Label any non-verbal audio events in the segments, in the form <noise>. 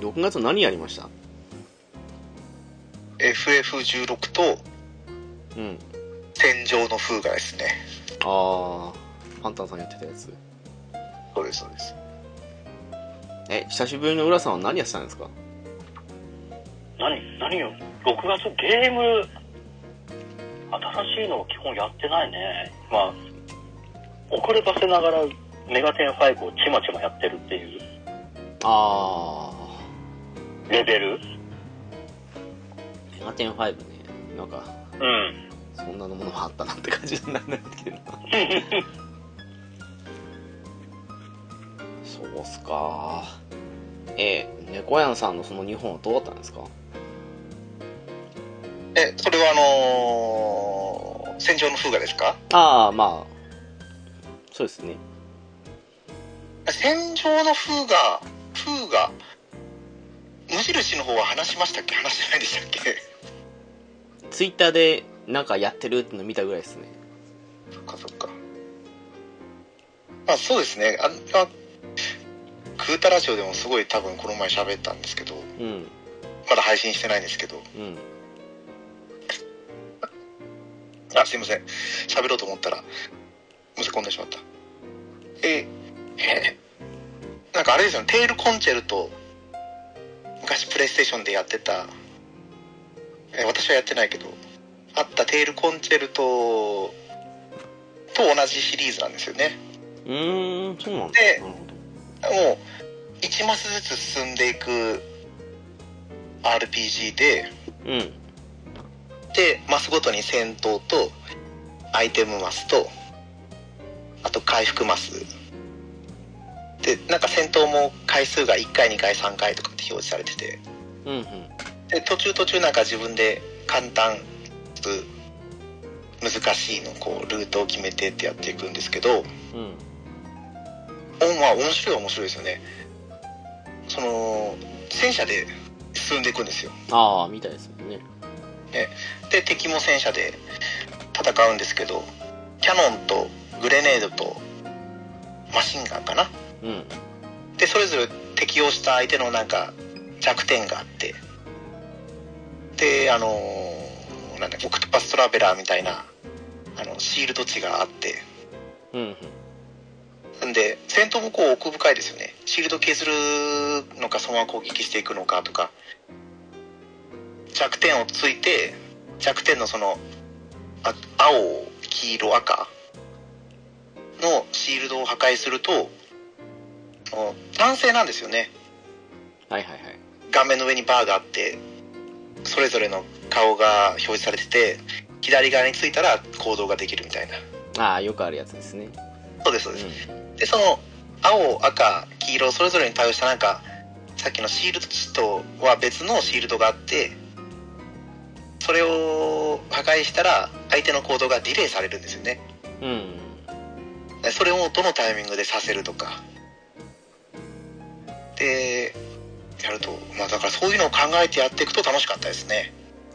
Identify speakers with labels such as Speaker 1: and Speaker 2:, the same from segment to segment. Speaker 1: 6月何やりました
Speaker 2: FF16 と
Speaker 1: うん
Speaker 2: 戦場の風雅ですね
Speaker 1: ああパンタンさんやってたやつ
Speaker 2: そうですそうです
Speaker 1: え久しぶりの浦さんは何やってたんですか
Speaker 3: 何何よ6月ゲーム新しいのを基本やってないねまあ遅ればせながらメガテン5をちまちまやってるっていう
Speaker 1: あ
Speaker 3: レベル
Speaker 1: あメガテン5ねなんか
Speaker 3: うん
Speaker 1: そんなのものもあったなって感じにならない <laughs> けどそうっすかえ猫やんさんのその2本はどうだったんですか
Speaker 2: えそれはあのー戦場の風雅ですか
Speaker 1: ああまあそうですね
Speaker 2: 戦場の風雅風雅無印の方は話しましたっけ話してないでしたっけ
Speaker 1: ツイッターでなんかやってるっての見たぐらいですね
Speaker 2: そっかそっかまあそうですねあんあクータラジオでもすごい多分この前喋ったんですけど
Speaker 1: うん
Speaker 2: まだ配信してないんですけど
Speaker 1: うん
Speaker 2: あ、すいません。喋ろうと思ったら、むせ込んでしまった。え、え、なんかあれですよね、テールコンチェルト、昔プレイステーションでやってた、え私はやってないけど、あったテールコンチェルトと同じシリーズなんですよね。
Speaker 1: うーんそうなんだ
Speaker 2: で
Speaker 1: なるほど
Speaker 2: もう、1マスずつ進んでいく RPG で、
Speaker 1: うん
Speaker 2: でマスごとに戦闘とアイテムマスとあと回復マスでなんか戦闘も回数が1回2回3回とかって表示されてて
Speaker 1: うんうん
Speaker 2: で途中途中なんか自分で簡単難しいのこうルートを決めてってやっていくんですけ
Speaker 1: う
Speaker 2: ど
Speaker 1: ん
Speaker 2: おまあ面白いは面白いですよねその戦車で進んでいくんですよ
Speaker 1: ああみたいですよね
Speaker 2: で敵も戦車で戦うんですけどキャノンとグレネードとマシンガンかな
Speaker 1: うん
Speaker 2: でそれぞれ適応した相手のなんか弱点があってであのーなんだオクトパストラベラーみたいなあのシールド値があって
Speaker 1: うんうん
Speaker 2: んで戦闘もこう奥深いですよねシールド削るのかそのまま攻撃していくのかとか弱点をついて弱点のそのあ青黄色赤のシールドを破壊するとあの男性なんですよね
Speaker 1: はいはいはい
Speaker 2: 画面の上にバーがあってそれぞれの顔が表示されてて左側についたら行動ができるみたいな
Speaker 1: ああよくあるやつですね
Speaker 2: そうですそう
Speaker 1: う
Speaker 2: です
Speaker 1: ん
Speaker 2: でその青赤黄色それぞれに対応したなんかさっきのシールド値とは別のシールドがあってそれを破壊したら相手の行動がディレイされるんですよね
Speaker 1: うん
Speaker 2: でそれをどのタイミングでさせるとかでやるとまあだからそういうのを考えてやっていくと楽しかったですね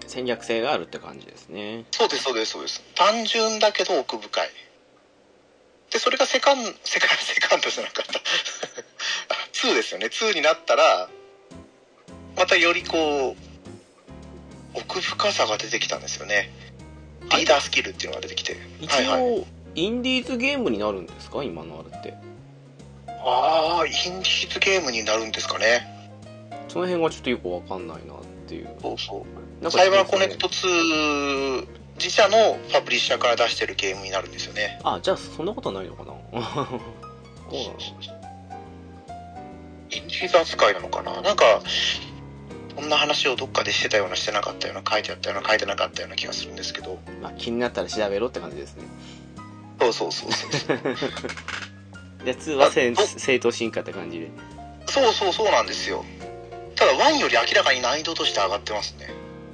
Speaker 1: 戦略性があるって感じですね
Speaker 2: そうですそうですそうです単純だけど奥深いでそれがセカンドセカン <laughs> セカンドじゃなかったあ2ですよね2になったらまたよりこう奥深さが出てきたんですよねリーダースキルっていうのが出てきて
Speaker 1: 一
Speaker 2: はいはい
Speaker 1: 応インディーズゲームになるんですか今のあれって
Speaker 2: ああインディーズゲームになるんですかね
Speaker 1: その辺がちょっとよくわかんないなっていう
Speaker 2: そうそ
Speaker 1: なんか
Speaker 2: サイバーコネクト2自社のパブリッシャーから出してるゲームになるんですよね
Speaker 1: あじゃあそんなことはないのか <laughs> なそうなの
Speaker 2: インディーズ扱いなのかななんかそんな話をどっかでしてたようなしてなかったような書いてあったような書いてなかったような気がするんですけど
Speaker 1: まあ、気になったら調べろって感じですね
Speaker 2: そうそうそうそう
Speaker 1: じゃあ2はせん
Speaker 2: あ
Speaker 1: 正当進化って感じで
Speaker 2: そうそうそうなんですよただワンより明らかに難易度として上がってますね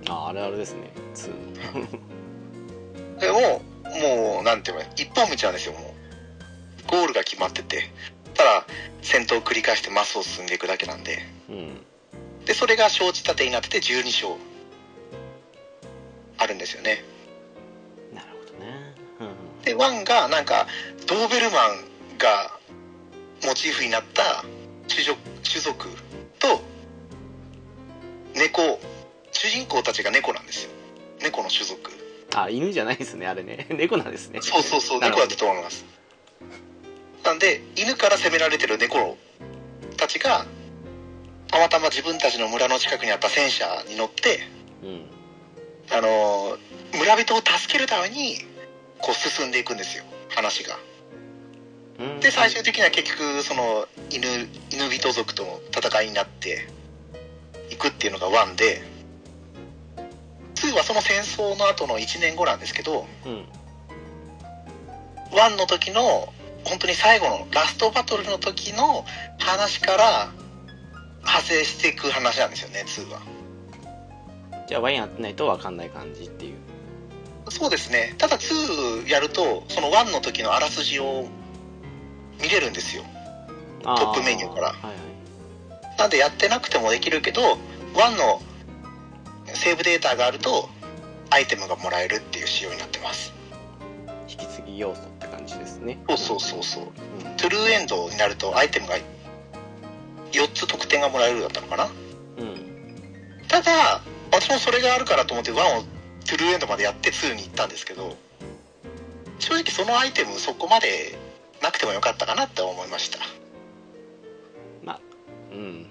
Speaker 1: ああれあれですね2
Speaker 2: でももうなんていうの一本道なんですよもうゴールが決まっててただ戦闘を繰り返してマスを進んでいくだけなんで
Speaker 1: うん
Speaker 2: でそれが承知盾になってて12章あるんですよね
Speaker 1: なるほどねうんうん
Speaker 2: でワンがなんかドーベルマンがモチーフになった種族種族と猫主人公たちが猫なんですよ猫の種族
Speaker 1: あ犬じゃないですねあれね <laughs> 猫なんですね
Speaker 2: そうそうそう、
Speaker 1: なる
Speaker 2: 猫
Speaker 1: ほ
Speaker 2: だっ
Speaker 1: ど
Speaker 2: たと思います。なんで、犬から攻められてる猫たちが、たまたま自分たちの村の近くにあった戦車に乗って、
Speaker 1: うん
Speaker 2: あのー村人を助けるために、こう進んでいくんですよ、話が。
Speaker 1: うん
Speaker 2: で、最終的には結局、その、犬、犬人族との戦いになって、いくっていうのが1で、2はその戦争の後の1年後なんですけど、
Speaker 1: うん
Speaker 2: 1の時の本当に最後のラストバトルの時の話から派生していく話なんですよね2は
Speaker 1: じゃあワインやってないとわかんない感じっていう
Speaker 2: そうですねただ2やるとその1の時のあらすじを見れるんですよ
Speaker 1: あ
Speaker 2: トップメニューから
Speaker 1: はいはい
Speaker 2: なんでやってなくてもできるけど1のセーブデータがあるとアイテムがもらえるっていう仕様になってます
Speaker 1: 引き継ぎ要素って感じですね
Speaker 2: そうそうそうそう
Speaker 1: うん、
Speaker 2: トゥルーエンドになるとアイテムが4つ得点がもらえるだったのかな
Speaker 1: うん、
Speaker 2: ただ私もそれがあるからと思って1をトゥルーエンドまでやって2に行ったんですけど正直そのアイテムそこまでなくてもよかったかなって思いました
Speaker 1: まあうん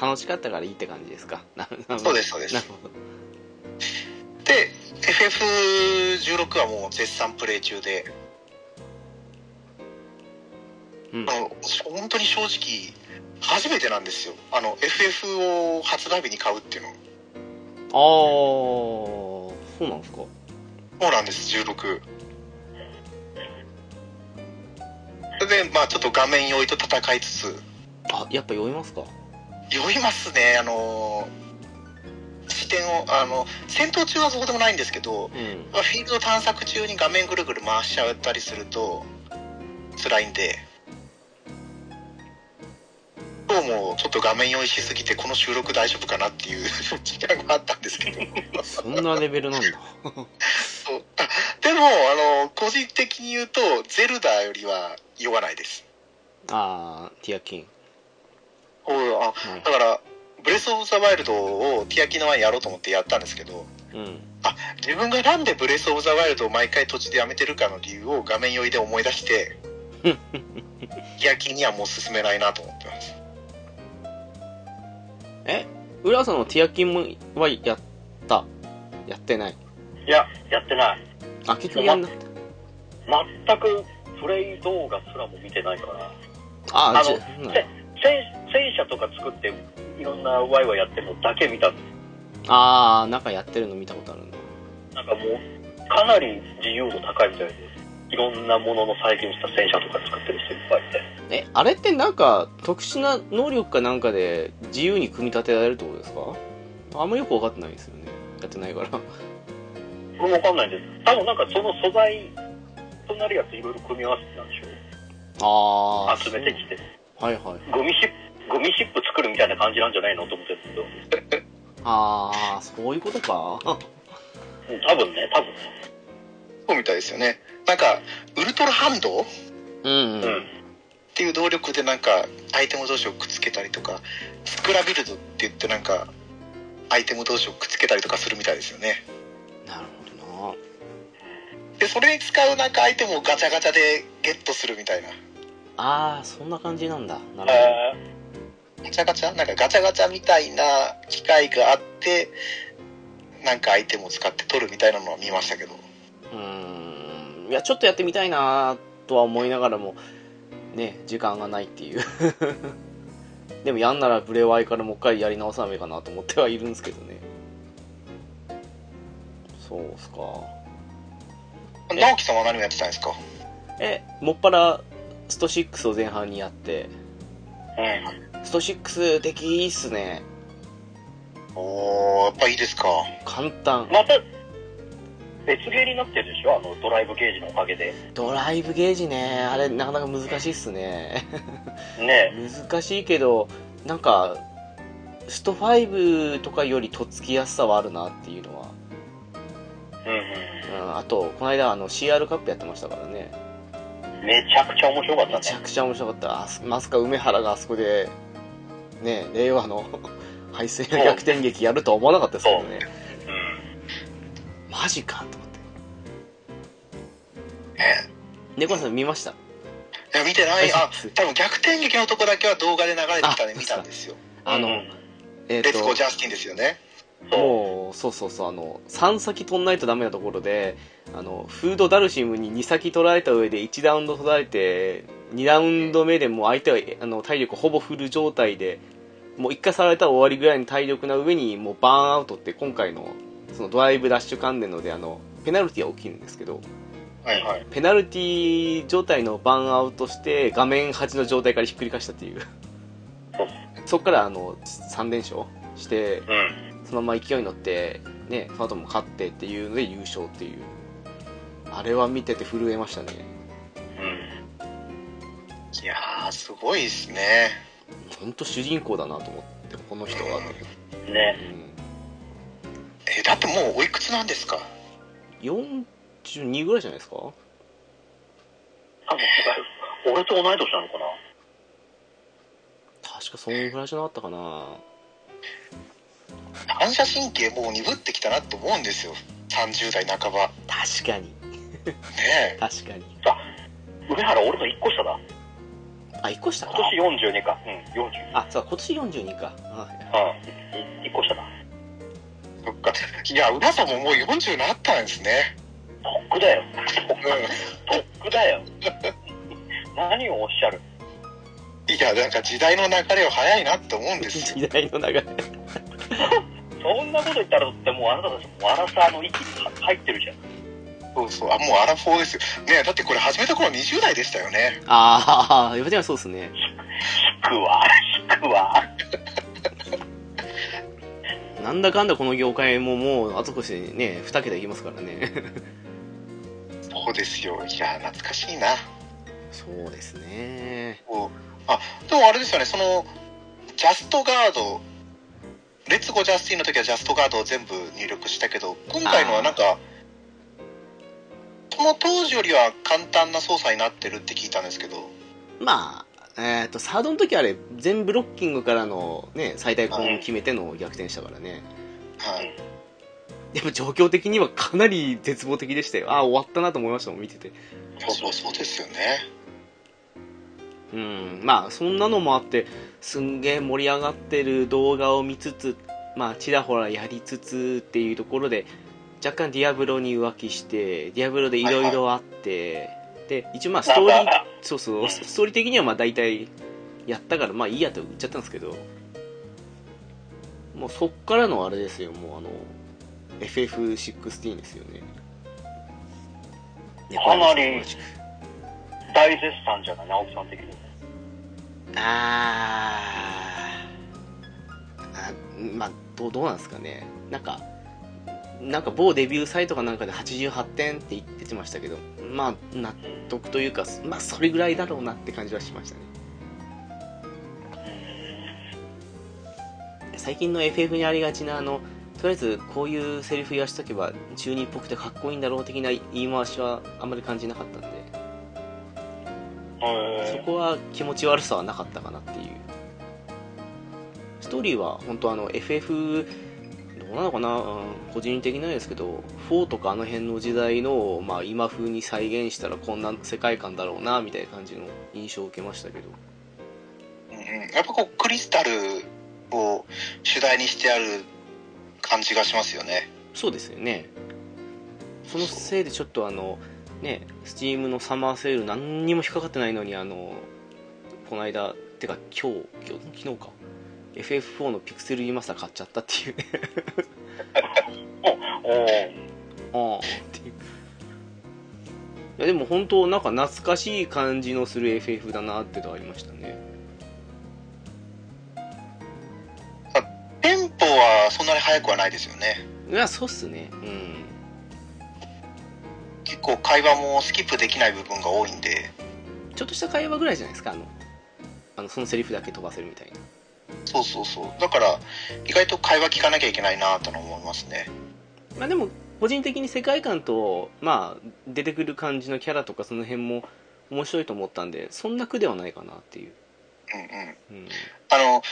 Speaker 1: 楽しかったからいいって感じですかなな
Speaker 2: そうですそうです
Speaker 1: なるほど
Speaker 2: で FF16 はもう絶賛プレイ中で、
Speaker 1: うん
Speaker 2: あの本当に正直初めてなんですよあの FF を発売日に買うっていうの
Speaker 1: ああそうなんですか
Speaker 2: そうなんです16それでまあちょっと画面酔いと戦いつつ
Speaker 1: あやっぱ酔いますか
Speaker 2: 酔いますねあのー視点をあの戦闘中はそうでもないんですけど
Speaker 1: うん
Speaker 2: まあフィールド探索中に画面ぐるぐる回しちゃったりすると辛いんで今日もちょっと画面用意しすぎてこの収録大丈夫かなっていう <laughs> 時間があったんですけど
Speaker 1: そんなレベルなんだ
Speaker 2: そうあでもあの個人的に言うとゼルダよりは酔わないです
Speaker 1: ああティアキン、
Speaker 2: おう
Speaker 1: は
Speaker 2: あ
Speaker 1: い
Speaker 2: だからブレス・オブ・ザ・ワイルドをティアキの前にやろうと思ってやったんですけど
Speaker 1: うん
Speaker 2: 自分がなんでブレス・オブ・ザ・ワイルドを毎回途中でやめてるかの理由を画面酔いで思い出して、夜勤にはもう進めないなと思ってます。
Speaker 1: え浦さんのティアキンもはやったやってない
Speaker 3: いや、やってない。
Speaker 1: あ結局やんなかった
Speaker 3: 全くプレイ動画すらも見てないから。
Speaker 1: あ
Speaker 3: あ
Speaker 1: じ
Speaker 3: の
Speaker 1: ゃうん
Speaker 3: せ戦戦車とか作っていろんなワイワイやってるのだけ見た
Speaker 1: ああなんかやってるの見たことあるな
Speaker 3: なんかもうかなり自由度高いみたいでいろんなものの再現した戦車とか作ってる人いっぱいいて
Speaker 1: えあれってなんか特殊な能力かなんかで自由に組み立てられるってことですかあんまよく分かってないですよねやってないから
Speaker 3: これもわかんないんです多分なんかその素材となるやついろいろ組み合わせてたんでしょ
Speaker 1: ああ
Speaker 3: う集めてきて
Speaker 1: はいはい
Speaker 3: グミシップグミシップ作るみたいな感じなんじゃないのと思ってるんです
Speaker 1: ああそういうことか
Speaker 3: けどうん多分ね多分ね
Speaker 2: そうみたいですよね。なんか、ウルトラハンド
Speaker 1: <laughs> うんうん、
Speaker 3: うん
Speaker 2: っていう動力でなんかアイテム同士をくっつけたりとかスクラビルドって言ってなんかアイテム同士をくっつけたりとかするみたいですよね
Speaker 1: なるほどな
Speaker 2: でそれに使うなんかアイテムをガチャガチャでゲットするみたいな
Speaker 1: ああそんな感じなんだなる
Speaker 3: へ
Speaker 2: ガチャガチャなんかガチャガチャみたいな機械があってなんかアイテムを使って取るみたいなのは見ましたけど
Speaker 1: ほどうーんいやちょっとやってみたいなとは思いながらもね時間がないっていう <laughs> でもやんならブレワイからもう一回やり直さなきゃかなと思ってはいるんですけどねそうっすかえ
Speaker 2: 直樹さんは何をやってたんですか
Speaker 1: えもっぱらスト6を前半にやって
Speaker 3: えうん
Speaker 1: スト6的いいっすね
Speaker 2: おーやっぱいいですか
Speaker 1: 簡単
Speaker 3: また別ゲーになってるでしょあのドライブゲージのおかげで
Speaker 1: ドライブゲージねあれなかなか難しいっすね
Speaker 3: ね
Speaker 1: 難しいけどなんかスト5とかよりとっつきやすさはあるなっていうのは、
Speaker 3: う
Speaker 1: うん、あとこの間あの CR カップやってましたからね
Speaker 3: んうんめちゃくちゃ面白かっ
Speaker 1: めち
Speaker 3: た
Speaker 1: ゃ
Speaker 3: ね
Speaker 1: くちゃ面白かったあすまさか梅原があそこでね令和の <laughs> 敗戦や逆転劇やるとは思わなかったですけどね
Speaker 3: うん
Speaker 1: マジかと思って猫さん見ました
Speaker 2: いや見てないあ多分逆転劇のとこだけは動画で流れてきたね
Speaker 1: あ
Speaker 2: 見たんですよ
Speaker 1: あの、
Speaker 3: うん
Speaker 1: えっ、
Speaker 2: レッツゴージ
Speaker 1: と
Speaker 2: ャスティンですよね
Speaker 3: そう
Speaker 1: もうそうそうそうあの3先取んないとダメなところであのフードダルシムに2先取られた上で1ラウンド取られて2ラウンド目でもう相手はあの体力ほぼフル状態でもう1回されたら終わりぐらいの体力な上にもうバーンアウトって今回のそのドライブダッシュ関連のであのペナルティは起きるんですけど
Speaker 2: はいはい
Speaker 1: ペナルティ状態のバーンアウトして画面端の状態からひっくり返したっていう
Speaker 3: そう
Speaker 1: そっからあの3連勝して
Speaker 3: うん
Speaker 1: そのまま勢いに乗って、ね、その後も勝ってっていうので優勝っていうあれは見てて震えましたね
Speaker 3: うん
Speaker 2: いやーすごいですね
Speaker 1: 本当主人公だなと思ってこの人は、
Speaker 3: ね
Speaker 2: えだってもうおいくつなんですか
Speaker 1: うん、42ぐらいじゃないですか
Speaker 3: 多分俺と同い年なのかな
Speaker 1: 確かそんぐらいじゃなかったかな
Speaker 2: 反射神経もう鈍ってきたなと思うんですよ30代半ば
Speaker 1: 確かに
Speaker 2: ね
Speaker 1: 確かに
Speaker 3: 梅原俺の1個下だ
Speaker 1: あ一個下か
Speaker 3: 今年42かうん42
Speaker 1: あそう今年42か、はい
Speaker 3: うん1個下だ
Speaker 2: えそっかいや浦さんももう40になったんですね
Speaker 3: とっくだよ
Speaker 2: うん
Speaker 3: とっくだよ <laughs> 何をおっしゃる
Speaker 2: いやなんか時代の流れは早いなって思うんですよ
Speaker 1: 時代の流れ
Speaker 3: そんなこと言ったらだってもうあなたたちもうアラサーの域に入ってるじゃん
Speaker 2: そうそうあもうアラフォーですよねえだってこれ始めた頃20代でしたよね
Speaker 1: ああ言われてみればそうですね
Speaker 3: 引くわ引くわ
Speaker 1: なんだかんだこの業界ももうあと少しでね2桁いきますからね <laughs>
Speaker 2: そうですよいや懐かしいな
Speaker 1: そうですね
Speaker 2: こうあでもあれですよねそのジャストガードレッツゴージャスティンの時はジャストガードを全部入力したけど今回のはなんかその当時よりは簡単な操作になってるって聞いたんですけど
Speaker 1: まあ、えっ、と、サードの時あれ、全ブロッキングからのね、最大コンを決めての逆転したからね。
Speaker 2: はい
Speaker 1: でも状況的にはかなり絶望的でしたよ。ああ、終わったなと思いましたもん、見てて。
Speaker 2: そうそうそうですよね
Speaker 1: うん、まあ、そんなのもあって、すんげえ盛り上がってる動画を見つつ、まあ、ちらほらやりつつっていうところで、若干ディアブロに浮気して、ディアブロでいろいろあって、で、一応まあ、ストーリ
Speaker 3: なん <laughs>
Speaker 1: ー
Speaker 3: か、
Speaker 1: そうそう、ストーリー的にはまあ大体やったから、まあいいやと言っちゃったんですけど、もうそっからのあれですよ、もうあの、FF16 ですよね。
Speaker 3: かなり大絶賛じゃない直樹さん的に
Speaker 1: あーあまあどうどうなんですかねなんかなんか某デビューサイトかなんかで88点って言ってましたけどまあ納得というかまあそれぐらいだろうなって感じはしましたね最近の FF にありがちなあのとりあえずこういうセリフ言わしとけば中二っぽくてかっこいいんだろう的な言い回しはあんまり感じなかったんで
Speaker 3: うん
Speaker 1: そ
Speaker 3: へ
Speaker 1: こは気持ち悪さはなかったかなっていうストーリーは本当あの FF どうなのかな、うん個人的なんですけど4とかあの辺の時代の、まあ、今風に再現したらこんな世界観だろうなみたいな感じの印象を受けましたけど
Speaker 2: うんうんやっぱこうクリスタルを主題にしてある感じがしますよね
Speaker 1: そうですよねそのせいでちょっとあのねスチームのサマーセール何にも引っかかってないのにあのこの間てか今日今日昨日か FF4 のピクセルイマスター買っちゃったっていうね
Speaker 3: え
Speaker 1: あ
Speaker 3: おー
Speaker 1: あっていういやでも本当なんか懐かしい感じのする FF だなってのはありましたね
Speaker 2: テンポはそんなに速くはないですよね
Speaker 1: いやそうっすねうん
Speaker 2: 結構会話もスキップできない部分が多いんで
Speaker 1: ちょっとした会話ぐらいじゃないですかあのあのそのセリフだけ飛ばせるみたいな
Speaker 2: そうそうそうだから意外と会話聞かなきゃいけないなとの思いますね
Speaker 1: まあ、でも個人的に世界観と、まあ、出てくる感じのキャラとかその辺も面白いと思ったんでそんな苦ではないかなっていう、
Speaker 2: うんうん
Speaker 1: うん、
Speaker 2: あの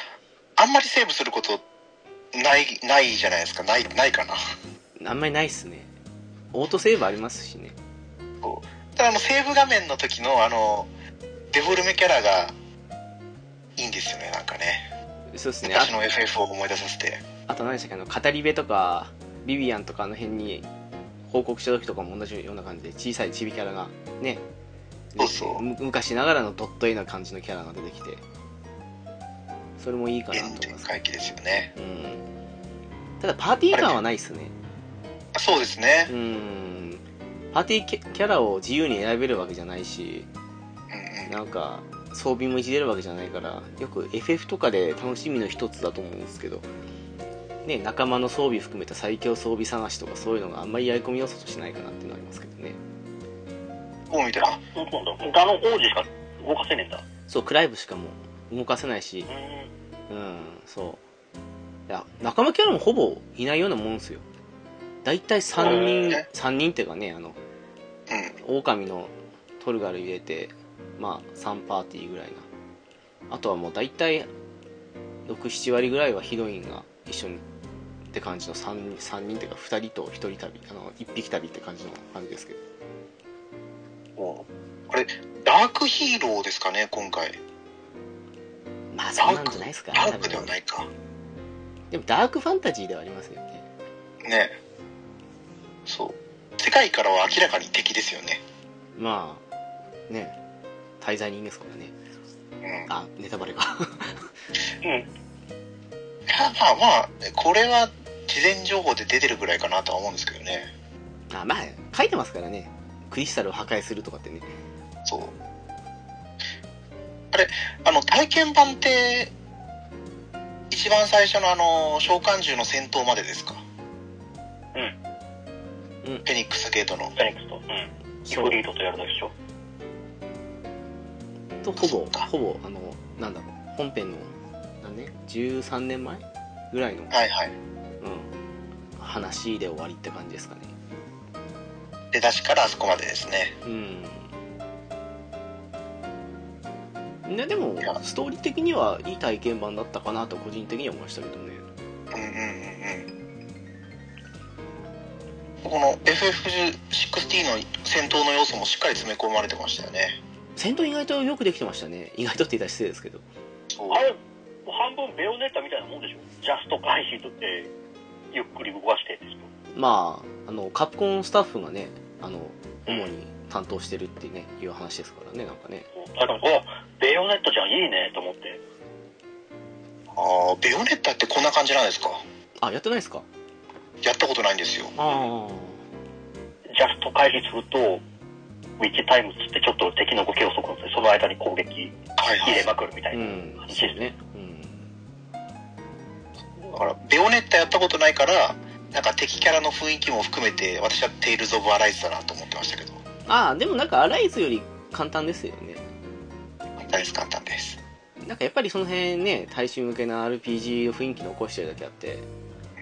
Speaker 2: あんまりセーブすることないないじゃないですかないないかな
Speaker 1: あんまりないっすねオートセーブありますしね
Speaker 2: ただあのセーブ画面の時のあのデフォルメキャラがいいんですよねなんかね
Speaker 1: そう
Speaker 2: <laughs>
Speaker 1: ですねあ
Speaker 2: 昔の FF を思い出させて
Speaker 1: あと何でしたっけあの語り部とかビビアンとかあの辺に報告した時とかも同じような感じで小さいチビキャラがね
Speaker 2: そうそう
Speaker 1: む昔ながらのドット絵な感じのキャラが出てきてそれもいいかなと
Speaker 2: 原
Speaker 1: 思い
Speaker 2: 点
Speaker 1: ます、
Speaker 2: 回帰ですよね
Speaker 1: うん、ただパーティー感はないっすね
Speaker 2: あそうです
Speaker 1: う
Speaker 2: ね
Speaker 1: ーんパーティーキャキャラを自由に選べるわけじゃないし
Speaker 2: うんうん
Speaker 1: なんか装備もいじれるわけじゃないからよく FF とかで楽しみの一つだと思うんですけど、ね、仲間の装備含めた最強装備探しとかそういうのがあんまりやり込み要素としないかなっていうのはありますけどね
Speaker 2: こう見てあ
Speaker 3: そうなんだあの王子しか動かせねえんだ
Speaker 1: そうクライブしかもう動かせないし
Speaker 3: うーん
Speaker 1: うんそういや仲間キャラもほぼいないようなもんですよ大体3人
Speaker 2: うん
Speaker 1: 3人っていうかねあの
Speaker 2: うん
Speaker 1: 狼のトルガル入れてまあ3パーティーぐらいなあとはもう大体67割ぐらいはヒロインが一緒にって感じの 3, 三人っていうか2人と1人旅あの1匹旅って感じの感じですけど
Speaker 2: もうこれダークヒーローですかね今回
Speaker 1: まあそ
Speaker 2: ダ
Speaker 1: うな
Speaker 2: ー
Speaker 1: んじ
Speaker 2: ク
Speaker 1: ゃないですか
Speaker 2: ダークではないか
Speaker 1: でもダークファンタジーではありますよね
Speaker 2: ねそう世界からは明らかに敵ですよね
Speaker 1: まあね滞在人ですからね
Speaker 2: うん
Speaker 1: あネタバ <laughs> レか
Speaker 2: まあまあこれは事前情報で出てるぐらいかなとは思うんですけどね
Speaker 1: あまあ書いてますからねクリスタルを破壊するとかってね
Speaker 2: そうあれあの体験版って一番最初のあの召喚獣の戦闘までですか
Speaker 1: うん
Speaker 2: フェニックスゲートの
Speaker 3: フェニックスとうんイ
Speaker 1: そう
Speaker 3: フリートとやるだけでしょ
Speaker 1: とほ
Speaker 2: そ
Speaker 1: ぼ
Speaker 2: っか
Speaker 1: ほぼあのなんだろう本編の何ね13年前ぐらいの、
Speaker 2: はいはい
Speaker 1: うん、話で終わりって感じですかね
Speaker 2: 出だしからあそこまでですね
Speaker 1: うんねでも
Speaker 2: いや
Speaker 1: ストーリー的にはいい体験版だったかなと個人的には思いましたけどね
Speaker 2: うんうんうんうんこの FF16 の戦闘の要素もしっかり詰め込まれてましたよね
Speaker 1: 戦闘意外とよくできてましたね意外とって言ったら失礼ですけど
Speaker 2: そう
Speaker 3: あれもう半分ベヨネッタみたいなもんでしょジャスト回避とってゆっくり動かしてですよ
Speaker 1: まああのカプコンスタッフがねあの主に担当してるってねいう話ですからねなんかね
Speaker 3: だからおベヨネッタじゃんいいねと思って
Speaker 2: ああベヨネッタってこんな感じなんですか
Speaker 1: あやってないですか
Speaker 2: やったことないんですよ
Speaker 1: ああ
Speaker 3: ジャスト回避するとウィッチタイムつってちょっと敵の動きを遅くしてその間に攻撃
Speaker 2: はいは
Speaker 3: 入れ
Speaker 2: い
Speaker 3: まくるみたいうな、
Speaker 1: んそうねうん
Speaker 2: だからベヨネッタやったことないからなんか敵キャラの雰囲気も含めて私はテイルズ・オブ・アライズだなと思ってましたけど
Speaker 1: ああでもなんかアライズより簡単ですよね
Speaker 2: 簡単です簡単です
Speaker 1: なんかやっぱりその辺ね大衆向けな RPG の雰囲気残してるだけあって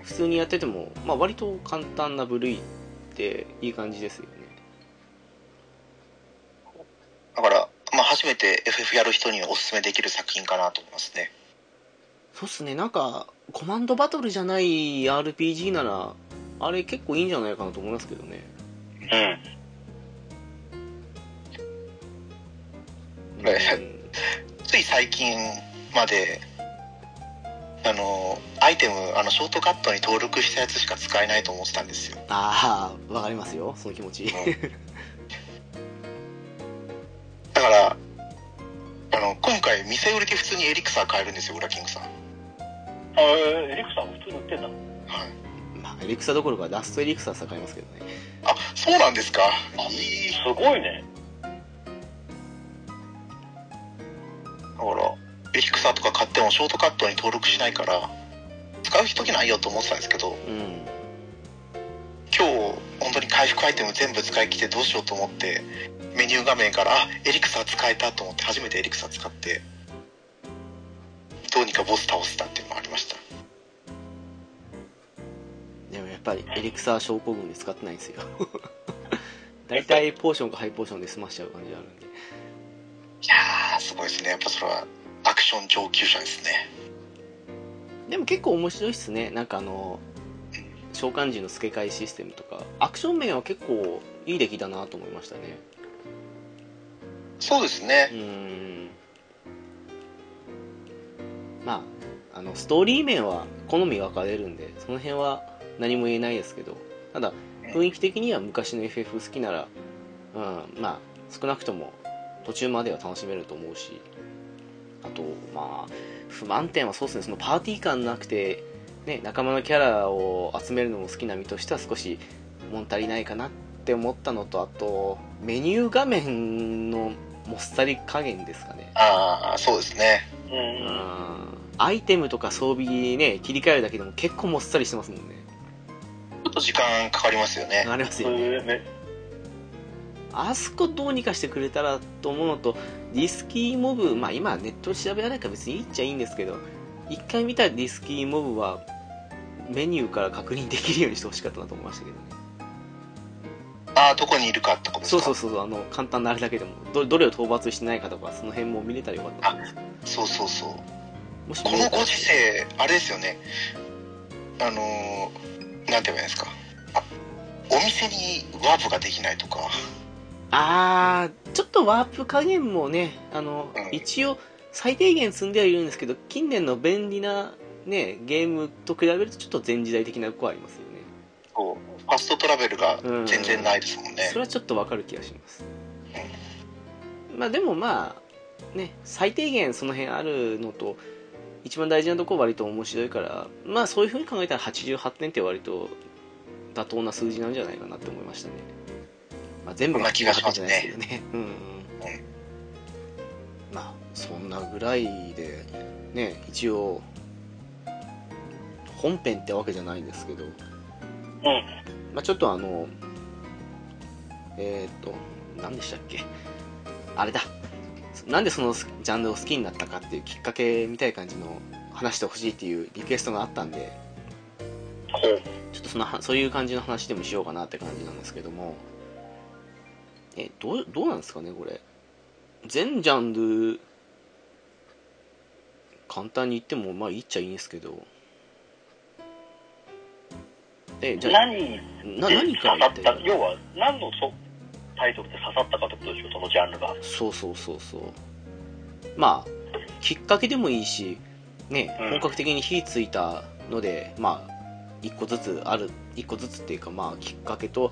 Speaker 1: 普通にやってても、まあ、割と簡単な部類っていい感じですよね
Speaker 2: だから、まあ、初めて FF やる人にはおすすめできる作品かなと思いますね
Speaker 1: そうっすねなんかコマンドバトルじゃない RPG ならあれ結構いいんじゃないかなと思いますけどね
Speaker 3: うん。
Speaker 2: はいはいつい最近まであのアイテムあのショートカットに登録したやつしか使えないと思ってたんですよ
Speaker 1: ああわかりますよその気持ち
Speaker 2: だからあの今回店売りで普通にエリクサー買えるんですよ裏キングさん、は
Speaker 3: あえエリクさん普通に売ってんだ。
Speaker 2: い、
Speaker 1: <laughs> まあエリクサどころかラストエリクサさ買いますけどね
Speaker 2: あそうなんですかいい
Speaker 3: すごいね。
Speaker 2: だからエリクサーとか買ってもショートカットに登録しないから使う時ないよと思ってたんですけど
Speaker 1: うん
Speaker 2: 今日本当に回復アイテム全部使い切ってどうしようと思ってメニュー画面からあエリクサー使えたと思って初めてエリクサー使ってどうにかボス倒せたっていうのもありました
Speaker 1: でもやっぱりエリクサー症候群で使ってないんですよ大体ポーションかハイポーションで済ましちゃう感じがあるんで
Speaker 2: いやーすごいですねやっぱそれはアクション上級者ですね
Speaker 1: でも結構面白いっすねなんかあの召喚時の付け替えシステムとかアクション面は結構いい出来だなと思いましたね
Speaker 2: そうです
Speaker 1: う
Speaker 2: ね
Speaker 1: ーんまああのストーリー面は好みが分かれるんでその辺は何も言えないですけどただ雰囲気的には昔の FF 好きなら、うん、まあ少なくとも途中までは楽しめると思うしあとまあ不満点はそうですねそのパーティー感なくて、ね、仲間のキャラを集めるのも好きな身としては少し物足りないかなって思ったのとあとメニュー画面のもっさり加減ですかね
Speaker 2: ああそうですね
Speaker 3: うん。うん
Speaker 1: アイテムとか装備にね切り替えるだけでも結構もっさりしてますもんね
Speaker 2: ちょっと時間かかりますよね
Speaker 1: あります
Speaker 3: え
Speaker 1: よね
Speaker 3: ーめ
Speaker 1: あそこどうにかしてくれたらと思うのとリスキーモブまあ今ネットで調べられないから別にいいっちゃいいんですけど一回見たリスキーモブはメニューから確認できるようにしてほしかったなと思いましたけどね
Speaker 2: ああどこにいるかってことです
Speaker 1: そ
Speaker 2: か
Speaker 1: うそうそうそうあの簡単なあれだけでもどどれを討伐してないかとかその辺も見れたらよかったと思います
Speaker 2: そうそうそう
Speaker 1: もし
Speaker 2: このご
Speaker 1: 見
Speaker 2: 時
Speaker 1: れ
Speaker 2: 世あれですよねあのー、なんて言えばいいんですかあお店にワープができないとか
Speaker 1: たらあーちょっとワープ加減もねあの、
Speaker 2: うん
Speaker 1: 一応最低限積んではいるんですけど近年の便利なねゲームと比べるとちょっと前時代的な子はありますよね
Speaker 2: そうファストトラベルが全然ないですもんね
Speaker 1: それはちょっとわかる気がしますまあでもまあね最低限その辺あるのと一番大事なとこ割と面白いからまあそういうふうに考えたら88点って割と妥当な数字なんじゃないかなって思いましたね、まあ、全部
Speaker 2: そんな気がしますね
Speaker 1: 88じゃないですけどねうんうんまあそんなぐらいでね一応本編ってわけじゃないんですけど
Speaker 3: うん。
Speaker 1: まあ、ちょっとあのえーっ、と何でしたっけあれだなんでそのジャンルを好きになったかっていうきっかけみたいな感じの話してほしいっていうリクエストがあったんで
Speaker 3: ほう。
Speaker 1: ちょっとそのはそういう感じの話でもしようかなって感じなんですけどもえどうどうなんですかねこれ全ジャンル簡単に言ってもまあいいっちゃいいんですけどえじゃあ
Speaker 3: 何で
Speaker 1: な
Speaker 3: 刺
Speaker 1: 何か
Speaker 3: さ
Speaker 1: ら言っ
Speaker 3: ってた要は何のそタイトルで刺さったかってことでしょそのジャンルが。
Speaker 1: そうそうそうそうまあきっかけでもいいしね
Speaker 3: うん
Speaker 1: 本格的に火ついたので、まあ一個ずつある一個ずつっていうかまあきっかけと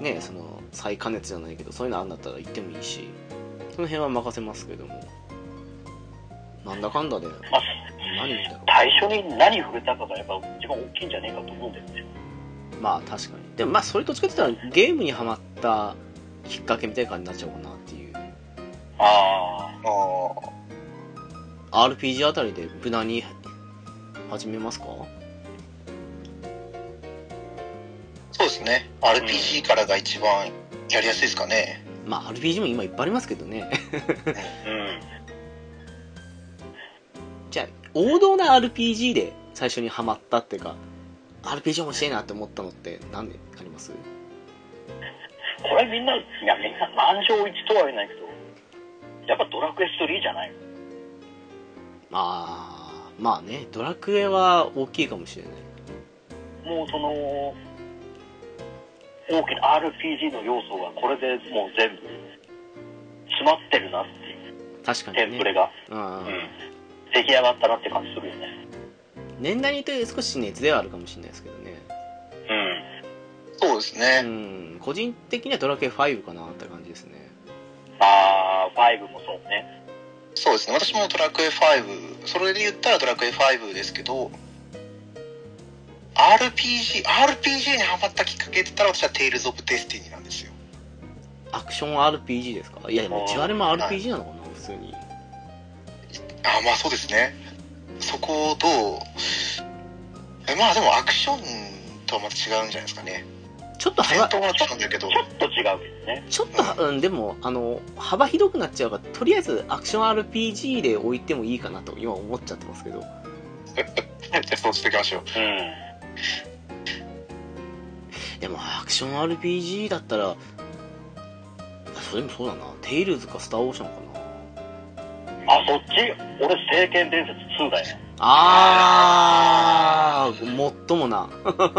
Speaker 1: ねその再加熱じゃないけどそういうのあんだったら言ってもいいしその辺は任せますけどもなんだかんだで
Speaker 3: まあ
Speaker 1: 何だろう
Speaker 3: 最初に何触れたかがやっぱ一番大きいんじゃねえかと思うんだよね。
Speaker 1: まあ確かにでもまあそれどっちかって言ったらゲームにはまったきっかけみたいな感じになっちゃうかなっていう
Speaker 3: あ
Speaker 2: あー
Speaker 1: RPG あたりで無難に始めますか
Speaker 2: そうですね RPG からが一番やりやすいですかね、
Speaker 1: まあ RPG も今いっぱいありますけどね <laughs>
Speaker 3: あ。うん。
Speaker 1: じゃあ王道な RPG で最初にハマったっていうか RPG 面白いなって思ったのって何であります
Speaker 3: これみんな、いやみんな満場一致とは言えないけど、やっぱドラクエ3じゃない
Speaker 1: あーまあねドラクエは大きいかもしれない
Speaker 3: もうその大きな RPG の要素がこれでもう全部詰まってるなっていう
Speaker 1: 確か
Speaker 3: テ
Speaker 1: に
Speaker 3: ンプレ
Speaker 1: ね
Speaker 3: が、
Speaker 1: うん
Speaker 3: うん出来上がったなって感じするよね
Speaker 1: 年代にとって少し熱ではあるかもしれないですけどね
Speaker 3: うん
Speaker 2: そうです
Speaker 1: う
Speaker 2: ね。
Speaker 1: ん個人的にはドラクエ5かなって感じですね
Speaker 3: ああ5もそうね
Speaker 2: そうですね。私もドラクエ5、それで言ったらドラクエ5ですけど、RPG、RPG にハマったきっかけって言ったら私はテイルズ・オブ・デスティニーなんですよ。
Speaker 1: アクション RPG ですかいやでも
Speaker 3: あー
Speaker 1: ちわれも RPG なのかな普通に
Speaker 2: あまあそうですねそこをどうえまあでもアクションとはまた違うんじゃないですかね
Speaker 1: ちょっと
Speaker 2: 戦
Speaker 1: 幅
Speaker 2: 闘は違うんだけど
Speaker 3: ちょっと違うよね
Speaker 1: ちょっとは、うん、でもあの幅広くなっちゃうからとりあえずアクション RPG で置いてもいいかなと今思っちゃってますけど
Speaker 2: そう <laughs> していきましょう
Speaker 3: うん
Speaker 1: でもアクション RPG だったらあそれもそうだなテイルズかスターオーシャンかな
Speaker 3: あそっち俺「聖剣伝説2」だよ
Speaker 1: あーもっともな
Speaker 2: うん
Speaker 3: そう超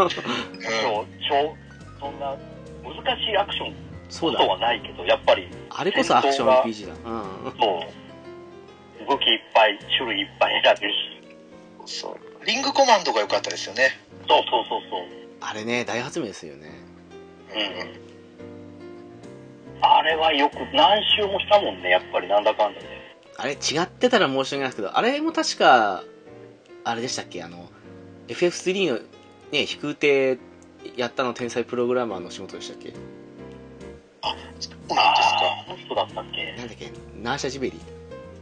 Speaker 3: そんな難しいアクション
Speaker 1: そう
Speaker 3: こ
Speaker 1: だ
Speaker 3: とはないけどやっぱり
Speaker 1: あれこそアクション RPG だうん
Speaker 3: そう武器いっぱい種類いっぱい選べるし
Speaker 2: そうリングコマンドが良かったですよね
Speaker 3: そうそうそうそう
Speaker 1: あれね大発明ですよね
Speaker 3: うんあれはよく何周もしたもんねやっぱりなんだかんだで
Speaker 1: あれ違ってたら申し訳ないですけどあれも確かあれでしたっけあの FF3 のね飛空艇やったの天才プログラマーの仕事でしたっけ
Speaker 2: そうなんですか
Speaker 3: あの人だったっけ
Speaker 1: なんだっけナーシャジベリー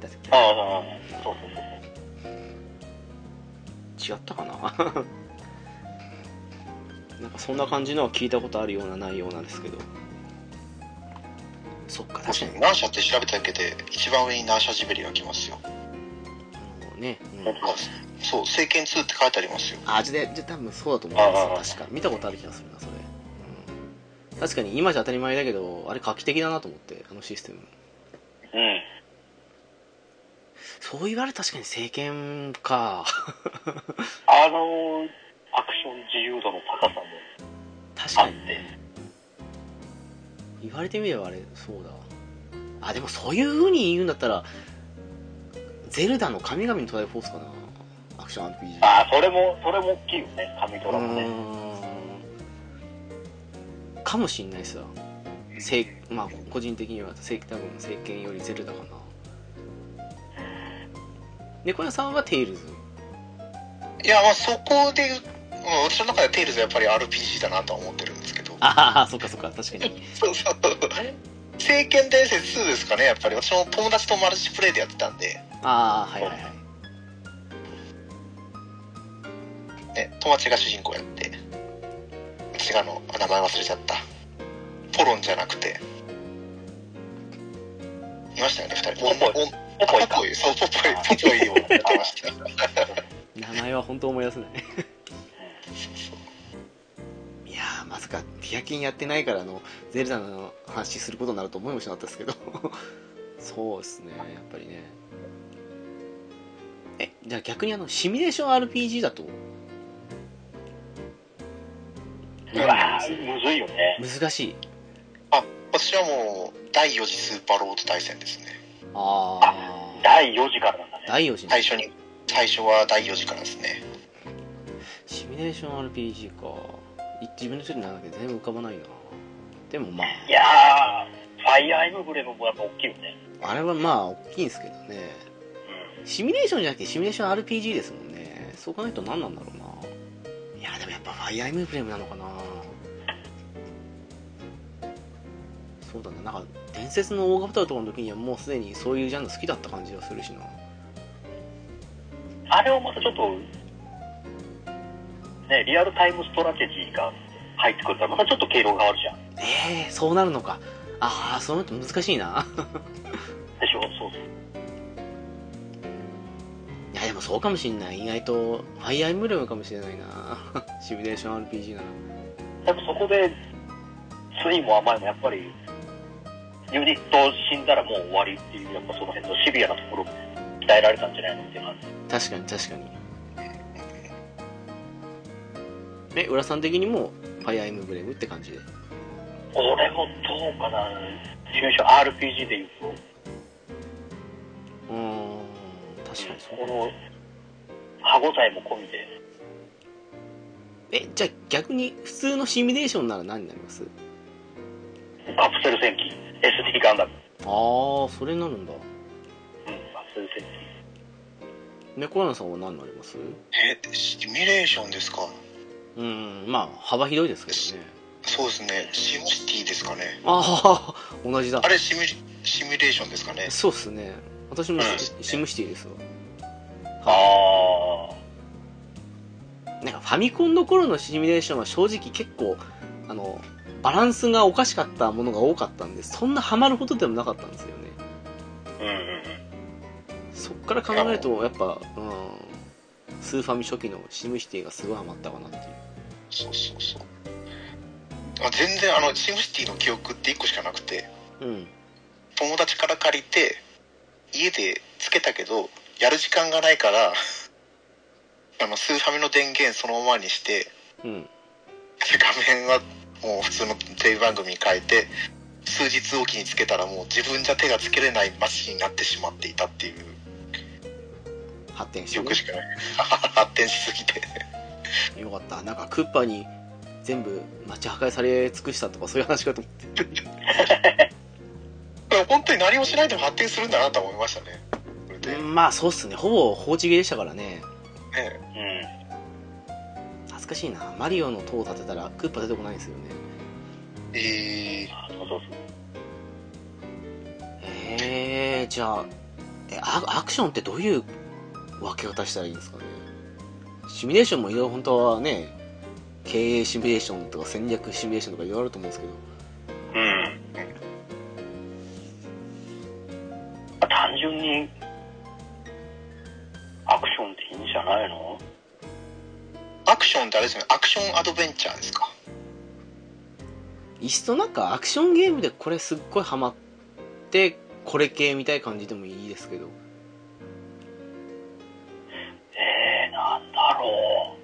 Speaker 1: だっ
Speaker 3: ああそうそうそう
Speaker 1: け違ったかな <laughs> なんかそんな感じのは聞いたことあるようなないようなんですけどそっか確かに
Speaker 2: ナーシャって調べただけで一番上にナーシャジベリが来ますよ
Speaker 1: もうね、うん
Speaker 3: 本当だ
Speaker 2: そう「聖剣2」って書いてありますよ
Speaker 1: あじゃあじゃあ多分そうだと思うん
Speaker 3: ああ
Speaker 1: ですよ確か見たことある気がするなそれ、うん確かに今じゃ当たり前だけどあれ画期的だなと思ってあのシステム
Speaker 3: うん
Speaker 1: そう言われたら確かに政権か <laughs>
Speaker 3: あのアクション自由度の高さも
Speaker 1: 確
Speaker 3: あ
Speaker 1: か
Speaker 3: っ
Speaker 1: に
Speaker 3: て
Speaker 1: 言われてみればあれそうだわあでもそういう風に言うんだったらゼルダの神々のトライフォースかなアクション RPG
Speaker 3: ああそれもそれも大きいよね神ド
Speaker 1: う
Speaker 3: ラもね
Speaker 1: ーんかもしんないっすわせまあ個人的にはせ多分政権よりゼルダかな猫屋さんはテイルズ
Speaker 2: いやまあそこで言うまあ私の中ではテイルズはやっぱり RPG だなとは思ってるんですけど
Speaker 1: ああそっかそっか確かに
Speaker 2: そうそう「 <laughs> 聖剣伝説2」ですかねやっぱり私も友達とマルチプレイでやってたんで
Speaker 1: ああはいはいはい
Speaker 2: ね、友達が主人公やって違うのあ名前忘れちゃったポロンじゃなくていましたよね2人
Speaker 3: ポポイ
Speaker 2: イ
Speaker 3: ポポイ
Speaker 2: ポ
Speaker 3: か
Speaker 2: ポイそうポポイポポイをやってました
Speaker 1: 名前は本当思い出せないいやーまさかティアキンやってないからあのゼルダの話することになると思いもしなかったですけどそうですねやっぱりねえじゃあ逆にあのシミュレーション RPG だと
Speaker 3: うわあむずいよね
Speaker 1: 難しい
Speaker 2: あ私はもう第4次スーパーロード大戦ですね
Speaker 1: ああ
Speaker 3: 第4次からなんだね
Speaker 1: 第4次
Speaker 2: 最初に最初は第4次からですね
Speaker 1: シミュレーション RPG かい自分の人にならなきゃ全然浮かばないなでもまあ
Speaker 3: いやーファイアーエムブレムもやっぱ大きいよね
Speaker 1: あれはまあ大きいんですけどねシミュレーションじゃなくてシミュレーション RPG ですもんねそう考えると何なんだろうないやでもやっぱファイアーエムブレムなのかなそうだななんか伝説の大型とかの時にはもうすでにそういうジャンル好きだった感じがするしな
Speaker 3: うんあれをまたちょっとねリアルタイムストラテジーが入ってくるからまたちょっと経路が変わるじゃん
Speaker 1: ええそうなるのかああそうなると難しいな
Speaker 3: でしょそうそう
Speaker 1: いやでもそうかもしんない意外とファイアーエムブレムかもしれないなシミュレーション RPG なら
Speaker 3: やっぱそこで酸いも甘いもやっぱりユニット死んだらもう終わりっていう、やっぱその辺のシビアなところ、鍛えられたんじゃないのっていうのは
Speaker 1: 確かに確かにね浦さん的にもファイアーエムブレムって感じで
Speaker 3: 俺もどうかな、入手 RPG でいうと、
Speaker 1: うーん確かにそう
Speaker 3: この歯応えも込みで、
Speaker 1: えじゃあ逆に普通のシミュレーションなら何になります
Speaker 3: カプセル戦記、SD ガンダム、
Speaker 1: ああそれになるんだ
Speaker 3: うん、カプセル戦記。
Speaker 1: 猫穴さんは何になります
Speaker 2: えーシミュレーションですか
Speaker 1: うーんまあ幅広いですけどね
Speaker 2: そうですねシムシティですかね
Speaker 1: ああ同じだ
Speaker 2: あれシミュシミュレーションですかね
Speaker 1: そうっすね私もシ,、
Speaker 2: うん
Speaker 1: ムシティですわ
Speaker 3: あ
Speaker 1: なんかファミコンの頃のシミュレーションは正直結構あのバランスがおかしかったものが多かったんでそんなハマるほどでもなかったんですよね
Speaker 3: あ、うんうん
Speaker 1: そっから考えるとやっぱうんスーファミ初期のシムシティがすごいハマったかなっていう
Speaker 2: そうそうそうあ全然あのシムシティの記憶って1個しかなくて
Speaker 1: うん
Speaker 2: 友達から借りて家でつけたけどやる時間がないからあのスーファミの電源そのままにして
Speaker 1: うん
Speaker 2: 画面はもう普通のテレビ番組に変えて数日おきにつけたらもう自分じゃ手がつけれないマシになってしまっていたっていう
Speaker 1: 発展し
Speaker 2: 記
Speaker 1: て、ね
Speaker 2: 憶、しかない <laughs> 発展しすぎて
Speaker 1: よかったなんかクッパに全部街破壊され尽くしたとかそういう話かと思って
Speaker 2: でも本当に何もしないでも発展するんだなと思いましたねそれで、
Speaker 1: う
Speaker 2: ね
Speaker 1: んまあそうっすねほぼ放置切れでしたからね
Speaker 3: うん
Speaker 1: 懐かしいなマリオの塔を建てたらクッパ出てこないんですよね
Speaker 2: えー
Speaker 3: あそうそうそう
Speaker 1: えー、じゃあえアアクションってどういう分け方したらいいんですかねシミュレーションもいろいろ本当はね経営シミュレーションとか戦略シミュレーションとかいろいろあると思うんですけど
Speaker 3: うんまあ単純にアクションっていいんじゃないの
Speaker 2: アクションってあれですよねアクションアドベンチャーですか
Speaker 1: いっそなんかアクションゲームでこれすっごいハマってこれ系みたいな感じでもいいですけど
Speaker 3: えー、なんだろ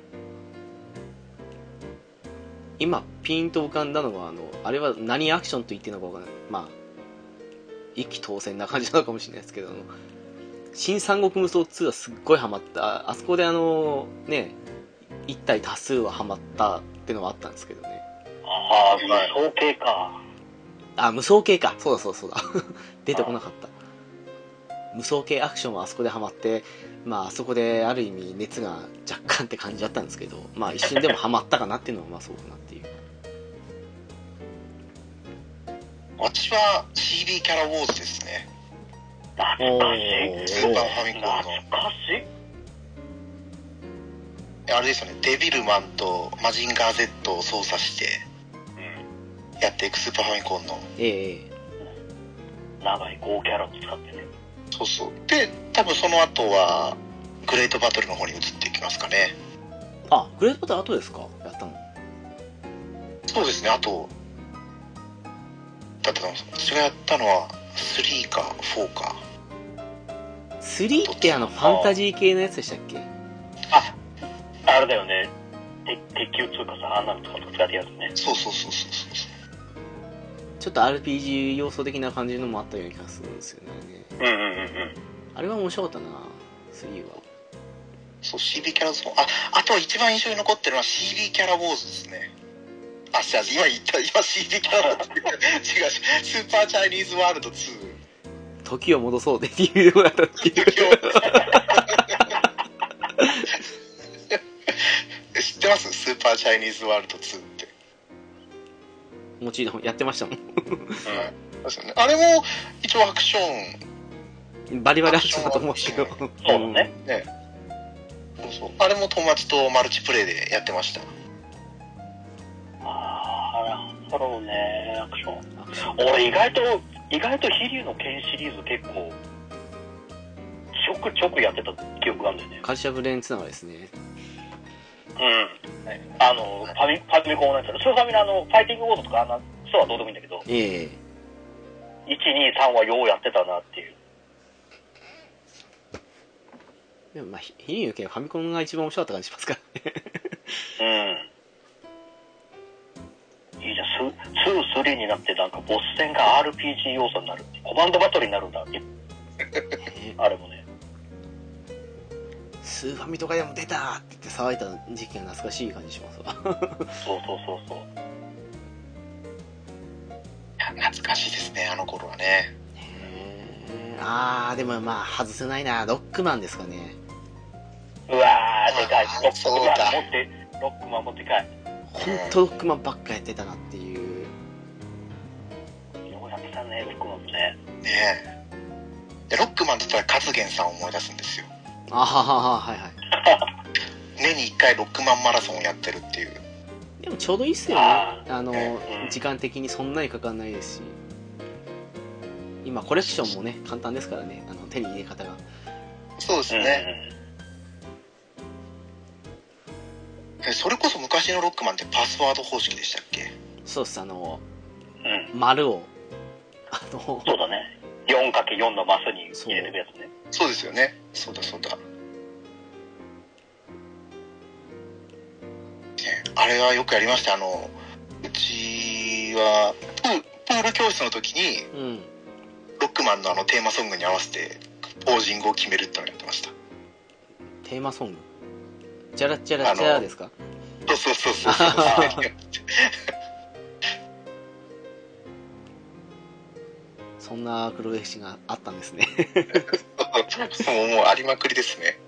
Speaker 1: 今ピンと浮かんだのがあのあれは何アクションと言っていいのか分からないまあ一気当選な感じなのかもしれないですけどあの新三国無双2はすっごいハマったああそこであのね一体多数はハマったってのはあったんですけどね
Speaker 3: うああ
Speaker 2: はい
Speaker 3: 無双系か
Speaker 1: あ無双系かそうだそうだそうだ <laughs> 出てこなかった無双系アクションはあそこでハマってまああそこである意味熱が若干って感じだったんですけどまあ一瞬でもハマったかなっていうのはまあそうかなっていう
Speaker 2: 私は CD キャラウォーズですね
Speaker 3: 懐かしい
Speaker 2: スーパーファミコン
Speaker 3: 懐
Speaker 2: の
Speaker 3: かしい
Speaker 2: あれですよねデビルマンとマジンガー Z を操作してやっていくスーパーファミコンの
Speaker 1: ええ
Speaker 3: 長い豪キャラを使ってね
Speaker 2: そうそうで多分その後はグレートバトルの方に移っていきますかね
Speaker 1: あグレートバトル後ですかやったの
Speaker 2: そうですねあとだって私がやったのは3か4か
Speaker 1: 3ってあのファンタジー系のやつでしたっけ
Speaker 3: あれだよねて鉄球通かさあんなのとか使ってやるね
Speaker 2: そうそうそうそうそうそう
Speaker 1: ちょっと RPG 要素的な感じのもあったような気がするんですよね
Speaker 3: うんうんうんうん
Speaker 1: あれは面白かったな3は
Speaker 2: そう CD キャラズもああと一番印象に残ってるのは CD キャラウォーズですねあじゃあ今言った今 CD キャラウォーズ違う違うスーパーチャイニーズワールド2
Speaker 1: 時を戻そうでっていうのがあったっていう
Speaker 2: 知ってますスーパーチャイニーズワールド2って、
Speaker 1: もちろんやってましたも
Speaker 2: そうですよねあれも一応アクション
Speaker 1: んバリバリアクションだと思うんですけど
Speaker 3: そうだね、
Speaker 2: そうそうあれも友達とマルチプレイでやってました
Speaker 3: ああなんだろうねアクション
Speaker 1: うんアクション
Speaker 3: 俺意外と意外と飛竜の剣シリーズ結構ちょくちょくやってた記憶があるんだよね
Speaker 1: カルシャブレーンつながりですね
Speaker 3: うんあのファミファミコンのやつだスーファミのあのファイティングウォードとかあんなそうはどうでもいいんだけど
Speaker 1: ええ
Speaker 3: 123はようやってたなっていう
Speaker 1: でもまあひヒリの剣ファミコンが一番面白かった感じしますからね
Speaker 3: うんいいじゃんス2、3になってなんかボス戦が RPG 要素になるってコマンドバトルになるんだ
Speaker 2: <laughs>
Speaker 3: っ
Speaker 1: ね
Speaker 3: てあれもね
Speaker 1: スーファミとかでも出たって言って騒いだ時期が懐かしい感じしますわ
Speaker 3: そうそうそうそう
Speaker 2: 懐かしいですねあの頃はね
Speaker 1: へーあーでもまあ外せないなロックマンですかね
Speaker 3: うわーでかい
Speaker 2: あー
Speaker 3: ロック
Speaker 2: そう
Speaker 3: マ
Speaker 2: だ
Speaker 3: ン持ってロックマン持ってかい
Speaker 1: 本当ロックマンばっかやってたなっていう
Speaker 3: ようやってたねロックマンもね
Speaker 2: ねえでロックマンって言ったらカズゲンさんを思い出すんですよ
Speaker 1: あははははいはい
Speaker 2: 年に1回ロックマンマラソンをやってるっていう
Speaker 1: でもちょうどいいっすよね
Speaker 3: あ
Speaker 1: あの
Speaker 3: うん
Speaker 1: 時間的にそんなにかかんないですし今コレクションもね簡単ですからねあの手に入れ方が
Speaker 2: そうですね、えそれこそ昔のロックマンってパスワード方式でしたっけ
Speaker 1: そうっすあの
Speaker 3: うんうんうん
Speaker 1: 丸をあの
Speaker 3: そうだね 4×4 のマスに入れてるやつね
Speaker 2: そうですよねそうだそうだねあれはよくやりましたあのうちはプープール教室の時に
Speaker 1: うん
Speaker 2: ロックマンのあのテーマソングに合わせてポージングを決めるってのをやってました
Speaker 1: テーマソングジャラジャラジャラですか
Speaker 2: そうそうそうそうそう
Speaker 1: そんな黒歴史があったんですね
Speaker 2: <laughs> もうもうありまくりですね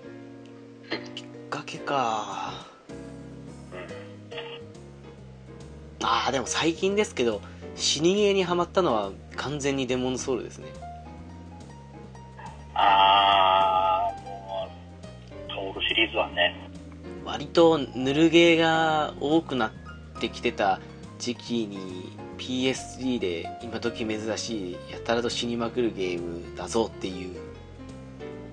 Speaker 1: 崖かあーでも最近ですけど死にゲーにはまったのは完全にデモンズソウルですね
Speaker 3: ああもうソウルシリーズはね
Speaker 1: 割とぬるゲーが多くなってきてた時期に PSD で今時珍しいやたらと死にまくるゲームだぞっていう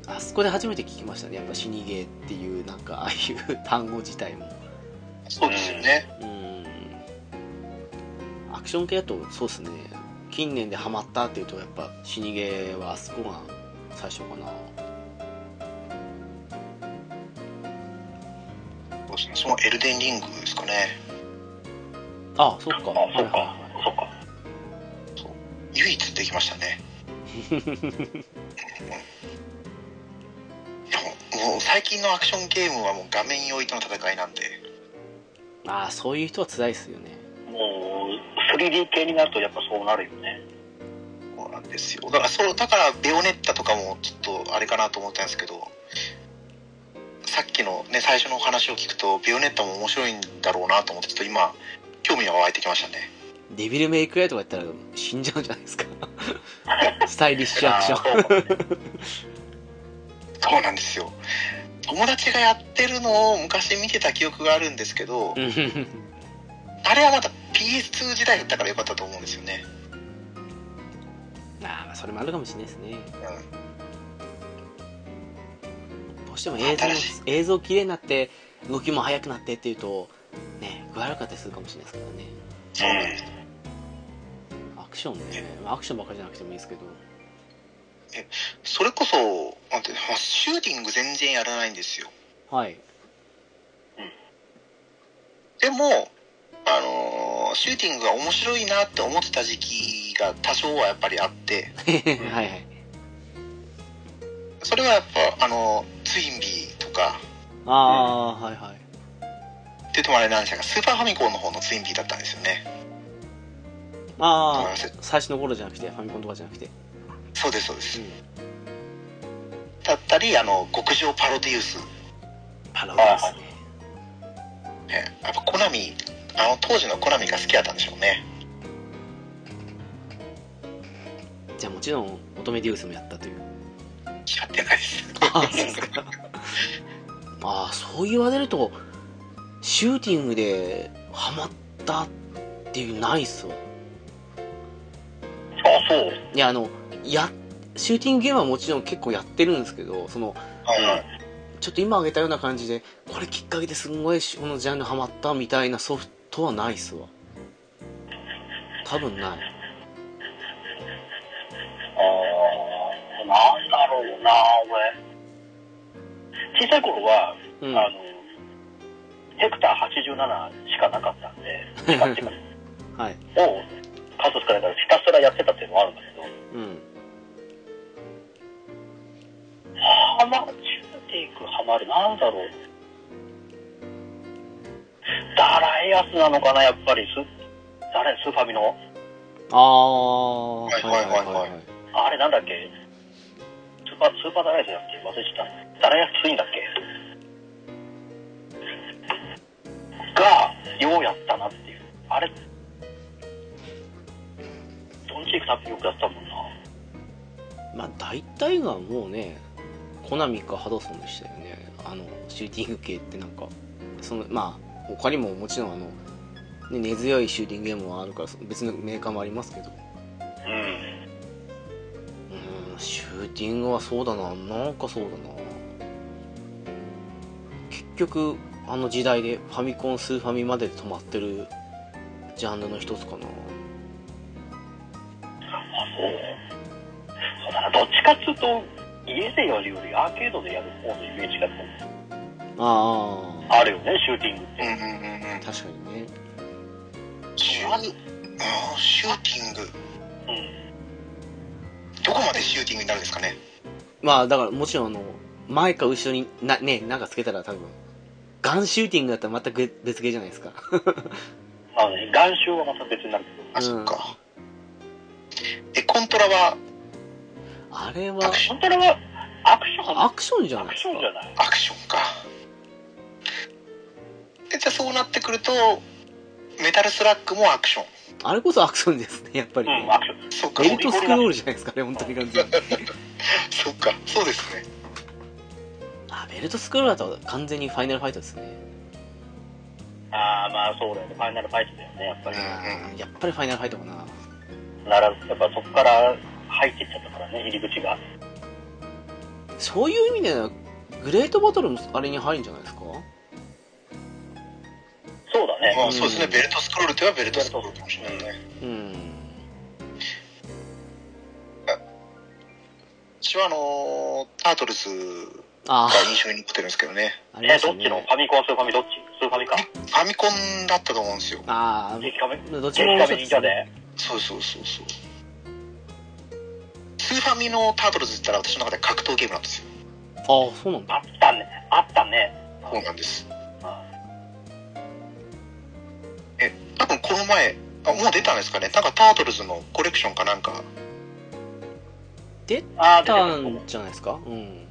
Speaker 1: あそこで初めて聞きましたねやっぱ死にゲーっていうなんかああいう単語自体も
Speaker 2: そうですよね
Speaker 1: うんアクション系だとそうですね近年でハマったっていうとやっぱ死にゲーはあそこが最初かな
Speaker 2: そうですねそのエルデンリングですかね
Speaker 1: あそっか
Speaker 3: あそっかそっか
Speaker 2: 唯一できましたねいやもうもう最近のアクションゲームはもう画面用意との戦いなんで
Speaker 1: ああそういう人は辛いですよね
Speaker 3: もう 3D 系になるとやっぱそうなるよね
Speaker 2: そうなんですよだからそうだからベオネッタとかもちょっとあれかなと思ったんですけどさっきのね最初のお話を聞くとベオネッタも面白いんだろうなと思ってちょっと今興味が湧いてきましたね
Speaker 1: デビルメイクライとかやったら死んじゃうんじゃないですかスタイリッシュアクション
Speaker 3: あーそうか
Speaker 2: そうなんですよ友達がやってるのを昔見てた記憶があるんですけど
Speaker 1: <laughs> うん
Speaker 2: あれはまだ PS2 時代だったから良かったと思うんですよね
Speaker 1: ああそれもあるかもしれないですね
Speaker 2: う
Speaker 1: どうしても映像
Speaker 2: 新し
Speaker 1: 映像綺麗になって動きも速くなってっていうとね具合悪かったりするかもしれないですからね
Speaker 2: んそうなんです
Speaker 1: アクションね、まあ、アクションばっかりじゃなくてもいいですけど
Speaker 2: それこそなんていうのまあシューティング全然やらないんですよ
Speaker 1: <laughs> はい
Speaker 2: でも、あのーシューティングが面白いなって思ってた時期が多少はやっぱりあって、
Speaker 1: はいはい
Speaker 2: それはやっぱ、あのーツインビーとか、
Speaker 1: ああー、はいはい
Speaker 2: って言ってもあれなんでしたが、スーパーファミコンの方のツインビーだったんですよね。ごめん
Speaker 1: あ
Speaker 2: な
Speaker 1: あ
Speaker 2: さい
Speaker 1: 最初の頃じゃなくてファミコンとかじゃなくて
Speaker 2: そうです、そうです
Speaker 1: うん。
Speaker 2: だったり、あの、極上パロディウス。
Speaker 1: パラオですね
Speaker 2: ね、やっぱコナミ、あの当時のコナミが好きだったんでしょうね。
Speaker 1: じゃあもちろん乙女デュースもやったという <laughs>
Speaker 2: やってないです。
Speaker 1: ああそうですかああそう言われるとシューティングでハマったっていうないっすわ
Speaker 3: あそう
Speaker 1: いやあのやシューティングゲームはもちろん結構やってるんですけどその
Speaker 2: はいはい。
Speaker 1: ちょっと今挙げたような感じでこれきっかけですんごいこのジャンルハマったみたいなソフトはないっすわ多分ない
Speaker 3: な俺小さい頃は、
Speaker 1: うん
Speaker 3: あのヘクター87しかなかったん <laughs> でしかっていうか
Speaker 1: はい。
Speaker 3: を数少ないからひたすらやってたっていうのもあるんだけど
Speaker 1: うん。
Speaker 3: ハマチューティングハマるなんだろうダライアスなのかなやっぱりスダライスーファミの
Speaker 1: ああ、はい
Speaker 2: はいはいはい
Speaker 1: い。
Speaker 3: あれなんだっけスーパースーパーダライアスだっけ忘れちゃったダライアス2だっけがようやったなっていうあれドンチークタピオカだったもんな
Speaker 1: まあ大体がもうね、コナミかハドソンでしたよね。あの、シューティング系ってなんか、その、まあ、他にももちろんあの、ね根強いシューティングゲームはあるから、別のメーカーもありますけど、
Speaker 3: うん
Speaker 1: うん、シューティングはそうだな、なんかそうだな。結局、あの時代でファミコン、スーファミまでで止まってるジャンルの一つかな。
Speaker 3: あそうそうだなどっちかっつうと家でやるよりアーケードでやる方のイメージが
Speaker 1: ああ。
Speaker 3: あるよねシューティングって
Speaker 2: うんうんうんうん
Speaker 1: 確かにね
Speaker 2: シュあーシューティング
Speaker 3: うん
Speaker 2: どこまでシューティングになるんですかね
Speaker 1: まあだからもちろんあの前か後ろになねなんかつけたら多分ガンシューティングだったら全く別ゲーじゃないですか
Speaker 3: まあね眼臭はまた別になるけど
Speaker 2: あ、
Speaker 1: うん
Speaker 2: そっかえコントラは
Speaker 1: あれ
Speaker 2: ア
Speaker 1: は
Speaker 2: クション
Speaker 3: 本当はアクション
Speaker 1: アクションじゃ
Speaker 3: ア
Speaker 1: ないで
Speaker 3: クシ
Speaker 1: す
Speaker 3: ョンじゃ
Speaker 1: か
Speaker 3: ない
Speaker 2: アクションかでじゃあそうなってくるとメタルスラックもアクション
Speaker 1: あれこそアクションですねやっぱり
Speaker 3: う
Speaker 1: ね
Speaker 3: んアクション
Speaker 2: そうか
Speaker 1: ベルトスクロールじゃないですかね本当に完全に
Speaker 2: そうかそうですね
Speaker 1: あベルトスクロールだと完全にファイナルファイトですね
Speaker 3: ああまあそうだよねファイナルファイトだよねやっぱり
Speaker 1: あーやっぱりファイナルファイトかな
Speaker 3: ならやっぱそこから入っていっちゃったからね入り口が
Speaker 1: そういう意味ではグレートバトルもあれに入るんじゃないですか
Speaker 3: そうだね
Speaker 2: まあそうですね、
Speaker 1: うん
Speaker 2: ベルトスクロールといえばベルトスクロールかもしれないね
Speaker 1: うん
Speaker 2: 私はあのータートルズ
Speaker 1: あ
Speaker 2: が
Speaker 1: ー
Speaker 2: 印象に残ってるんですけどね
Speaker 1: あり
Speaker 3: え
Speaker 1: まし
Speaker 3: ど
Speaker 1: た
Speaker 3: っちの
Speaker 1: ね
Speaker 3: ファミコンスーファミどっちスーファミか
Speaker 2: ファミコンだったと思うんですよ
Speaker 1: あ
Speaker 3: 激カメ
Speaker 1: あどっち
Speaker 3: 激
Speaker 1: も
Speaker 3: カメ忍者で
Speaker 2: そうそうそうそうスーファミのタートルズって言ったら私の中で格闘ゲームなんですよ
Speaker 1: ああそうなんだ
Speaker 3: あったねあったね
Speaker 2: そうなんです
Speaker 3: うん
Speaker 2: え多分この前あもう出たんですかねなんかタートルズのコレクションかなんか
Speaker 3: ああ
Speaker 1: 出
Speaker 3: 出てく
Speaker 1: た
Speaker 3: る
Speaker 1: んじゃないですかうん
Speaker 2: ね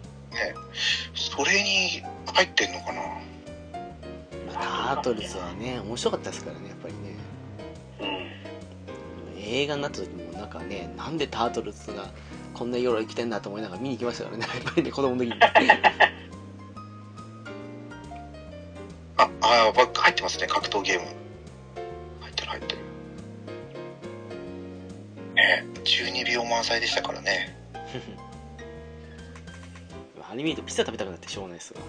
Speaker 2: それに入ってんのかな
Speaker 1: まあタートルズはね面白かったですからねやっぱりね
Speaker 3: うん
Speaker 1: 映画になった時もなんかねなんでタートルズがこんな夜生きてんだと思いながら見に行きましたからね <laughs> やっぱりね子供の時に
Speaker 2: ああバック入ってますね格闘ゲーム入ってる入ってるね12秒満載でしたからね
Speaker 1: あれ見るとピザ食べたくなってしょうがないですが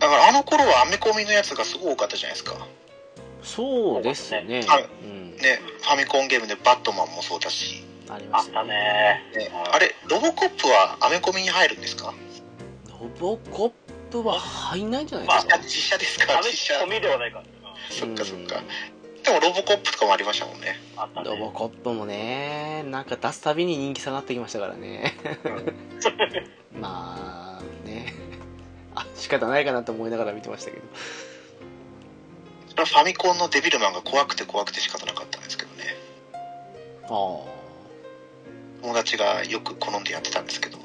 Speaker 2: だからあの頃はアメコミのやつがすごい多かったじゃないですか
Speaker 1: そうですね
Speaker 2: はい
Speaker 1: うん
Speaker 2: ねファミコンゲームでバットマンもそうだし、
Speaker 1: ありま
Speaker 3: あ
Speaker 1: し
Speaker 3: ったた
Speaker 1: ね
Speaker 3: ね
Speaker 2: ね、あれロボコップはアメコミに入るんですか
Speaker 1: ロボコップは入んないんじゃない
Speaker 2: ま
Speaker 1: で
Speaker 2: あ
Speaker 1: すか
Speaker 2: 実写ですか
Speaker 3: アメ
Speaker 2: 実写
Speaker 3: コミではないか
Speaker 2: そっかそっかでもロボコップとかもありましたもんね
Speaker 3: あった
Speaker 1: うんロボ
Speaker 3: ね
Speaker 1: コップもねなんか出すたびに人気下がってきましたからねまあねあ仕方ないかなと思いながら見てましたけど
Speaker 2: それはファミコンのデビルマンが怖くて怖くて仕方なかったんですけどね
Speaker 1: あ
Speaker 2: 友達がよく好んでやってたんですけど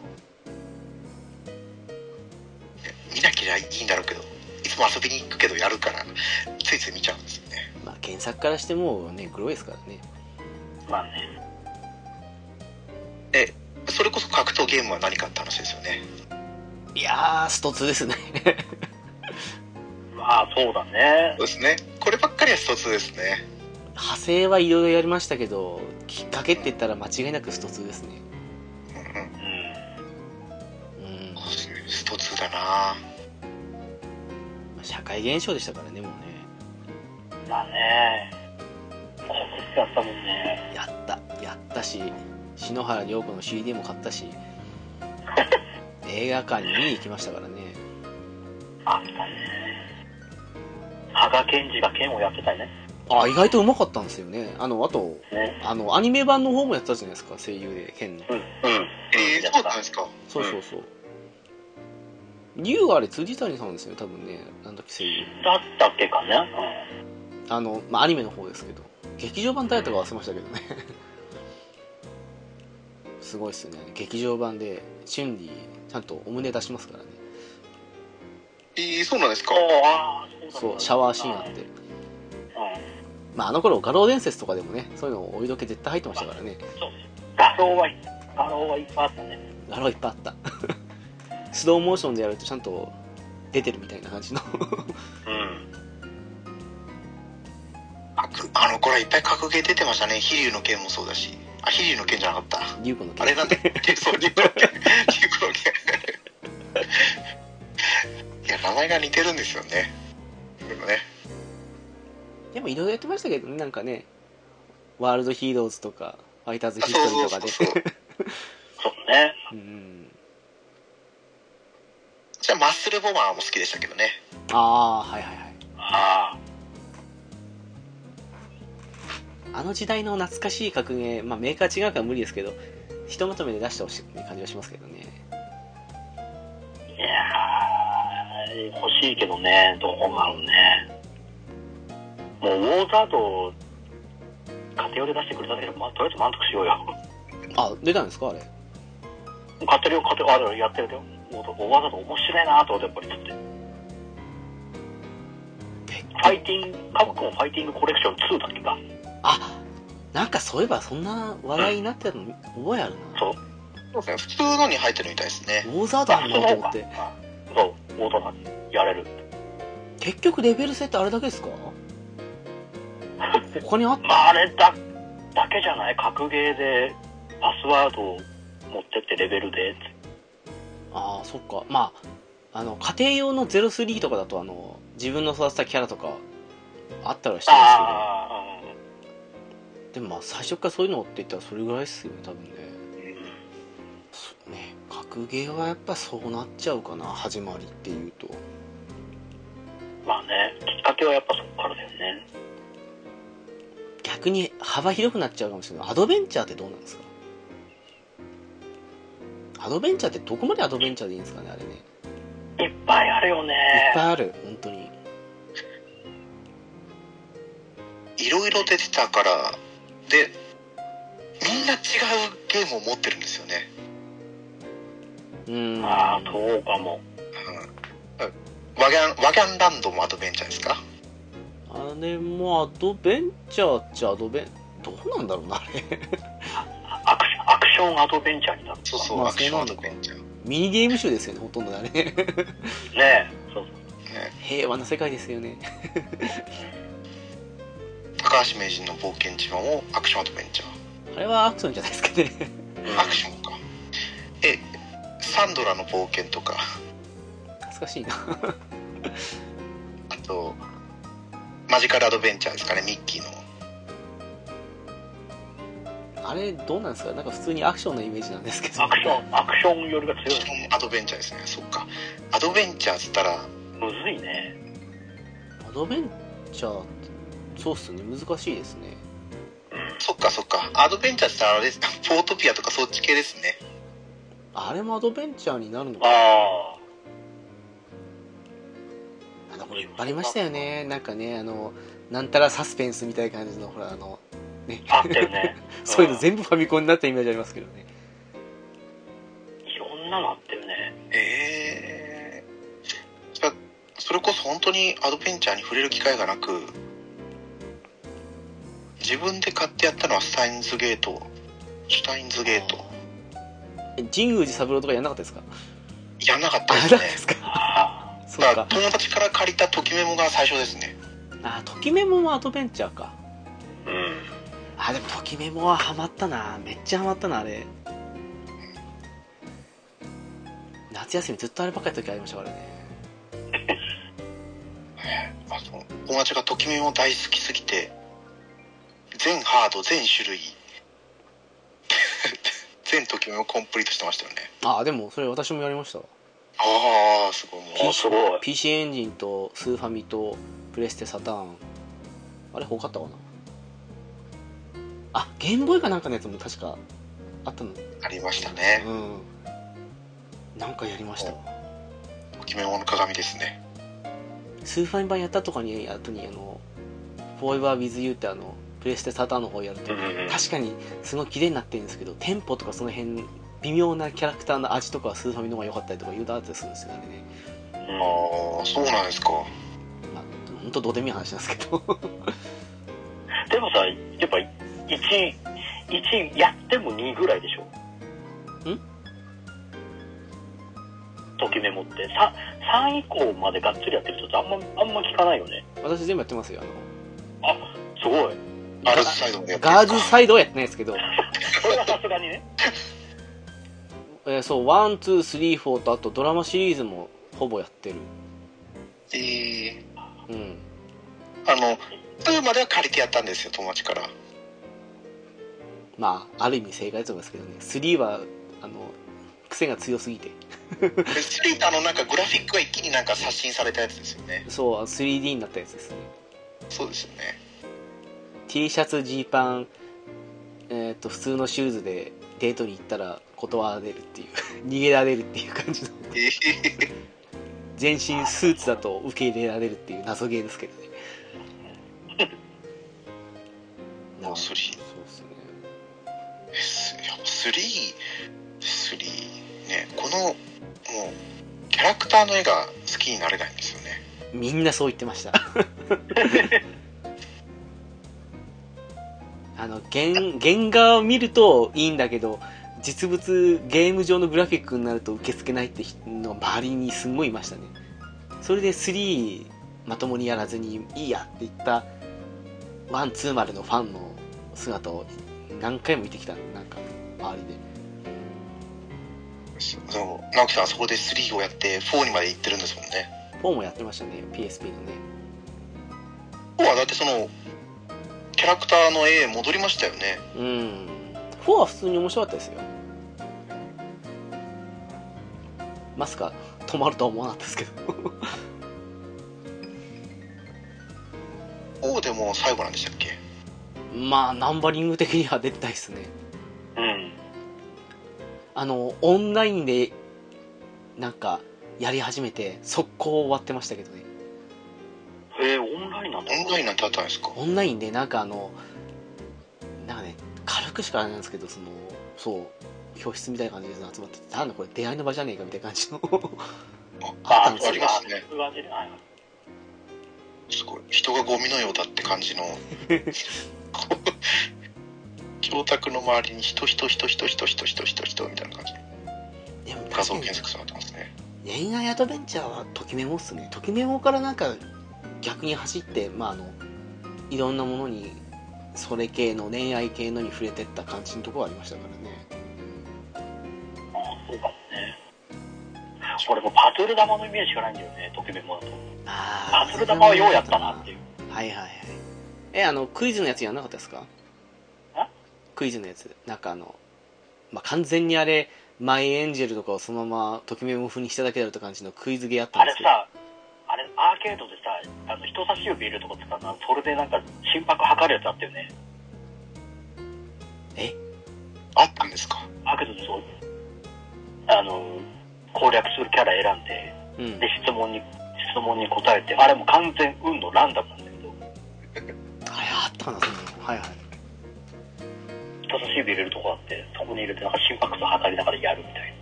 Speaker 2: 見なきゃいいんだろうけどいつも遊びに行くけどやるからついつい見ちゃうんですよね
Speaker 1: あまあ原作からしてもうねグロいですからね
Speaker 3: まあね
Speaker 2: でそれこそ格闘ゲームは何かって話ですよね
Speaker 1: いやースト2ですね <laughs>
Speaker 3: まあそうだね
Speaker 2: そうですねこればっかりは一つですね
Speaker 1: 派生はいろいろやりましたけどきっかけって言ったら間違いなくスト2ですね
Speaker 2: うんうん
Speaker 3: うん
Speaker 1: うん
Speaker 2: そうですね一つだな
Speaker 1: まあ社会現象でしたからねもう
Speaker 3: まあねコミックやったもんね
Speaker 1: ねやったやったし篠原涼子の CD も買ったし映画館に見に行きましたからね
Speaker 3: あったね。羽賀健二が剣をやってたよね。
Speaker 1: あ意外とうまかったんですよねあのあと
Speaker 3: ね。
Speaker 1: あのアニメ版の方もやってたじゃないですか声優で剣の
Speaker 3: うん。うん。
Speaker 2: えー、そうなんですか
Speaker 1: そうそうそう、ニューあれ辻谷さんですよね多分ねなんだっけ声優
Speaker 3: だったっけかね。
Speaker 1: あの、まあ、アニメの方ですけど劇場版誰とか忘れましたけどね <laughs> すごいっすよね劇場版でチュンリーちゃんとお胸出しますからね
Speaker 2: えー、そうなんですか
Speaker 3: うん。おーあーそう
Speaker 1: そ
Speaker 3: だ
Speaker 1: うシャワーシーンあって
Speaker 3: う
Speaker 1: まああの頃画廊伝説とかでもねそういうのお色気絶対入ってましたからね <laughs>
Speaker 3: ん。そう。画像はい、画像はいっぱいあったね。
Speaker 1: 画廊いっぱいあった <laughs> スローモーションでやるとちゃんと出てるみたいな感じの <laughs>
Speaker 3: うん。
Speaker 2: あくあのこれいっぱい格ゲー出てましたね飛竜の剣もそうだしあ飛竜の剣じゃなかった
Speaker 1: 竜子の剣
Speaker 2: あれなんだっけそう竜子の剣竜子の剣いや名前が似てるんですよねでもね
Speaker 1: <laughs> でもいろいろやってましたけどねなんかねワールドヒーローズとかファイターズ
Speaker 2: あ
Speaker 1: ヒス
Speaker 2: そう
Speaker 1: トリ
Speaker 2: そ
Speaker 1: ー
Speaker 2: う
Speaker 1: とか
Speaker 2: そ
Speaker 1: で
Speaker 2: うそう
Speaker 3: そうね。
Speaker 1: うん
Speaker 2: じゃあマッスルボマーも好きでしたけどね
Speaker 1: ああはいはいはい
Speaker 3: あ
Speaker 1: あの時代の懐かしい格ゲー、まあ、メーカー違うから無理ですけどひとまとめで出してほしいって感じがしますけどね
Speaker 3: あ。いやー、欲しいけどね。どうなのね。もう、ウォーザード、家庭用で出してくれたんだけど、まあ、とりあえず満足しようよ。
Speaker 1: あ出たんですかあれ
Speaker 3: 買ってるよ、買ってるよ、あれやってるよ。もう、わざと面白いなと思って、やっぱりだって。ファイティング、カプコンファイティングコレクション2だっけか。
Speaker 1: あなんかそういえばそんな話題になってたの覚えあるな
Speaker 3: そう。
Speaker 2: そうですね普通のに入ってるみたいですね
Speaker 1: ウォーザードあんなと思って
Speaker 3: あそう、モードがやれる。
Speaker 1: 結局レベル制ってあれだけですか他にあっ
Speaker 3: まあ、あれだ、だけじゃない格ゲーで、パスワードを持ってってレベルで、
Speaker 1: ああそっかまああの家庭用の03とかだとあの自分の育てたキャラとかあったらしてるんですけど
Speaker 3: ああ、
Speaker 1: でもまあ最初からそういうのって言ったらそれぐらいっすよね多分ねそうね格ゲーはやっぱそうなっちゃうかな始まりっていうと
Speaker 3: まあね、きっかけはやっぱそこからだよね。
Speaker 1: 逆に幅広くなっちゃうかもしれないアドベンチャーってどうなんですかアドベンチャーってどこまでアドベンチャーでいいんですかねあれねいっ
Speaker 3: いっぱいあるよね。
Speaker 1: ぱいある本当に
Speaker 2: いろいろ出てたからでみんな違うゲームを持ってるんですよね
Speaker 1: うん
Speaker 3: ああ、そうかも。
Speaker 2: うんワギャンワギャンランドもアドベンチャーですか
Speaker 1: あれもアドベンチャーっちゃアドベンどうなんだろうなあれ
Speaker 3: アクションアクションアドベンチャーになる
Speaker 2: そうそう、
Speaker 1: まあ
Speaker 2: アクションアド
Speaker 1: そうな
Speaker 2: ベ
Speaker 1: の
Speaker 2: ンチャー、
Speaker 1: ミニゲーム集ですよねほとんどねあれ <laughs> ね
Speaker 3: ねそう
Speaker 2: ね、
Speaker 1: 平和な世界ですよね
Speaker 2: 高橋名人の冒険島もアクションアドベンチャー
Speaker 1: あれはアクションじゃないですかね <laughs>
Speaker 2: アクションかえサンドラの冒険とか
Speaker 1: 懐かしいな
Speaker 2: あとマジカルアドベンチャーですかねミッキーの
Speaker 1: あれどうなんですかなんか普通にアクションのイメージなんですけど
Speaker 3: アクションアクションよりが強
Speaker 2: アクションアドベンチャーですねそっかアドベンチャーっつったら
Speaker 3: いむずい
Speaker 1: <laughs>
Speaker 3: ね
Speaker 1: アドベンチャーそうっすね難しいですね
Speaker 2: そっかそっかアドベンチャーっつったらあれですかポートピアとかそっち系ですね
Speaker 1: あれもアドベンチャーになるのか
Speaker 3: あ
Speaker 1: なんかこれいっぱいありましたよねなんかねあのなんたらサスペンスみたいな感じのほらあのね
Speaker 3: ああったよね
Speaker 1: そういうの全部ファミコンになったイメージありますけどね
Speaker 3: いろんなのあったよね
Speaker 2: ええじゃあそれこそ本当にアドベンチャーに触れる機会がなく自分で買ってやったのはスタインズゲートシュタインズゲート
Speaker 1: え神宮寺三郎とかやんなかったですか
Speaker 2: やんなかった
Speaker 1: あ
Speaker 2: で
Speaker 1: やんなかった
Speaker 2: すね
Speaker 1: ですか
Speaker 3: あ
Speaker 1: <laughs> そ
Speaker 2: だ
Speaker 1: う
Speaker 2: から
Speaker 1: か
Speaker 2: 友達から借りたときメモが最初ですね
Speaker 1: あときメモもアドベンチャーか
Speaker 3: あうん
Speaker 1: あでもときメモはハマったなめっちゃハマったなあれ夏休みずっとあればっかりの時ありましたからね
Speaker 2: あの友達がときメモ大好き <laughs> すぎて全ハード全種類生の時もコンプリートしてましたよね
Speaker 1: ああでもそれ私もやりました
Speaker 2: ああすごいもう
Speaker 3: あすごい
Speaker 1: PC エンジンとスーファミとプレステサターンあれ他あったかなあゲームボーイかなんかのやつも確かあったの
Speaker 2: ありましたね
Speaker 1: うんなんかやりましたわ
Speaker 2: 「決め物の鏡」ですね
Speaker 1: スーファミ版やったとかに後にあの「フォーエバー・ウィズ・ユー」ってあのプレステサターンの方やると
Speaker 3: うんうんうん
Speaker 1: 確かにすごい綺麗になってるんですけどテンポとかその辺微妙なキャラクターの味とかはスーファミの方が良かったりとかいうだったりするんですよねあれね
Speaker 2: ああそうなんですか
Speaker 1: まあ本当どうでもいい話なんですけど <laughs>
Speaker 3: でもさやっぱ1一やっても2ぐらいでしょ
Speaker 1: ん
Speaker 3: ときメモってさ3以降までがっつりやってる人ってあんまあんま聞かないよね
Speaker 1: 私全部やってますよあの
Speaker 3: あすごい
Speaker 2: ガージュサイドもやってる
Speaker 1: ガージュサイドはやってないですけど、
Speaker 3: それはさすがに
Speaker 1: <laughs>
Speaker 3: ね
Speaker 1: えーそうワンツースリーフォーとあとドラマシリーズもほぼやってる
Speaker 2: ええ
Speaker 1: うん
Speaker 2: あの2までは借りてやったんですよ友達から
Speaker 1: まあある意味正解だと思いますけどね3はあの癖が強すぎて
Speaker 2: で3ってあのなんかグラフィックが一気になんか刷新されたやつですよね
Speaker 1: そう 3D になったやつですね
Speaker 2: そうですよね
Speaker 1: T シャツジーパンえっ、と普通のシューズでデートに行ったら断られるっていう <laughs> 逃げられるっていう感じの
Speaker 2: ええ
Speaker 1: 全身スーツだと受け入れられるっていう謎ゲーですけどねなん
Speaker 2: ス
Speaker 1: そう
Speaker 2: リー
Speaker 1: ですね
Speaker 2: すやっぱ3 3ねこのもうキャラクターの絵が好きになれないんですよね
Speaker 1: みんなそう言ってましたあの原原画を見るといいんだけど実物ゲーム上のグラフィックになると受け付けないって人の周りにすごいいましたねそれで3まともにやらずにいいやって言ったワンツーまでのファンの姿を何回も見てきたなんか周りで
Speaker 2: そう直樹さんはそこで3をやって4にまで行ってるんですもんね
Speaker 1: 4もやってましたね PSP のね
Speaker 2: 4はだってそのキャラクターの絵戻りましたよね
Speaker 1: うん4は普通に面白かったですよまさか止まるとは思わなかったですけど
Speaker 2: 4でもう最後なんでしたっけ
Speaker 1: <laughs> まあナンバリング的には出てたいですね
Speaker 3: うん
Speaker 1: あのオンラインでなんかやり始めて速攻終わってましたけどね
Speaker 3: えー、オンラインなんだ
Speaker 2: オンラインなんてあったんですか
Speaker 1: オンラインでなんかあのなんかね軽くしかあれなんですけどそのそう教室みたいな感じで集まっててなんだこれ出会いの場じゃねえかみたいな感 <laughs> じのあったんです
Speaker 2: あ
Speaker 1: よ
Speaker 2: りますね
Speaker 3: 通話ではい
Speaker 2: すごい人がゴミのようだって感
Speaker 1: <laughs>
Speaker 2: じの教卓の周りに人人人人人人人人人みたいな感じの
Speaker 1: でも
Speaker 2: 画
Speaker 1: 確
Speaker 2: 像
Speaker 1: かに
Speaker 2: 検索されてますね
Speaker 1: 恋愛アドベンチャーはときメモっすねときメモからなんか逆に走ってまああのいろんなものにそれ系の恋愛系のに触れてった感じのところありましたからね
Speaker 3: あそうかもね俺もうパズル玉のイメージしかないんだよねときメモだと
Speaker 1: あ
Speaker 3: パズル玉はようやったなっていう
Speaker 1: はいはいはいえあのクイズのやつやんなかったですか
Speaker 3: あ
Speaker 1: クイズのやつなんかあの、まあ、完全にあれマイエンジェルとかをそのままときメモ風にしただけだろうって感じのクイズゲーあった
Speaker 3: あ
Speaker 1: んで
Speaker 3: れ
Speaker 1: すけど
Speaker 3: さ、あれ、アーケードでさ、あの人差し指いるとこ使うな、それでなんか心拍測るやつあったよね。
Speaker 1: え
Speaker 2: あったんですか
Speaker 3: アーケードでそう、あの、攻略するキャラ選んで、
Speaker 1: うん
Speaker 3: で、質問に、質問に答えて、あれもう完全運のランダムなんだけど、
Speaker 1: あれあったかなそんなのはいはい
Speaker 3: 人差し指入れるとこあって、そこに入れてなんか心拍数測りながらやるみたい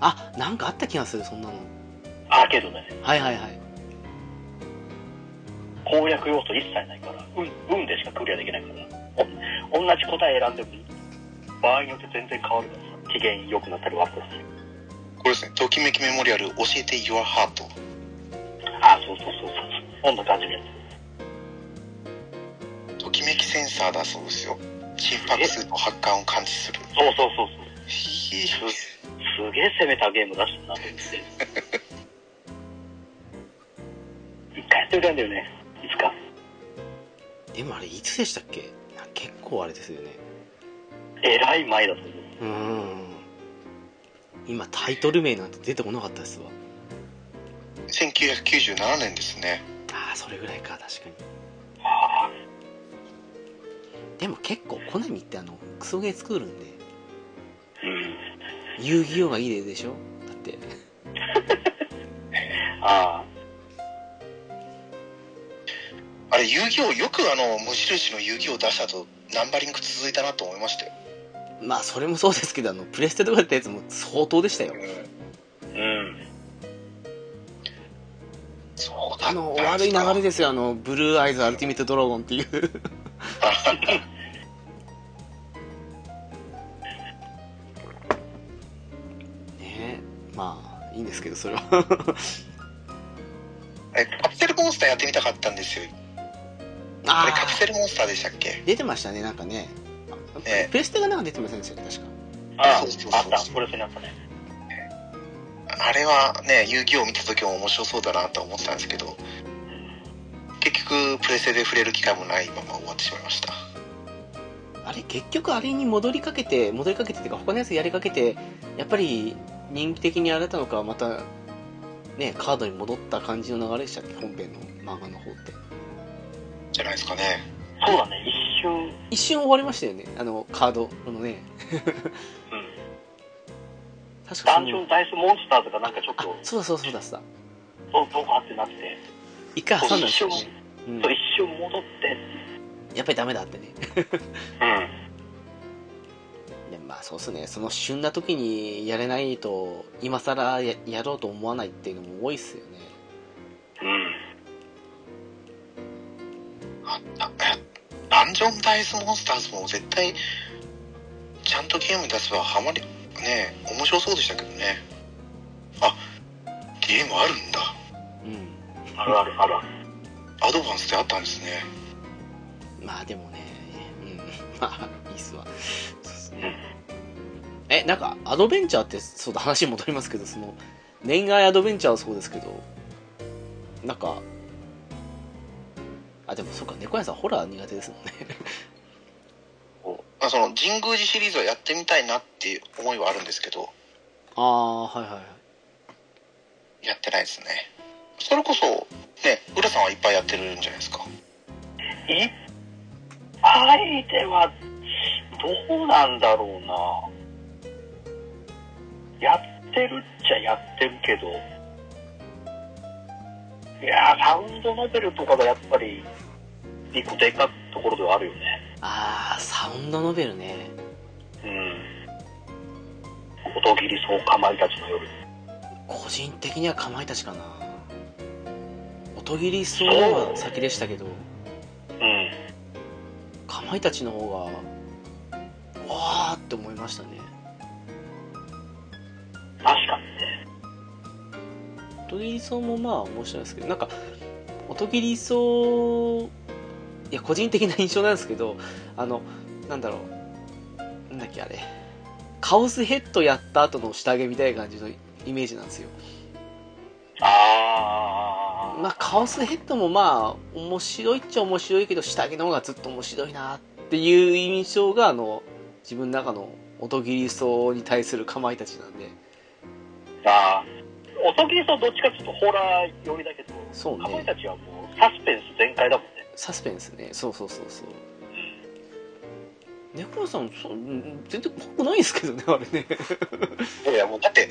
Speaker 1: あなんかあった気がするそんなの
Speaker 3: な。アーケードだよね。
Speaker 1: はいはいはい
Speaker 3: 攻略要素一切ないから、運、運でしかクリアできないから、お同じ答え選んでも、場合によって全然変わるからさ、機嫌良くなったり悪くなったり。
Speaker 2: これですね「ときめきメモリアル教えて Your Heart
Speaker 3: あ、そうそうそうそう。そんな感じのやつ。」
Speaker 2: ときめきセンサーだそうですよ心拍数と発汗を感知する
Speaker 3: そうそうそうそう。
Speaker 2: ひひ
Speaker 3: すすげえ攻めたゲーム出してん <laughs> なと思って。一回やってみたいんだよね。いつか。
Speaker 1: でもあれいつでしたっけな結構あれですよね
Speaker 3: えらい前だと思う。
Speaker 1: うーん今タイトル名なんて出てこなかったですわ
Speaker 2: 1997年ですね
Speaker 1: ああそれぐらいか確かに
Speaker 3: ああ
Speaker 1: でも結構コナミってあのクソゲー作るんで
Speaker 3: うん
Speaker 1: 遊戯王がいい例でしょだって
Speaker 3: あ
Speaker 2: あれ遊戯王よくあの無印の遊戯王出したとナンバリング続いたなと思いましたよ、
Speaker 1: <laughs> まあそれもそうですけどあのプレステとかってやつも相当でしたよ
Speaker 3: あうん
Speaker 2: そうだ
Speaker 1: あの悪い流れですよあのブルーアイズアルティメットドラゴンっていう <laughs> ねえまあいいんですけどそれは
Speaker 2: えカプセルモンスターやってみたかったんですよあれカ
Speaker 1: あ
Speaker 2: プセルモンスターでしたっけ
Speaker 1: ー出てましたねなんかねあ
Speaker 2: ね
Speaker 1: プレステがなんか出てませんでしたっけ確か
Speaker 3: あ
Speaker 2: そ
Speaker 3: あ
Speaker 2: うそうそう
Speaker 3: あったプロレスになったね
Speaker 2: あれはね遊戯王見た時も面白そうだなと思ってたんですけど結局プレステで触れる機会もないまま終わってしまいました
Speaker 1: あれ結局あれに戻りかけて戻りかけてっていうか他のやつやりかけてやっぱり人気的にあれたのかまたねカードに戻った感じの流れでしたっけ本編の漫画の方って
Speaker 2: じゃないですかね
Speaker 3: そうだね一瞬
Speaker 1: 一瞬終わりましたよねあのカードのね
Speaker 3: うん
Speaker 1: 確か
Speaker 3: ダン
Speaker 1: そ
Speaker 3: ジ
Speaker 1: の
Speaker 3: ョンダイスモンスターズがなんかちょっ
Speaker 1: あ
Speaker 3: と
Speaker 1: そうだそうだそうだそうだ
Speaker 3: そうどうかってなって
Speaker 1: 一回挟んだんですよ、
Speaker 3: そう
Speaker 1: ねうん
Speaker 3: そう一瞬戻って
Speaker 1: やっぱりダメだってね <laughs>
Speaker 3: うん
Speaker 1: でまあそうっすねその旬な時にやれないと今更ややろうと思わないっていうのも多いっすよね
Speaker 3: うん
Speaker 2: ああダンジョンダイスモンスターズも絶対ちゃんとゲーム出せばハマりね面白そうでしたけどねあゲームあるんだ
Speaker 1: うん
Speaker 3: あるあるあるある
Speaker 2: アドバンスであったんですね
Speaker 1: まあでもね、うん、 <laughs> まあいいっすわ。そうっすね。え、なんか、アドベンチャーって、そうだ、話に戻りますけど、その、恋愛アドベンチャーはそうですけど、なんか、あ、でもそうか、猫屋さん、ホラー苦手ですもんね。
Speaker 2: まあその神宮寺シリーズはやってみたいなっていう思いはあるんですけど
Speaker 1: ああ、はいはいはい。
Speaker 2: やってないですねそれこそね浦さんはいっぱいやってるんじゃないですか
Speaker 3: いっぱいではどうなんだろうなやってるっちゃやってるけどいやーサウンドノベルとかがやっぱり一個でかいところではあるよね
Speaker 1: ああ、サウンドノベルね。
Speaker 3: うん音切りそうかまいたちの夜
Speaker 1: 個人的にはかまいたちかな。音切りそうは先でしたけど、
Speaker 3: うん
Speaker 1: かまいたちの方が、わーって思いましたね。
Speaker 3: 確かにね
Speaker 1: 音切りそうもまあ面白いですけどなんか音切りそういや個人的な印象なんですけどあのなんだろうなんだっけあれカオスヘッドやった後の下着みたいな感じのイメージなんですよ
Speaker 3: ああ
Speaker 1: まあカオスヘッドもまあ面白いっちゃ面白いけど下着の方がずっと面白いなっていう印象があの自分の中の音切りそうに対するかまいたちなんで
Speaker 3: ああ音切りそうどっちかっていうとホラー寄りだけど
Speaker 1: そう
Speaker 3: かまい
Speaker 1: ね
Speaker 3: たちはもうサスペンス全開だもんね
Speaker 1: サスペンスねそうそうそうそう猫屋さんそううん全然怖くないですけどねあれね
Speaker 2: いやいやもうだって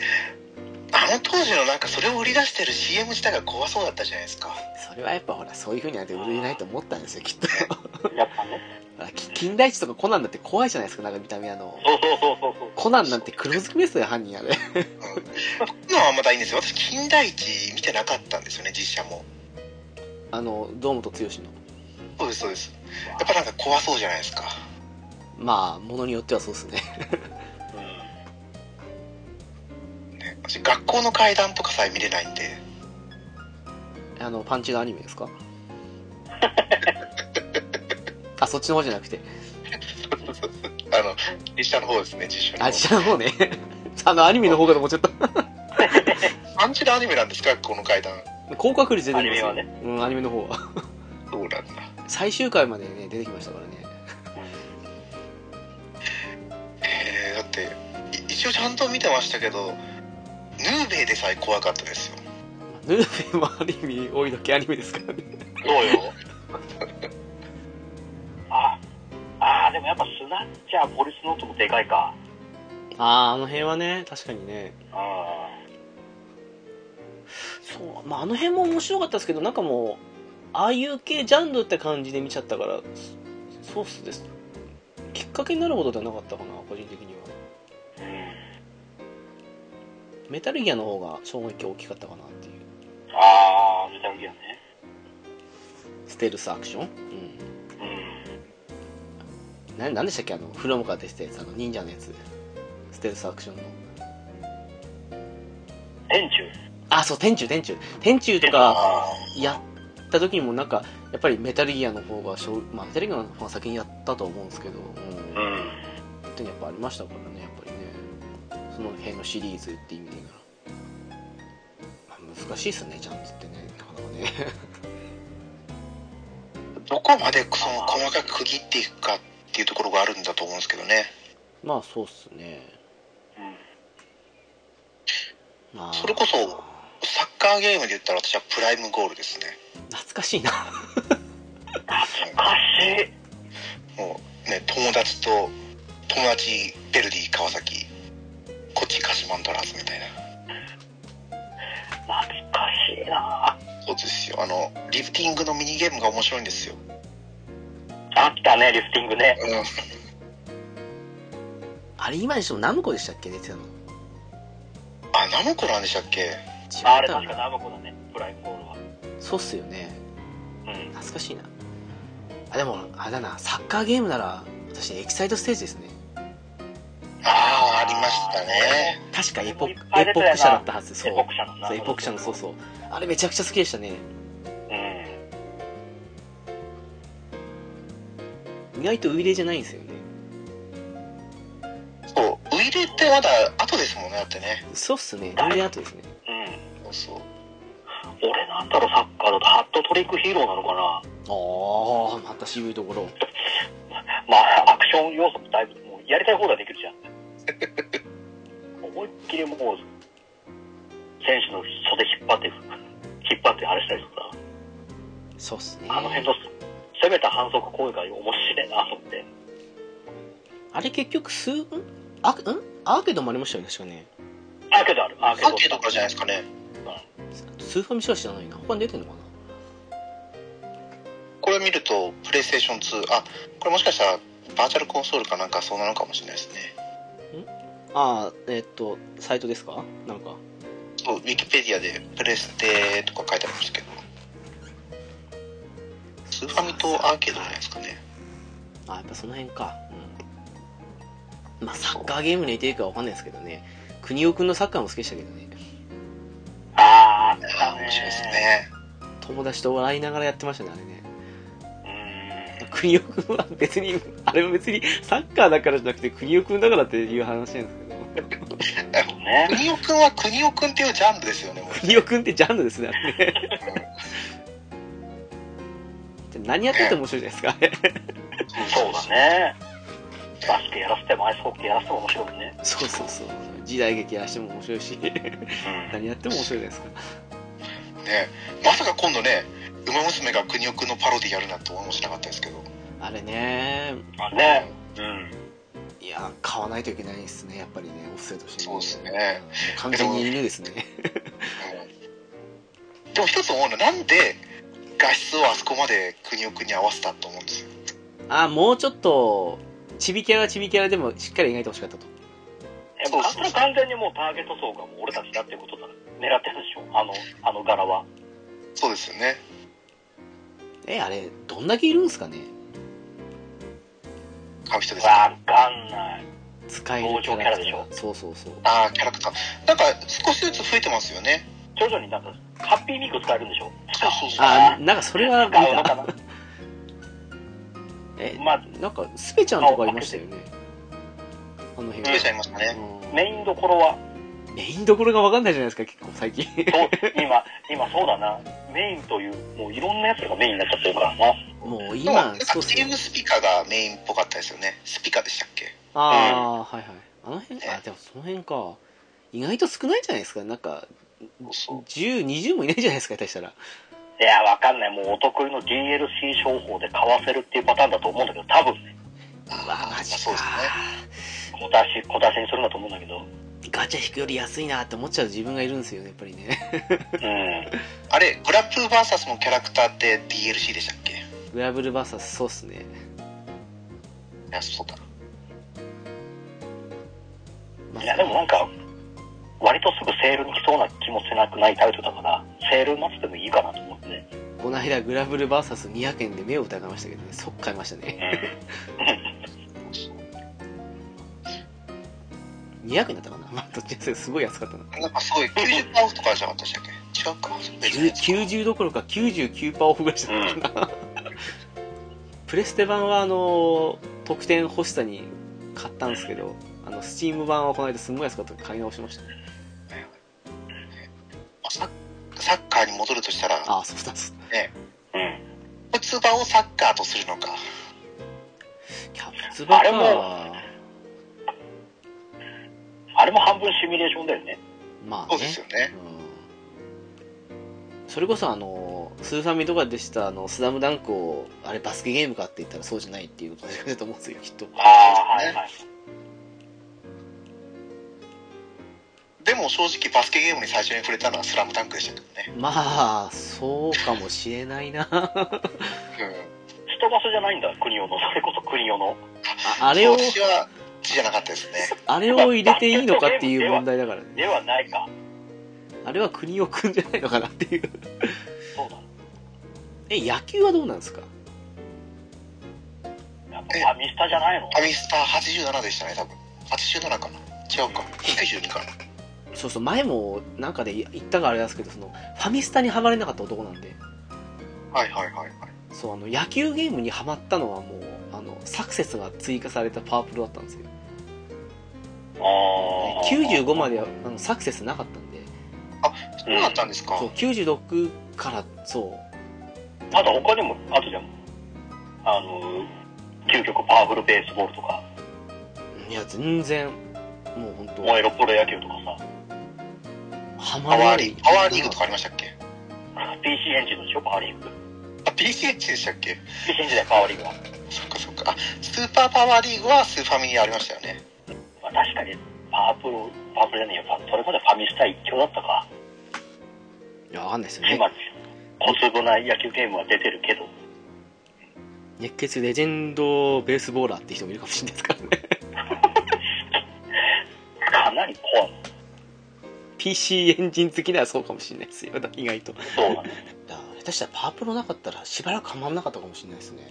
Speaker 2: あの当時のなんかそれを売り出してる CM 自体が怖そうだったじゃないですか
Speaker 1: <laughs> それはやっぱほらそういうふうにやって売れないと思ったんですよきっと <laughs>
Speaker 3: やっぱね
Speaker 1: ほらき金田一とかコナンだって怖いじゃないですかなんか見た目あの
Speaker 3: そうそうそうそうそう
Speaker 1: コナンなんて黒ずくめですよ犯人あれ
Speaker 2: 今はまだいいんですよ私金田一見てなかったんですよね実写も
Speaker 1: <laughs> あの堂本剛の
Speaker 2: そうですそうですやっぱなんか怖そうじゃないですか
Speaker 1: まあものによってはそうですね <laughs>
Speaker 3: うん
Speaker 2: ね私学校の階段とかさえ見れないんで <laughs>
Speaker 1: あのパンチのアニメ <laughs> ですかあそっちの方じゃなくて
Speaker 2: あの実写の方ですね実写の
Speaker 1: あ
Speaker 2: 方
Speaker 1: ちらの方ね <laughs> あのアニメの方かと思っちゃ <laughs> った
Speaker 2: アンチのアニメなんですか学校の階段
Speaker 1: 高確率で出てきますよ
Speaker 3: アニメ
Speaker 1: うんアニメの方は
Speaker 2: そうなんだ
Speaker 1: 最終回までね出てきましたからね
Speaker 2: えー、ってい一応ちゃんと見てましたけどヌーベイでさえ怖かったですよ
Speaker 1: ヌーベンはある意味多いだけアニメですからね
Speaker 2: そうよ
Speaker 3: ああーでもやっぱスナッチャーポリスノートもでかいか
Speaker 1: あああの辺はね確かにね
Speaker 3: あ
Speaker 1: そう、まあ、あの辺も面白かったですけどなんかもうああいう系ジャンルって感じで見ちゃったからそそうっすですきっかけになることではなかったかな個人的には
Speaker 3: ーうん
Speaker 1: メタルギアの方が衝撃大きかったかなっていう
Speaker 3: ああメタルギアね
Speaker 1: ステルスアクション
Speaker 3: うん
Speaker 1: うんななんでしたっけあのフロムから出てたやつあの忍者のやつステルスアクションの
Speaker 3: 天柱
Speaker 1: あそう天柱天柱天柱と
Speaker 3: あ
Speaker 1: か
Speaker 3: あ
Speaker 1: やった時にもなんかやっぱりメタルギアの方がしょ、まあ、メタルギアの方が先にやったと思うんですけど、うん
Speaker 3: うん
Speaker 1: っていうのやっぱありましたからねやっぱりねその辺のシリーズっていう意味で言うなら、まあ難しいっすねジャンプってねなかなかね <laughs>
Speaker 2: どこまでその細かく区切っていくかっていうところがあるんだと思うんですけどね
Speaker 1: まあそうっすね
Speaker 3: うん
Speaker 1: まあ
Speaker 2: それこそサッカーゲームで言ったら私はプライムゴールですね
Speaker 1: 懐かしいな
Speaker 3: 懐かしい
Speaker 2: もうね友達と友達ベルディ川崎こっち鹿島アンドラーズみたいな
Speaker 3: 懐かしいな
Speaker 2: そうですよあのリフティングのミニゲームが面白いんですよ、
Speaker 3: あったねリフティングね
Speaker 2: うん、
Speaker 1: あれ今にしてもナムコでしたっけ出てたの違
Speaker 2: あナムコなんでしたっけ
Speaker 3: あ
Speaker 1: っ
Speaker 3: れ
Speaker 1: た
Speaker 3: 確か
Speaker 1: な
Speaker 3: ナムコだねプライムボールは
Speaker 1: そうっすよね
Speaker 3: うん
Speaker 1: 懐かしいなあでもあれだなサッカーゲームなら私エキサイトステージですね
Speaker 2: ああありましたね
Speaker 1: 確かエポエ
Speaker 3: いっぱい出
Speaker 1: ポ
Speaker 3: て
Speaker 1: ック
Speaker 3: たよな
Speaker 1: 社だったはずそう
Speaker 3: エポック社のな
Speaker 1: そうエポック社のそうそうあれめちゃくちゃ好きでしたね
Speaker 3: うん
Speaker 1: 意外とウイレじゃないんですよね
Speaker 2: そうウイレってまだ後ですもんねだってね
Speaker 1: そうっすねウイレ後ですね
Speaker 3: う
Speaker 2: そ
Speaker 3: ん
Speaker 2: うそう
Speaker 3: 俺なんだろうサッカーだとハットトリックヒーローなのかな
Speaker 1: ああまた渋いところ
Speaker 3: まあアクション要素もだいぶもうやりたい放題できるじゃん思いっきりもう選手の袖引っ張って引っ張ってあれしたりとか
Speaker 1: そうっすね
Speaker 3: あの辺の攻めた反則行為が面白いなと思って
Speaker 1: あれ結局数んあんアーケードもありましたよね確かね
Speaker 3: アーケードあるアー
Speaker 2: ア
Speaker 3: ケー
Speaker 2: ー
Speaker 3: ド
Speaker 2: ケードからじゃないですかね
Speaker 1: スーファミしか知らないな他に出てんのかな
Speaker 2: これ見るとプレイステーション2あこれもしかしたらバーチャルコンソールかなんかそうなのかもしれないですね
Speaker 1: ああえっとサイトですかなんか
Speaker 2: そうウィキペディアでプレステとか書いてありますけどスーファミとアーケードじゃないですかね
Speaker 1: あやっぱその辺かうんまあサッカーゲームに似てるかわかんないですけどね国尾くんのサッカーも好きでしたけどね
Speaker 3: あーあった
Speaker 2: あ
Speaker 3: ね
Speaker 2: ー面白いですね
Speaker 1: 友達と笑いながらやってましたねあれね
Speaker 3: うん
Speaker 1: 国尾くんは別にあれは別にサッカーだからじゃなくて国尾くんだからっていう話なんですけど
Speaker 3: そうね
Speaker 2: 国尾くんは国尾くんっていうジャンルですよねもう
Speaker 1: 国尾くんってジャンルですねあれ <laughs> ね何やってても面白いじゃないですかあれ
Speaker 3: そうだね。バスケやらせてもアイスホッケーやらせても面白いね。
Speaker 1: <laughs> そうそうそう時代劇やらしても面白いし
Speaker 3: うん。
Speaker 1: <laughs> 何やっても面白いじゃないですか
Speaker 2: ねまさか今度ね「ウマ娘」が国尾くんのパロディやるなんて思いもしなかったですけど
Speaker 1: あれね
Speaker 3: ね。うん。
Speaker 1: いや買わないといけないですねやっぱりねお布施として
Speaker 2: そうっすね
Speaker 1: 完全に犬ですね
Speaker 2: うんでも一つ思うのはなんで画質をあそこまで国尾くんに合わせたと思うんですよ
Speaker 1: あもうちょっとちびキャラちびキャラでもしっかり描いてほしかったと
Speaker 3: え、もう完完全にもうターゲット層がもう俺たちだってことだ。狙ってるでしょ。あの、あの柄は。
Speaker 2: そうですよね
Speaker 1: えあれどんだけいるんですかね
Speaker 2: 買う人ですか
Speaker 3: わかんない。
Speaker 1: 使えるキャ
Speaker 3: 傍
Speaker 1: ラ
Speaker 3: 聴キャラでしょ
Speaker 1: そうそうそう
Speaker 2: ああキャラクターなんか少しずつ増えてますよね
Speaker 3: 徐々になんか、ハッピーミーク使えるんでしょ。
Speaker 2: そうそうそう
Speaker 1: あなんかそれは見
Speaker 3: 使うのか
Speaker 1: た
Speaker 3: な。
Speaker 1: え
Speaker 3: まあ、
Speaker 1: なんかスペちゃんとかいましたよねあの辺
Speaker 2: 増えちゃいましたね
Speaker 1: うん
Speaker 3: メインどころは、
Speaker 1: メインどころが分かんないじゃないですか結構最近
Speaker 3: そう、今、今そうだな。メインという、もういろんなやつがメインになっちゃってるからな。
Speaker 1: もう
Speaker 2: でも
Speaker 1: 今
Speaker 2: なんか
Speaker 1: そうっす
Speaker 2: ゲー
Speaker 1: ね
Speaker 2: ムスピカがメインっぽかったですよねスピカでしたっけ
Speaker 1: ああ、はいはいあの辺あでもその辺か意外と少ないんじゃないですかなんか
Speaker 2: そう
Speaker 1: 1020もいないんじゃないですか下手したら
Speaker 3: いや、わかんない。もうお得意の DLC 商法で買わせるっていうパターンだと思うんだけど、多分ね、
Speaker 1: わマジか
Speaker 2: そうです
Speaker 3: 小出し、小出しにするんだと思うんだけど。
Speaker 1: ガチャ引くより安いなって思っちゃう自分がいるんですよねやっぱりね <laughs>
Speaker 3: うん。
Speaker 2: ねあれグラップー VS のキャラクターって DLC でしたっけい
Speaker 1: ウェアブル VS そうっすね
Speaker 2: やそうだ
Speaker 1: まあ
Speaker 3: いや、でもなんか、割とすぐセールに来そうな気もせなくないタイトルだから、セール待つでもいいかなと思ってね。
Speaker 1: この間グラブル VS200 円で目を疑いましたけどね即買いましたね200円だったかなまあどっちにせよすごい安かったな
Speaker 2: なんかすごい90%オフとかじゃなかったでしたっけ違うか別に
Speaker 1: 90どころか99%オフぐらいしてたかな、プレステ版はあの特典欲しさに買ったんですけどあのスチーム版はこの間すんごい安かったから買い直しましたね
Speaker 2: まあサッサッカーに戻るとしたら
Speaker 1: ああそうだそうだ
Speaker 3: うん。
Speaker 2: キャプツバをサッカーとするのか
Speaker 1: キャプツバ
Speaker 3: あれ
Speaker 1: か
Speaker 3: あれも半分シミュレーションだよね。
Speaker 1: まあ
Speaker 2: そう
Speaker 1: ね
Speaker 2: ですよね
Speaker 1: うんそれこそあのスーファミとかでしたあのスダムダンクをあれバスケゲームかって言ったらそうじゃないっていうことだと思うんですよきっと
Speaker 3: ああ、
Speaker 2: そう
Speaker 3: は
Speaker 2: です
Speaker 3: い
Speaker 2: ね
Speaker 3: はい。
Speaker 2: でも正直バスケゲームに最初に触れたのは「スラムダンクでしたけどね
Speaker 1: まあそうかもしれないなあ
Speaker 2: うん
Speaker 3: 人場所じゃないんだ、国をの。それこそ国をの。
Speaker 1: あれを
Speaker 2: 私は字じゃなかったですね
Speaker 1: あれを入れていいのかっていう問題だからね
Speaker 3: ではないか。
Speaker 1: あれは国を組んじゃないのかなっていう
Speaker 3: そうだ。
Speaker 1: <laughs> え野球はどうなんですか
Speaker 3: やっぱファミスタじゃないの
Speaker 2: ファミスター87でしたね多分87かな違うか92かな
Speaker 1: そうそう前もなんかで言ったがあれなんですけどそのファミスタにはまれなかった男なんで
Speaker 2: はいはいはいはい
Speaker 1: そうあの野球ゲームにはまったのはもうあのサクセスが追加されたパワープロだったんですよ
Speaker 3: ああ。
Speaker 1: 95まではあのサクセスなかったんで
Speaker 2: そうだったんですか、
Speaker 1: そう96からそう
Speaker 3: あと他にも、あとじゃん。あの、究極パワフルベースボールとか、
Speaker 1: いや全然もう本当
Speaker 3: 燃えろプロ野球とかさ、
Speaker 1: ハ
Speaker 2: パ
Speaker 1: マら
Speaker 2: ワー
Speaker 1: な
Speaker 2: リ
Speaker 1: い
Speaker 2: ーパワーリーグとかありましたっけ
Speaker 3: PC エンジンのでしょ、パワーリーグ。
Speaker 2: あ PCH でしたっけ
Speaker 3: PC エンジンでパワーリーグは。
Speaker 2: そっかそっかあスーパーパワーリーグはスーファミにありましたよね
Speaker 3: まあ、確かに、パワープロ、パワープロじゃねえよ、それまでファミスタ一強だったか。
Speaker 1: いやわかんないですよね
Speaker 3: 今、小粒な野球ゲームは出てるけど、
Speaker 1: 熱血レジェンドベースボーラーって人もいるかもしれないですからね
Speaker 3: かなりコアな
Speaker 1: PC エンジン好きならそうかもしれないですよ意外とい
Speaker 3: そうだね。
Speaker 1: や下手したらパワープロなかったらしばらくはまらなかったかもしれないですね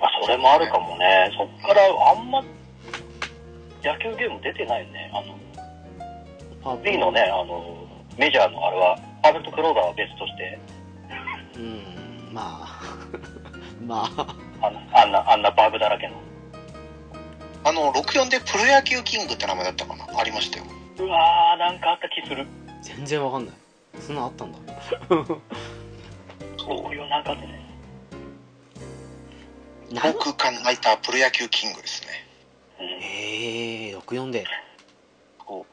Speaker 3: まあ、それもあるかもね。そっからあんま、野球ゲーム出てないよね。あの、
Speaker 1: パワープ
Speaker 3: B
Speaker 1: ロ
Speaker 3: のね、あの、メジャーのあれは、パーフェクトクローザーは別として、
Speaker 1: うんまあ <laughs> まあ
Speaker 3: あのあんな、あんなバグだらけの。
Speaker 2: あの64でプロ野球キングって名前だったかなありましたよ
Speaker 3: うわー、なんかあった気する。
Speaker 1: 全然わかんないそんなのあったんだ
Speaker 3: そういうなんかあってね。
Speaker 1: な
Speaker 2: 航
Speaker 1: んか
Speaker 2: 空艦ナイタープロ野球キングですね
Speaker 3: うん。
Speaker 1: ええー、64で
Speaker 2: こ
Speaker 1: も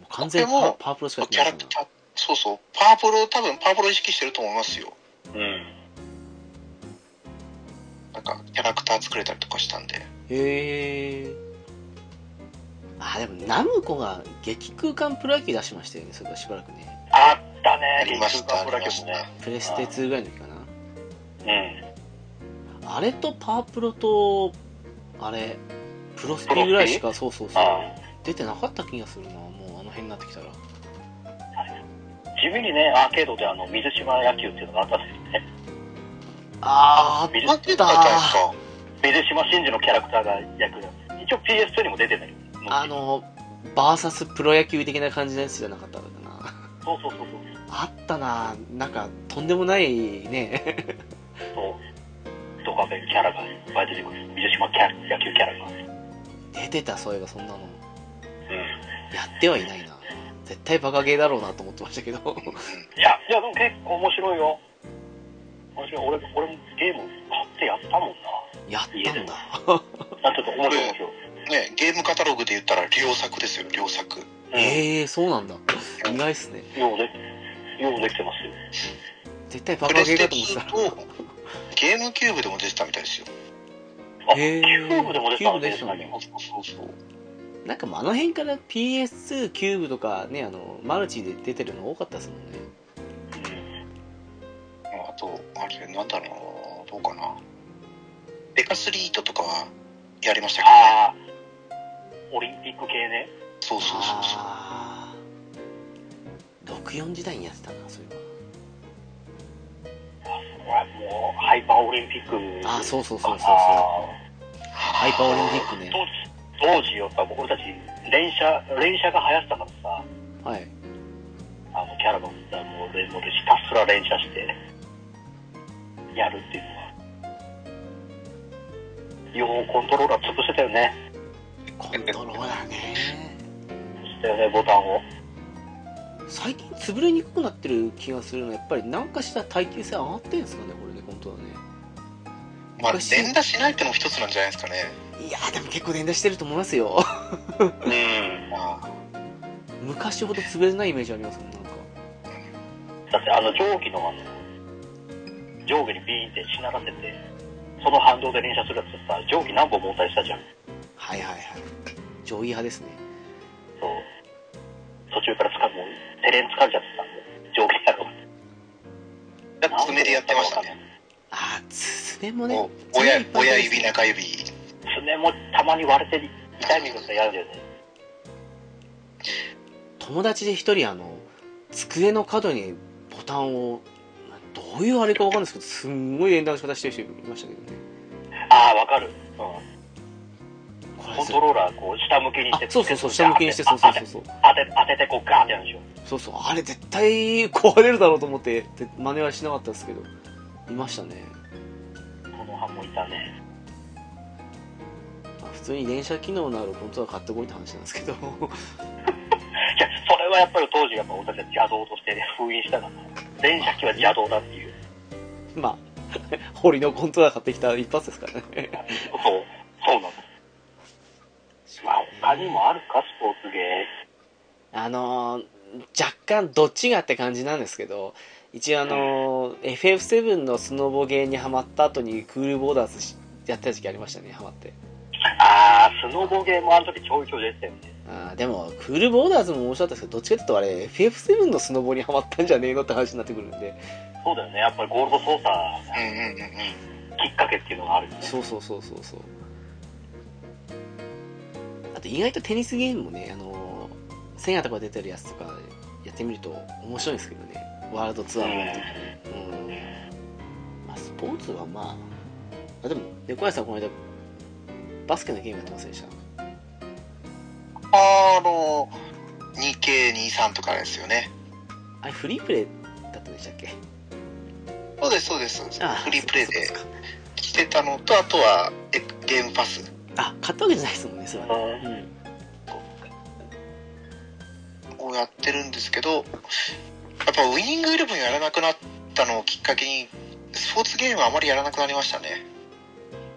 Speaker 1: う完全に
Speaker 2: これ
Speaker 1: パ
Speaker 2: も
Speaker 1: パワープロしか
Speaker 2: う
Speaker 1: やって
Speaker 2: キャ
Speaker 1: ない
Speaker 2: ラ
Speaker 1: か
Speaker 2: ク
Speaker 1: ら
Speaker 2: ターそうそうパワープロ多分パワープロ意識してると思いますよ
Speaker 3: うん。
Speaker 2: なんかキャラクター作れたりとかしたんで
Speaker 1: へえあでもナムコが激空間プロ野球出しましたよねそれからしばらくね
Speaker 3: あったね
Speaker 2: あ、りました
Speaker 3: 激プロ野球も
Speaker 2: あ
Speaker 3: ね。
Speaker 1: プレステ2ぐらいの時かな
Speaker 3: うん。
Speaker 1: あれとパワープロとあれプロスピぐらいしかそうそうそう
Speaker 3: あ
Speaker 1: 出てなかった気がするなもうあの辺になってきたら
Speaker 3: あ地味にね、アーケードであの、水島野球っていうのがあったんですよね。
Speaker 1: あー
Speaker 3: 水
Speaker 1: あ
Speaker 2: あ
Speaker 1: っ
Speaker 2: 出
Speaker 1: た
Speaker 2: たんですか
Speaker 3: 水島真司のキャラクターが役だ一応 PS2 にも出てない
Speaker 1: あのバーサスプロ野球的な感じのやつじゃなかったのかな
Speaker 3: そうそうそうそう
Speaker 1: あったななんかとんでもないね <laughs>
Speaker 3: そうドカベンキャラがいっぱい出てくる水島キャ野球キャラがうん
Speaker 1: 出てたそういえばそんなのやってはいないな絶対バカゲーだろうなと思ってましたけど <laughs>
Speaker 3: いやいやでも結構面白いよ面白い俺俺もゲーム買ってやったもんな
Speaker 1: やったんだ
Speaker 3: なんかちょっと面白い面白い
Speaker 2: ね、ゲームカタログで言ったら両作ですよ、両作。
Speaker 3: え
Speaker 1: ええそうなんだ意外っすね
Speaker 3: ようで、ようできてますよ。
Speaker 1: 絶対バ
Speaker 2: プ
Speaker 1: カ
Speaker 2: レ
Speaker 1: ゲー
Speaker 2: ス
Speaker 1: か
Speaker 2: テ
Speaker 1: と思ってた
Speaker 2: 2とゲームキューブでも出てたみたいですよ。
Speaker 3: あ、キ
Speaker 1: へー
Speaker 3: ューブでも出たんです
Speaker 1: キューブ出てたん
Speaker 3: ね
Speaker 1: だ。
Speaker 2: そうそう。
Speaker 1: なんかもうあの辺から PS2 キューブとかねあのマルチで出てるの多かったですもんね
Speaker 2: あと、あれ、なんだろうな、どうかな。デカスリートとかはやりましたけどね。
Speaker 3: ああ、オリンピック系ね。
Speaker 2: そうそうそうそう。
Speaker 1: ああ64時代にやってたなそうい
Speaker 3: これもう、ハイパーオリンピック
Speaker 1: えばあそうそうそうそうそう
Speaker 3: あ
Speaker 1: ハイパーオリンピック
Speaker 3: ー
Speaker 1: ね
Speaker 3: 当時、当時やっぱ僕たち、連射、連射が流行ってたからさ、
Speaker 1: はい
Speaker 3: あの、キャラバンさ、もう、もうひたすら連射して、やるっていうのは。ようコントローラー潰してたよね。
Speaker 1: コントローラーね
Speaker 3: したよね、ボタンを。
Speaker 1: 最近潰れにくくなってる気がするのはやっぱり何かした耐久性上がってるんですかねこれね本当はね
Speaker 2: まあ、
Speaker 1: 昔
Speaker 2: 連打しないってのも一つなんじゃないですかね。
Speaker 1: いやーでも結構連打してると思いますよ
Speaker 3: うん。
Speaker 2: まあ、
Speaker 1: <laughs> 昔ほど潰れないイメージありますもんなんか
Speaker 3: だって、あの、定規の、あの、上下にビーンってしならせて、その反動で連射するやつってさ、定規何本もったりしたじゃん。
Speaker 1: はいはいはい上位派ですね
Speaker 3: そう途中から掴む手練掴んじゃってたんで上下やろ
Speaker 2: やっ爪でやってましたね。
Speaker 1: ああ爪もね
Speaker 2: お親
Speaker 1: 爪いっぱい
Speaker 2: 親
Speaker 1: 入って
Speaker 2: 指、
Speaker 1: ますね
Speaker 2: 中指。
Speaker 3: 爪もたまに割れて痛い目が嫌だよね
Speaker 1: 友達で一人あの机の角にボタンをどういうあれかわかんないですけどすんごい連打の仕方してる人いましたけどね
Speaker 3: ああわかる、うん、
Speaker 1: これ
Speaker 3: コントローラーこう下向きにして
Speaker 1: あそうそうそう
Speaker 3: こ
Speaker 1: 下向きにしてそうそうそうそう
Speaker 3: 当て当ててこうガーンってやるでしょ
Speaker 1: そうそうあれ絶対壊れるだろうと思ってで真似はしなかったですけどいましたね、
Speaker 3: この半もいたね
Speaker 1: まあ、普通に連射機能のあるコントローラー買ってこいって話なんですけど <laughs>
Speaker 3: いやそれはやっぱり当時やっぱ俺たちは邪道として、ね、封印したから電車機は邪道だっていう
Speaker 1: まあ <laughs> 堀のコントローラー買ってきた一発ですからね
Speaker 3: そうそうなのまあ他にもあるかスポーツゲー
Speaker 1: あのー若干どっちがって感じなんですけど一応あのー FF7 のスノボゲーにハマった後にクールボーダーズしやってた時期ありましたねハマって
Speaker 3: ああスノボゲーもあの時ちょいちょい出てたよね
Speaker 1: あーでもクールボーダーズも面白かったですけどどっちかっていうとあれ FF7 のスノボにハマったんじゃねえのって話になってくるんで
Speaker 3: そうだよね、やっぱりゴールド
Speaker 2: う
Speaker 3: 操作
Speaker 2: んうんうんうん。
Speaker 3: きっかけっていうのがあるよね。
Speaker 1: そうそうそうそうそうあと意外とテニスゲームもねあのーセガとか出てるやつとかやってみると面白いんですけどねワールドツアーもやってうんまあ、スポーツはまああでも猫屋さんこの間バスケのゲームやってませんでした
Speaker 2: あの、2K23 とかですよね。
Speaker 1: あれフリープレイだったんでしたっけ
Speaker 2: そうです、そうですそうです。
Speaker 1: あ
Speaker 2: フリープレイで
Speaker 1: そうかそうか
Speaker 2: してたのと、あとはえゲームパス。
Speaker 1: あ買ったわけじゃないですもんねそれはね
Speaker 3: うん
Speaker 1: うん
Speaker 2: をやってるんですけどやっぱウイニングイレブンやらなくなったのをきっかけにスポーツゲームはあまりやらなくなりましたね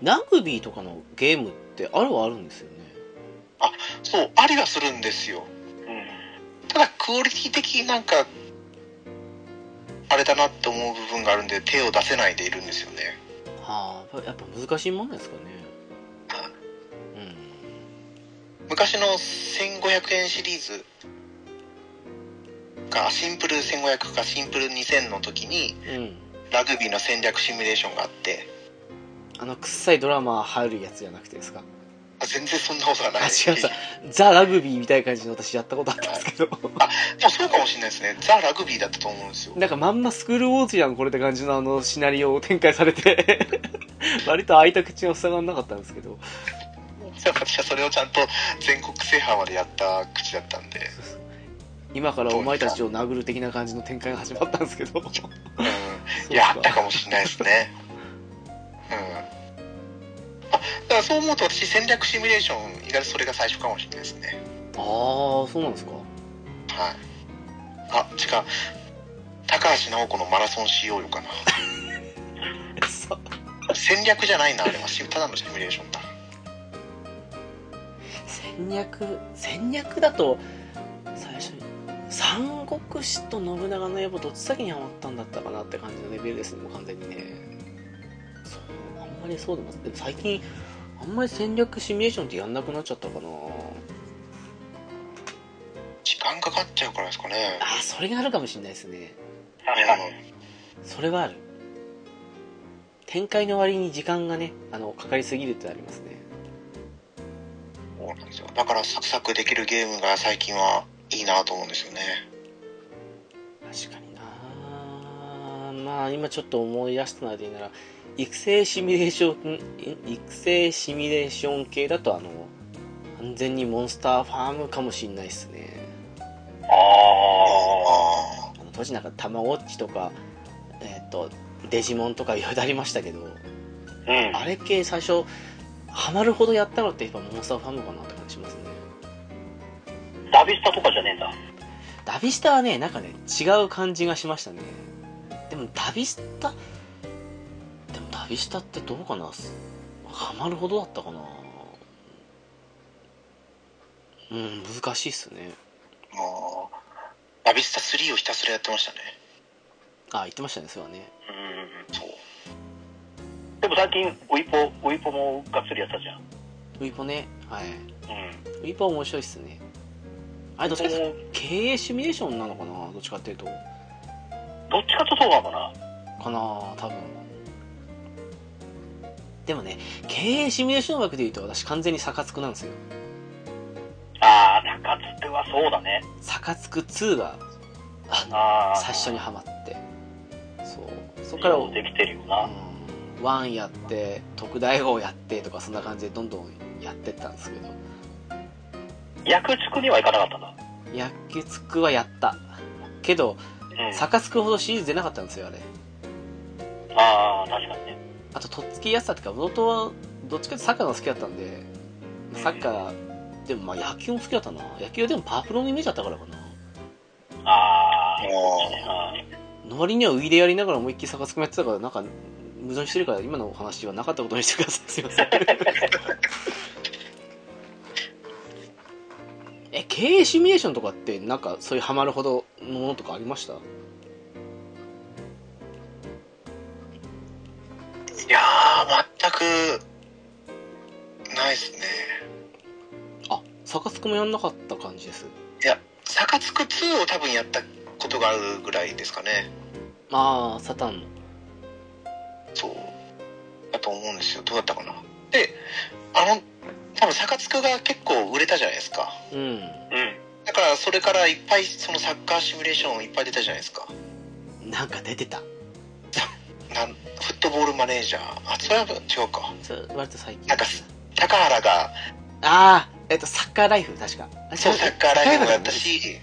Speaker 1: ラグビーとかのゲームってあるはあるんですよね
Speaker 2: そうありはするんですよ
Speaker 3: うん
Speaker 2: ただクオリティ的になんかあれだなって思う部分があるんで手を出せないでいるんですよね
Speaker 1: はあやっぱ難しいもんなんですかね
Speaker 2: 昔の1500円シリーズがシンプル1500かシンプル2000の時に
Speaker 1: うんうん
Speaker 2: ラグビーの戦略シミュレーションがあって
Speaker 1: あの臭いドラマ入るやつじゃなくてですか
Speaker 2: あ全然そんなことはな
Speaker 1: あ
Speaker 2: い
Speaker 1: 違うさザ・ラグビーみたいな感じの私やったことあったんですけど
Speaker 2: もうそうかもしれないですねザ・ラグビーだったと思うんですよ
Speaker 1: <laughs> なんかまんまスクールウォーズやんこれって感じのあのシナリオを展開されて <laughs> 割と開いた口が塞がんなかったんですけど
Speaker 2: 私はそれをちゃんと全国制覇までやった口だったんで、
Speaker 1: 今からお前たちを殴る的な感じの展開が始まったんですけど <laughs>
Speaker 2: うん、やったかもしれないですねうんあだからそう思うと私戦略シミュレーション意外とそれが最初かもしれないですね
Speaker 1: ああ <laughs> そうなんですか
Speaker 2: はいあ違う高橋尚子のマラソンしようよ
Speaker 3: <laughs>
Speaker 2: かな
Speaker 1: そう
Speaker 2: 戦略じゃないなあれはしただのシミュレーションだ
Speaker 1: 戦略戦略だと最初に三国志と信長の野望どっち先にハマったんだったかなって感じのレベルですねもう完全にねそうあんまりそうでもでも最近あんまり戦略シミュレーションってやんなくなっちゃったかな
Speaker 2: 時間かかっちゃうからですかね
Speaker 1: あーそれがあるかもしれないですね
Speaker 3: 確かに。
Speaker 1: それはある展開の割に時間がねあのかかりすぎるってありますね
Speaker 2: そうなんですよだからサクサクできるゲームが最近はいいなと思うんですよね
Speaker 1: 確かになまあ今ちょっと思い出したのでなら育成シミュレーションん育成シミュレーション系だとあの完全にモンスターファームかもしんないですね
Speaker 3: あ
Speaker 2: あ
Speaker 1: あの当時なんかたまごっちとかえっ、とデジモンとかいろいろありましたけど
Speaker 3: あ。うん。
Speaker 1: あれ系最初ハマるほどやったのってやっぱモンスターファームかなって感じしますね
Speaker 3: ダビスタとかじゃねえんだ。
Speaker 1: ダビスタはねなんかね違う感じがしましたねでもダビスタでもダビスタってどうかなすハマるほどだったかなうん難しいっすね
Speaker 2: あもうラビスタ3をひたすらやってましたね
Speaker 1: あ言ってましたねそれはね
Speaker 3: うん。
Speaker 2: そう
Speaker 3: でも最近、ウイポ、ウイポもがっつりやったじゃん。
Speaker 1: ウイポねはい
Speaker 3: うん。
Speaker 1: ウイポは面白いっすねあれどっちかっていうと経営シミュレーションなのかなどっちかっていうとか
Speaker 3: どっちかとそうかもな。
Speaker 1: な多分でもね経営シミュレーション枠で言うと私完全にサカツクなんですよ
Speaker 3: ああ、中津ってはそうだね。
Speaker 1: サカツク2があの
Speaker 3: ああ。
Speaker 1: 最初にハマってそうそ
Speaker 3: そ
Speaker 1: こ
Speaker 3: っ
Speaker 1: か
Speaker 3: からら
Speaker 1: う
Speaker 3: できてるよな。
Speaker 1: んワンやって特大号やってとかそんな感じでどんどんやってったんですけど
Speaker 3: 役作りはいかなかったんだ。
Speaker 1: 薬月くはやったけど
Speaker 3: うん。
Speaker 1: 逆つくほどシリーズ出なかったんですよあれ
Speaker 3: ああ、確かにね。
Speaker 1: あととっつきやすさっていうか元はどっちかっていうとサッカーが好きだったんでサッカーでもまあ野球も好きだったな野球はでもパープロのイメージだったからかな
Speaker 3: ああ。
Speaker 2: あ
Speaker 1: の割にはウィでやりながら思いっきり逆つくもやってたからなんか無存してるから今のお話はなかったことにしてください <laughs> すいませんえ経営シミュレーションとかってなんかそういうハマるほどのものとかありました
Speaker 2: いやー全くないですね
Speaker 1: あ逆つくもやんなかった感じです
Speaker 2: いやサカツク2を多分やったことがあるぐらいですかね
Speaker 1: ああサタンの
Speaker 2: そうだと思うんですよどうだったかなであの多分サカツクが結構売れたじゃないですか
Speaker 1: うん
Speaker 3: うん。
Speaker 2: だからそれからいっぱいそのサッカーシミュレーションいっぱい出たじゃないですか
Speaker 1: なんか出てた
Speaker 2: なんフットボールマネージャーあそれは違うか
Speaker 1: それ割と最近
Speaker 2: なんか高原が
Speaker 1: ああえっとサッカーライフ確かあ
Speaker 2: そう
Speaker 1: 違
Speaker 2: サッカーライブもやったし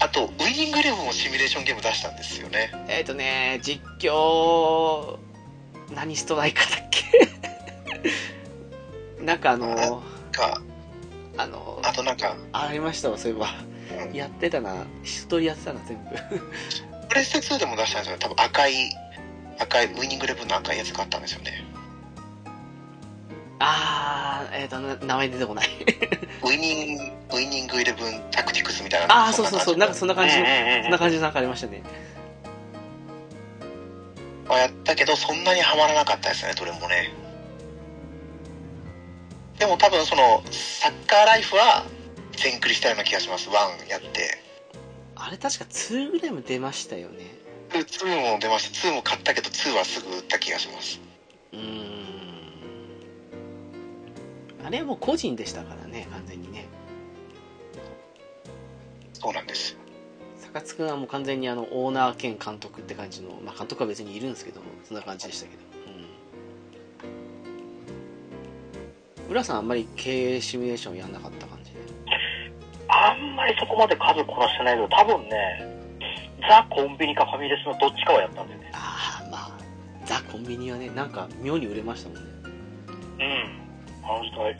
Speaker 2: あとウイニングイレブンもシミュレーションゲーム出したんですよね
Speaker 1: えっ、とね、実況、何ストライカーだっけ <laughs> なんかあの、
Speaker 2: か
Speaker 1: あの、
Speaker 2: あとなんか
Speaker 1: ありましたわ、そういえば。
Speaker 2: うん
Speaker 1: やってたな、一人やってたな、全部。
Speaker 2: プレステ2でも出したんですよ多分赤い赤いウイニングイレブンの赤いやつがあったんですよね
Speaker 1: あー、えっ、とな、名前出てこない。
Speaker 2: ウイニングウイニングイレブンタクティクスみたいな
Speaker 1: あー、そうそうそう、なんかそんな感じの、そんな感じのなんかありましたね。
Speaker 2: はやったけどそんなにはまらなかったですねどれもねでも多分そのサッカーライフは全クリしたような気がします1やって
Speaker 1: あれ確か2ぐらいも出ましたよね。
Speaker 2: 2も出ました2も買ったけど2はすぐ売った気がします
Speaker 1: うーん。あれはもう個人でしたからね、完全にね。
Speaker 2: そうなんです
Speaker 1: 坂津君はもう完全にあのオーナー兼監督って感じの、まあ、監督は別にいるんですけどもそんな感じでしたけど、うん、浦さんあんまり経営シミュレーションやんなかった感じで
Speaker 3: あんまりそこまで数こなしてないけど、多分ね、ザ・コンビニかファミレスのどっちかはやったんだよね。
Speaker 1: ああまあザ・コンビニはねなんか妙に売れましたもんね
Speaker 3: うん。あの人は、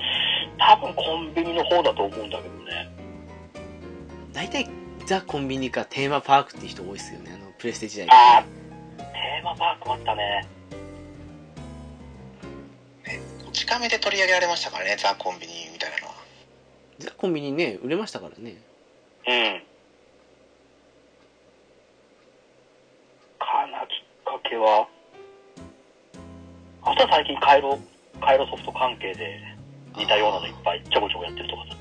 Speaker 3: 多分コンビニの方だと思うんだけどね。
Speaker 1: 大体ザ・コンビニかテーマパークって人多いですよねあのプレステ時代
Speaker 3: あー、テーマパークもあったね。
Speaker 2: 近めで取り上げられましたからねザ・コンビニみたいなのは
Speaker 1: ザ・コンビニね売れましたからね
Speaker 3: うん。かなきっかけは、あとは最近回路、回路ソフト関係で似たようなのいっぱいちょこちょこやってるとかさ。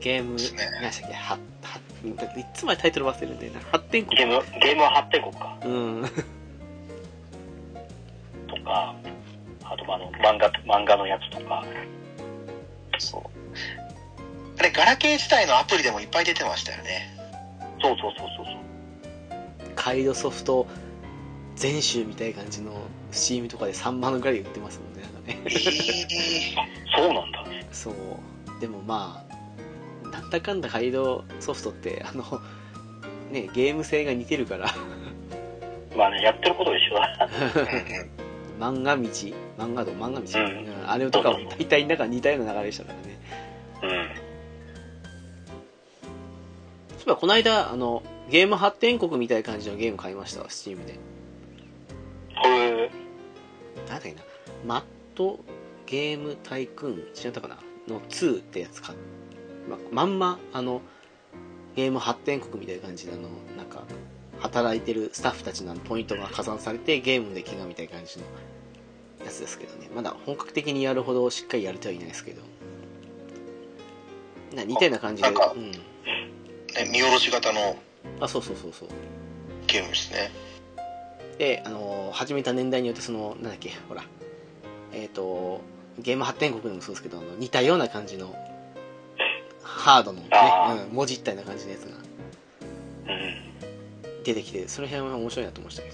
Speaker 1: ゲーム
Speaker 2: ですね
Speaker 1: 何でしたっけははっいつまでタイトル忘れるんだよな発展
Speaker 3: ゲー
Speaker 1: 国
Speaker 3: ム、ゲームは発展国か。
Speaker 1: うん
Speaker 3: とか、あとまああの漫画、漫画のやつとか。
Speaker 2: そうあれガラケー自体のアプリでもいっぱい出てましたよ
Speaker 3: <laughs>
Speaker 2: ね
Speaker 3: そうそうそうそうそう。
Speaker 1: カイドソフト全集みたいな感じの CM とかで3万ぐらい売ってますもんねなんかね
Speaker 2: えー
Speaker 3: そうなんだ。
Speaker 1: そうでもまあなんだかんだカイドソフトってあの <laughs> ねゲーム性が似てるから <laughs>
Speaker 3: まあね、やってることは一緒だ。
Speaker 2: うんうん
Speaker 1: 漫画道漫画道漫画道、
Speaker 3: うん
Speaker 1: うんあれとかも大体なんか似たような流れでしたからね
Speaker 3: うん。
Speaker 1: そういえばこの間あのゲーム発展国みたいな感じのゲーム買いました Steam で
Speaker 3: そういう、
Speaker 1: なんだっけなマットゲームタイクーン違ったかなの2ってやつか、ま、まんまあのゲーム発展国みたいな感じであのなんか働いてるスタッフたちのポイントが加算されてゲームできがみたいな感じのやつですけどねまだ本格的にやるほどしっかりやれてはいないですけどな似たような感じで
Speaker 2: あなんか
Speaker 1: うん、
Speaker 2: ね見下ろし型の
Speaker 1: あそうそうそうそう
Speaker 2: ゲームですね
Speaker 1: で、あの始めた年代によってそのなんだっけほらえっ、とゲーム発展国でもそうですけどあの似たような感じのハードの、ね
Speaker 3: あ
Speaker 1: うん、文字一体な感じのやつが
Speaker 3: うん。
Speaker 1: 出てきてその辺は面白いなと思いましたけ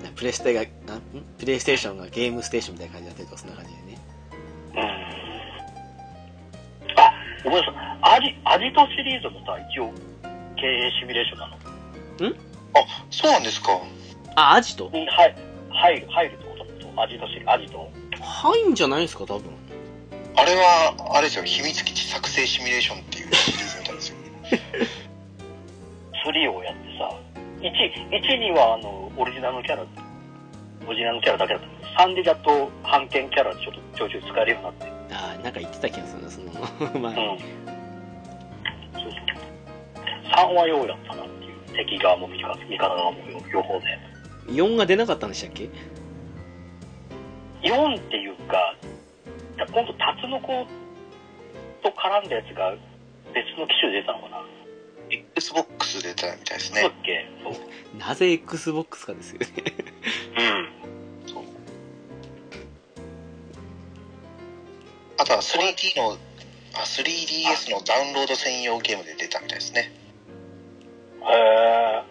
Speaker 1: どなプレステがあんプレイステーションがゲームステーションみたいな感じになってるとかそんな感じでね
Speaker 3: うん。あ、ごめんなさい。アジ、アジトシリーズもさ、一応、経営シミュレーションなの。
Speaker 2: あそうなんですか
Speaker 1: あアジト
Speaker 3: に入入る、入るってことアジトシリーズ、アジト
Speaker 1: 入んじゃないですか多分
Speaker 2: あれはあれですよ秘密基地作成シミュレーションっていうシリーズみたいですよ
Speaker 3: 3をやってさ、1、1にはあの、オリジナルのキャラ、オリジナルのキャラだけだったの。3でやっと、版権キャラちょっとちょいちょい使えるようになって。
Speaker 1: あーなんか言ってた気がするなその <laughs> ま
Speaker 3: う
Speaker 1: あ
Speaker 3: ん。そうそう。3はようやったなっていう。敵側も味方味方側も両方で。
Speaker 1: 4が出なかったんでしたっけ
Speaker 3: 4っていうか、今度、タツノコと絡んだやつが別の機種で出たのかな。
Speaker 2: XBOX で出たみたいです
Speaker 3: そう
Speaker 2: ね
Speaker 3: だっけそう。
Speaker 1: なぜ XBOX かですよね <laughs>
Speaker 3: うん。
Speaker 2: あとは 3D のあ 3DS のダウンロード専用ゲームで出たみたいですね
Speaker 3: へ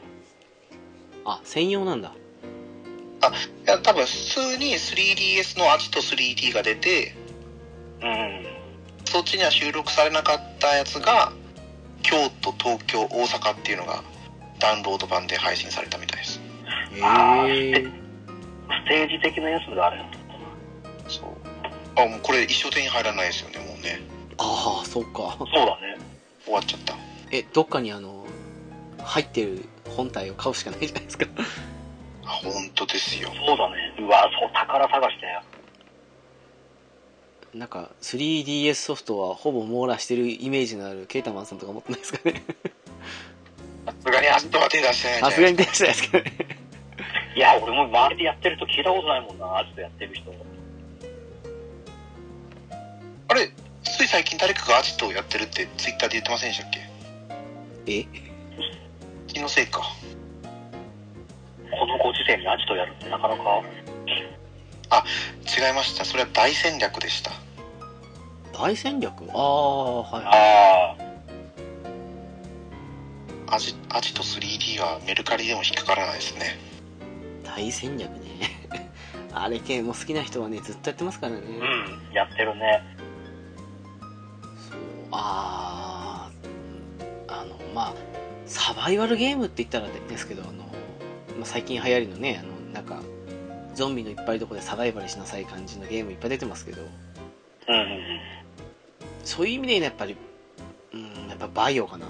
Speaker 1: あ専用なんだ
Speaker 2: いや多分普通に 3DS のアジト 3D が出て
Speaker 3: え。うん。
Speaker 2: そっちには収録されなかったやつが京都東京大阪っていうのがダウンロード版で配信されたみたいです
Speaker 3: あ
Speaker 1: へえ
Speaker 3: ステージ的なやつがあれなんだったな
Speaker 2: そうあもうこれ一生手に入らないですよねもうね
Speaker 1: ああそうか <laughs>
Speaker 3: そうだね。
Speaker 2: 終わっちゃった
Speaker 1: えどっかにあの入ってる本体を買うしかないじゃないですか <laughs>
Speaker 2: あ本当ですよ
Speaker 3: そうだね。うわ、そう、宝探して。
Speaker 1: なんか 3DS ソフトはほぼ網羅してるイメージのあるケイタマンさんとか持ってないですかね <laughs>
Speaker 2: さすがにアジトは手出してないん
Speaker 1: さ
Speaker 2: じゃない
Speaker 1: すがに出してないですけどね
Speaker 3: <laughs> いや、俺も周りでやってると聞いたことないもんな、アジトやってる人。
Speaker 2: あれつい最近誰かがアジトをやってるってツイッターで言ってませんでしたっけ
Speaker 1: え
Speaker 2: 気のせいか
Speaker 3: このご時世にアジトやるってなかなか。
Speaker 2: 違いましたそれは大戦略でした
Speaker 1: 大戦略ああはいはい
Speaker 3: ああ。
Speaker 2: アジアジト 3D はメルカリでも引っかからないですね
Speaker 1: 大戦略ね <laughs> あれ系も好きな人はねずっとやってますからね、
Speaker 3: うん、やってるね。
Speaker 1: そうあああのまあサバイバルゲームって言ったらですけどあの、まあ、最近流行りのねあのなんかゾンビのいっぱいとこでサバイバルしなさい感じのゲームいっぱい出てますけど
Speaker 3: うんうんうん。
Speaker 1: そういう意味でねやっぱりうんやっぱバイオかな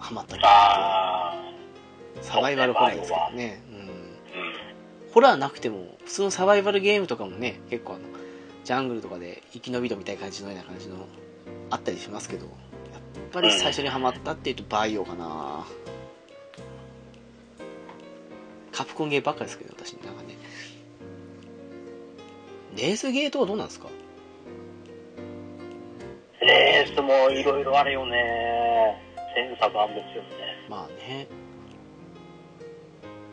Speaker 1: ハマったけ
Speaker 3: ああ。
Speaker 1: サバイバルホラーですけどね、うん、
Speaker 3: う
Speaker 1: ホラーなくても普通のサバイバルゲームとかもね結構あのジャングルとかで生き延びろみたいな感じのような感じのあったりしますけどやっぱり最初にハマったっていうとバイオかなカプコンゲーばっかですけど私なんかねレースゲーとはどうなんですか
Speaker 3: レースもいろいろあるよね。千差万別よね。
Speaker 1: まあね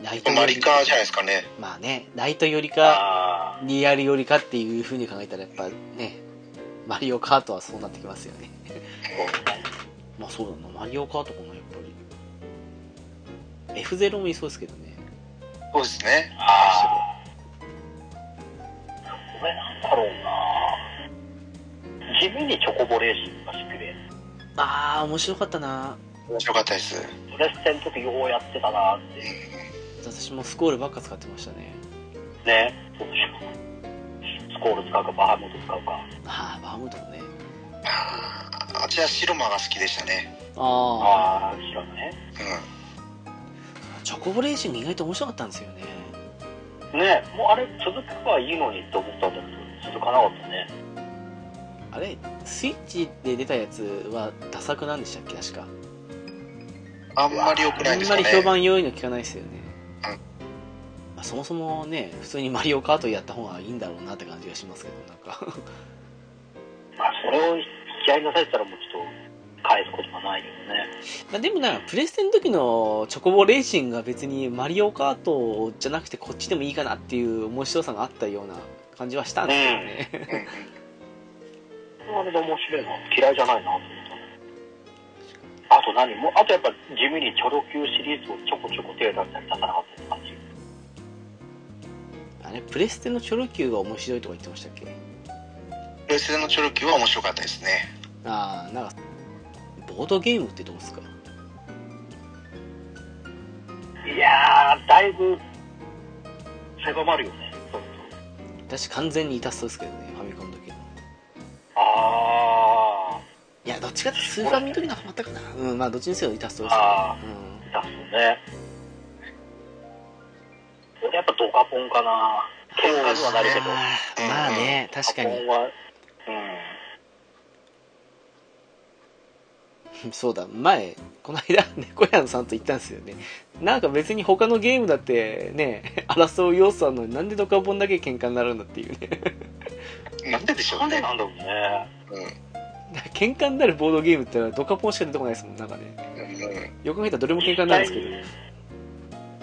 Speaker 1: ライ
Speaker 2: マリカーじゃないですかね。
Speaker 1: まあねライトよりか
Speaker 3: あ
Speaker 1: にやるよりかっていうふうに考えたらやっぱねマリオカートはそうなってきますよね <laughs> まあそうだなマリオカートかなやっぱり f 0もいそうですけどね
Speaker 2: そうですね
Speaker 3: あ。。ああ。これなんだろうな。地味にチョコボレーシンが好きで、
Speaker 1: ああ面白かったな
Speaker 2: 面白かったです。
Speaker 3: プレステの時ようやってたなっていう。
Speaker 1: 私もスコールばっか使ってましたね
Speaker 3: ね。そうでしょ。スコール使うか、バハムト使うか。
Speaker 1: ああバームトもね
Speaker 2: あちらシロマが好きでしたね。
Speaker 1: あ
Speaker 3: ああ、知らんね。
Speaker 2: う
Speaker 1: あチョコボレーシング意外と面白かったんですよね
Speaker 3: ねもうあれ続けばいいのにって思ったんだけど続かなかったね
Speaker 1: あれスイッチで出たやつはダ作なんでしたっけ確か
Speaker 2: ん。あんまり良くない
Speaker 1: あ
Speaker 2: んで
Speaker 1: ん
Speaker 2: す
Speaker 1: ま
Speaker 2: かね
Speaker 1: り。評判良いの聞かないですよね
Speaker 2: うん、
Speaker 1: まあ、そもそもね普通にマリオカートやった方がいいんだろうなって感じがしますけどなんか <laughs>
Speaker 3: まあそれを気合いなされてたらもうちょっと返すことがないけどね
Speaker 1: まあでもなんかプレステの時のチョコボレーシングが別にマリオカートじゃなくてこっちでもいいかなっていう面白さがあったような感じはしたんですよね、
Speaker 2: うんうん
Speaker 3: あれで面白いな嫌いじゃないなと思ったあと何もうあとやっぱ地味にチョロ Q シリーズをちょこちょこ手出したり出さなかったりって感
Speaker 1: <laughs>
Speaker 3: じ
Speaker 1: あれプレステのチョロ Q が面白いとか言ってましたっけ
Speaker 2: プレステのチョロキューは面白かったですね。
Speaker 1: ああなんかボードゲームってどうですか
Speaker 3: いやーだいぶ狭まるよねそうそう
Speaker 1: 私完全にイタストですけどねファミコンの時の
Speaker 3: あ
Speaker 1: いやどっちかってスーファミの時のハマったかなうんまあどっちにせよイタスト
Speaker 3: ー
Speaker 1: ですよ
Speaker 3: あ
Speaker 1: ねうん
Speaker 3: ー出すね俺やっぱドカポンかな喧嘩にはなるけど
Speaker 1: あーまあね、確か
Speaker 3: アコン
Speaker 1: に。
Speaker 3: はうん。
Speaker 1: <laughs> そうだ、前、この間、猫やんさんと言ったんですよね。なんか別に他のゲームだってね、 <laughs> 争う要素あるのになんでドカボンだけ喧嘩になるんだっていうね。 <laughs>
Speaker 2: なんででしょ
Speaker 3: な
Speaker 2: うん
Speaker 3: で
Speaker 2: ね。
Speaker 3: なんだろうね。
Speaker 2: うん。
Speaker 1: 喧嘩になるボードゲームってのはドカボンしか出てこないですもん、なんかね。
Speaker 2: うん
Speaker 1: よく見たらどれも喧嘩になるんですけど。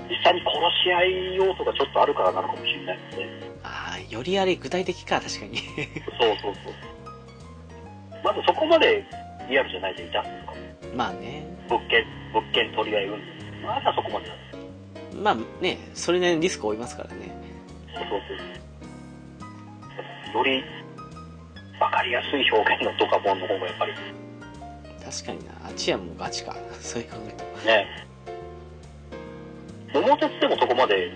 Speaker 3: 実際に殺し合い要素がちょっとあるからなのかもしれない
Speaker 1: <laughs>
Speaker 3: ですね。
Speaker 1: ああ、よりあれ具体的か、確かに。 <laughs>
Speaker 3: そうそうそう。まずそこまでリアルじゃないでいたんですか。
Speaker 1: まあね。
Speaker 3: 物件、物件取り合い運動。まだそこまでなんです
Speaker 1: まあね、それなりにリスクを負いますからね。
Speaker 3: そうそう。より分かりやすい表現のドカボンの方がやっぱり
Speaker 1: 確かにな。あっちはもうガチか。 <laughs> そういう考えと。
Speaker 3: ね。桃鉄でもそこまで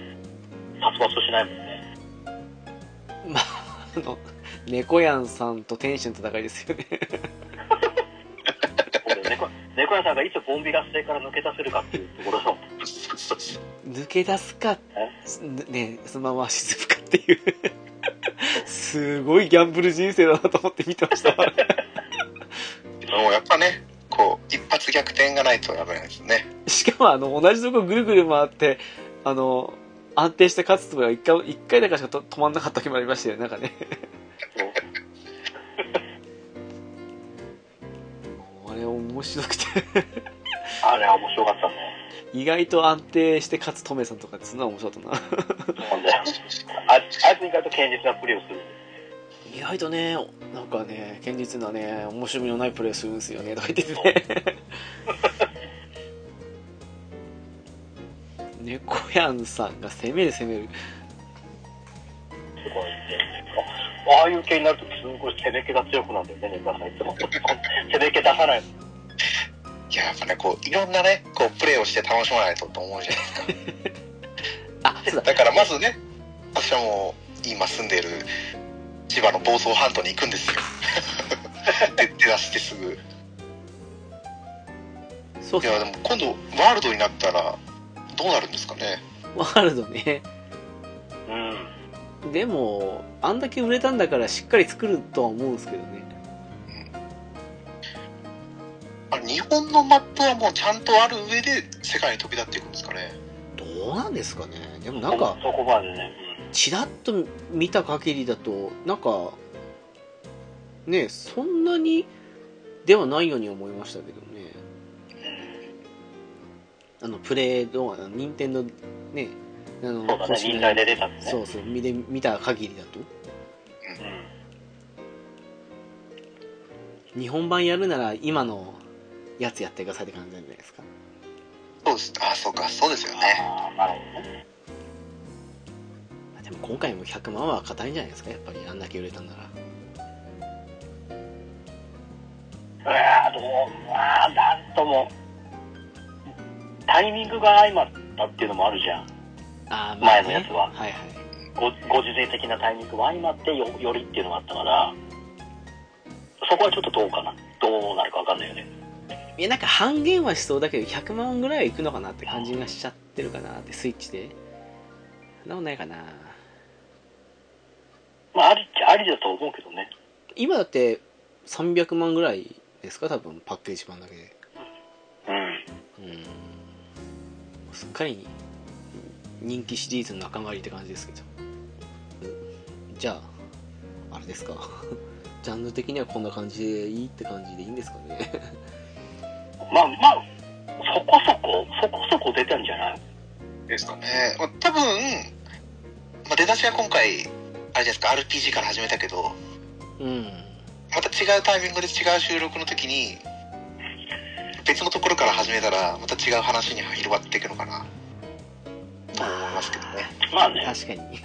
Speaker 3: 殺伐としないもんね。
Speaker 1: まあ、あの、猫やんさんと天使の戦いですよね。
Speaker 3: 僕猫猫屋さんがいつボンビラス性から抜け出せるかっていうところの。
Speaker 2: そうそうそう
Speaker 1: 抜け出すか、ね、そのまま沈むかっていうすごいギャンブル人生だなと思って見てました
Speaker 2: もうやっぱね、こう、一発逆転がないとダメなんですね。
Speaker 1: しかもあの同じとこぐるぐる回ってあの安定して勝つとかが一回一回だけしかと止まんなかった時もありましたよねなんかね <laughs> もうあれ面白くて <laughs>
Speaker 3: あれは面白かったね。
Speaker 1: 意外と安定して勝つトメさんとかっつうのは面白かったな
Speaker 3: そうね。ああいつ意外と堅実なプレーをする。
Speaker 1: 意外とねなんかね堅実なね面白みのないプレーするんですよねとか言っててね <laughs> 猫やんさんが攻める攻める
Speaker 3: すごいね。ああいう系になるとすごい攻め気が強くなるんだよね、猫屋さんいつも。攻め気出さない。
Speaker 2: いや、やっぱね、こう、いろんなね、こう、プレーをして楽しまないとと思うじゃないですか。
Speaker 1: あそうだ
Speaker 2: だからまずね、私はもう、今住んでいる千葉の房総半島に行くんです <laughs> よ。で、出だしてすぐ。
Speaker 1: そう
Speaker 2: いや、でも今度、ワールドになったら、どうなるんですかね。
Speaker 1: ワールドね
Speaker 3: うん。
Speaker 1: でもあんだけ売れたんだからしっかり作るとは思うんですけどね
Speaker 2: あれ日本のマップはもうちゃんとある上で世界に飛び立っていくんですかね
Speaker 1: どうなんですかねでもなんか
Speaker 3: そこまでね、
Speaker 1: ちらっと見た限りだとなんかねそんなにではないように思いましたけどねあのプレイ動画任天堂ねあ
Speaker 3: う
Speaker 1: の
Speaker 3: ん、そうだね
Speaker 1: 公、式
Speaker 3: 忍
Speaker 1: の
Speaker 3: 耐で出たんです
Speaker 1: そ
Speaker 3: ね。
Speaker 1: うそう見で見た限りだと
Speaker 3: うん
Speaker 1: 日本版やるなら今のやつやってくださいって感じなんじゃないですか
Speaker 2: そうですあそうかそうですよね
Speaker 3: ああ、なるほどね。
Speaker 1: あでも今回も100万は硬いんじゃないですかやっぱりあんだけ売れたんなら
Speaker 3: うわーどう、まあ、なんとも、タイミングが相まったっていうのもあるじゃん。
Speaker 1: あー
Speaker 3: 前のやつはい
Speaker 1: はい
Speaker 3: ごご時世的なタイミングも相まってよよりっていうのがあったから、そこはちょっとどうかな。どうなるかわかんないよね。
Speaker 1: いやなんか半減はしそうだけど100万ぐらいはいくのかなって感じがしちゃってるかなってスイッチでそんなもんないかな
Speaker 3: まあ、ありっちゃありだと思うけどね。
Speaker 1: 今だって300万ぐらいですか多分パッケージ版だけで
Speaker 3: うん。
Speaker 1: うんすっかり人気シリーズの仲間入りって感じですけどうんじゃああれですか <laughs> ジャンル的にはこんな感じでいいって感じでいいんですかね
Speaker 3: まあまあ、そこそこ、そこそこ出たんじゃない
Speaker 2: ですかね、まあ、多分、まあ、出だしは今回あれじゃないですか RPG から始めたけど
Speaker 1: うん
Speaker 2: また違うタイミングで違う収録の時に別のところから始めたらまた違う話に広がっていくのかなと思いますけどね
Speaker 3: まあね。
Speaker 1: 確かに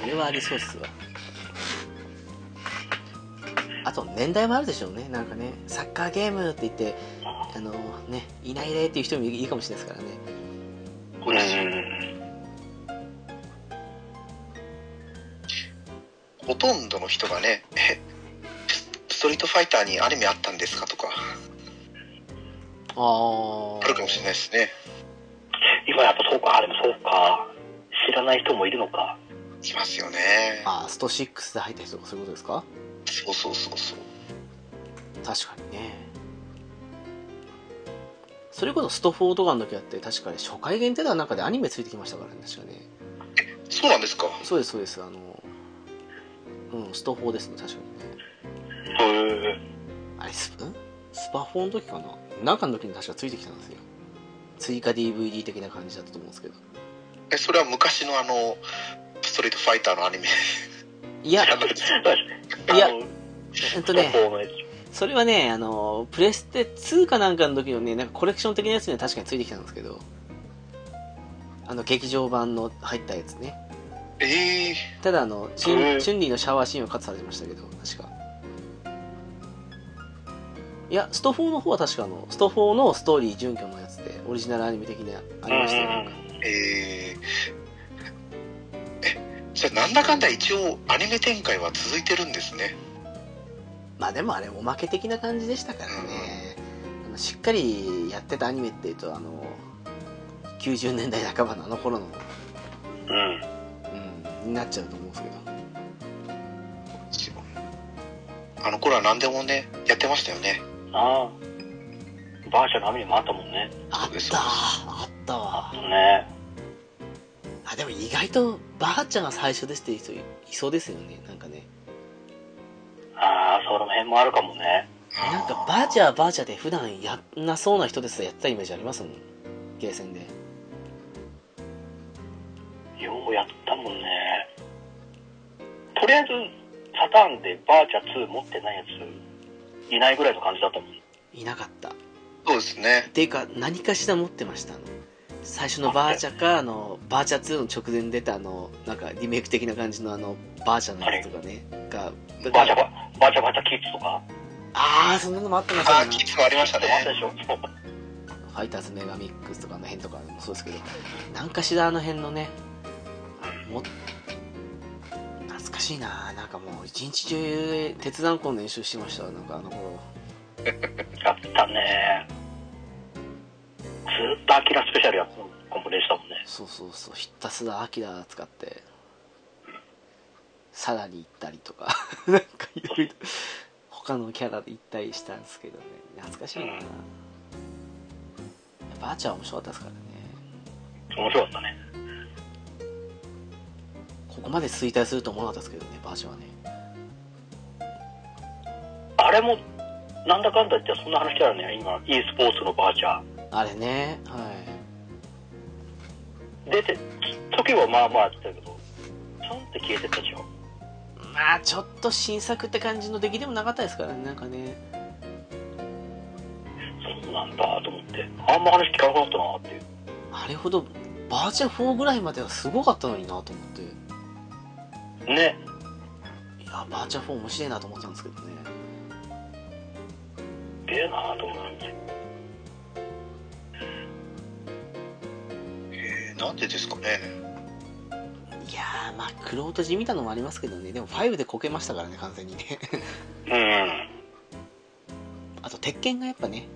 Speaker 1: それはありそうっすわあと年代もあるでしょうねなんかねサッカーゲームって言ってあのねいないでっていう人もいいかもしれないですからね
Speaker 3: うん。
Speaker 2: ほとんどの人がね「えストリートファイターにアニメあったんですか?」とか
Speaker 1: あ
Speaker 2: あるかもしれないですね
Speaker 3: 今やっぱそうか、あれもそうか。知らない人もいるのか。
Speaker 2: いますよね
Speaker 1: あースト6で入った人とかそういうことですか
Speaker 2: そうそうそうそう
Speaker 1: 確かにねそれこそスト4とかの時だって確かに初回限定だなんかでアニメついてきましたからね確かね
Speaker 2: そうなんですか
Speaker 1: そうですそうですあのうんスト4ですね確かにね
Speaker 3: へ
Speaker 1: あれスプスパ4の時かな中の時に確かついてきたんですよ追加 DVD 的な感じだったと思うんですけど
Speaker 2: えそれは昔のあのストリートファイターのアニメ
Speaker 1: いや
Speaker 2: なんですか
Speaker 1: いや
Speaker 3: あの
Speaker 1: えっとね
Speaker 3: こうのやつ
Speaker 1: それはねあのプレステ2かなんかの時のねなんかコレクション的なやつには確かについてきたんですけどあの劇場版の入ったやつね
Speaker 2: ええ
Speaker 1: ただあのチュン、
Speaker 3: うん
Speaker 1: チュンリーのシャワーシーンはカットされてましたけど確かいやスト4の方は確かあのスト4のストーリー準拠のやつでオリジナルアニメ的なありましたよなんか
Speaker 2: えーえじゃあなんだかんだ一応アニメ展開は続いてるんですね
Speaker 1: まあでもあれおまけ的な感じでしたからねあのしっかりやってたアニメっていうとあの90年代半ばのあの頃の、
Speaker 3: うん。
Speaker 1: うん、になっちゃうと思うんですけど
Speaker 2: あの頃は何でもねやってましたよね
Speaker 3: ああ。バーチャルの網にもあったもんね。
Speaker 1: あったあったわ
Speaker 3: ね。
Speaker 1: あでも意外とばあちゃんが最初ですっていう人いそうですよねなんかね
Speaker 3: ああ、その辺もあるかもね。
Speaker 1: なんかばあちゃんはばあちゃんで普段やんなそうな人ですらやってたイメージありますもんゲーセンで
Speaker 3: ようやったもんね。とりあえず、サターンでバーチャ2持ってないやつ、いないぐらいの感じだったもん。
Speaker 1: いなかったっ
Speaker 2: そうですね
Speaker 1: ていうか何かしら持ってましたあの最初のバーチャかあのバーチャ2の直前に出たあのなんかリメイク的な感じのあのバーチャのやつとかねが
Speaker 3: バーチャバ、バーチャバーチャキッズとか。
Speaker 1: ああそんなのもあってました
Speaker 2: あ
Speaker 1: よ
Speaker 2: ー
Speaker 1: ね
Speaker 2: キッズもありました
Speaker 3: あった
Speaker 2: ね
Speaker 3: でしょ。そう
Speaker 1: ファイターズメガミックスとかあの辺とかもそうですけど何かしらあの辺のねあも懐かしいななんかもう一日中鉄断コンの練習してましたなんかあの頃
Speaker 3: やったね。ずーっとアキラスペシャルやったもん。コンプレイしたもんね
Speaker 1: そうそうそうひたすらアキラ使ってさらに行ったりとか <laughs> なんかいろいろ他のキャラで行ったりしたんですけどね懐かしいなやっぱアーチャー面白かったですからね
Speaker 3: 面白かったね
Speaker 1: ここまで衰退すると思わなかったですけどねバーチャーはね
Speaker 3: あれもなんだかんだ言ってそんな話だよね今 e スポーツのバーチャー
Speaker 1: あれねはい
Speaker 3: 出て時はまあまああったけどちょんって消えてったでしょ
Speaker 1: まあちょっと新作って感じの出来でもなかったですからねなんかね
Speaker 3: そうなんだと思ってあんま話聞かなくなったなっていう
Speaker 1: あれほどバーチャ4ぐらいまではすごかったのになと思ってい
Speaker 3: ね
Speaker 1: やバーチャ4面白いなと思ったんですけどね
Speaker 3: でえなと思って
Speaker 2: えー、なんでですかね
Speaker 1: いやーまあクロート地見たのもありますけどねでも5でこけましたからね完全にね <laughs>
Speaker 3: うん
Speaker 1: あと鉄拳がやっぱね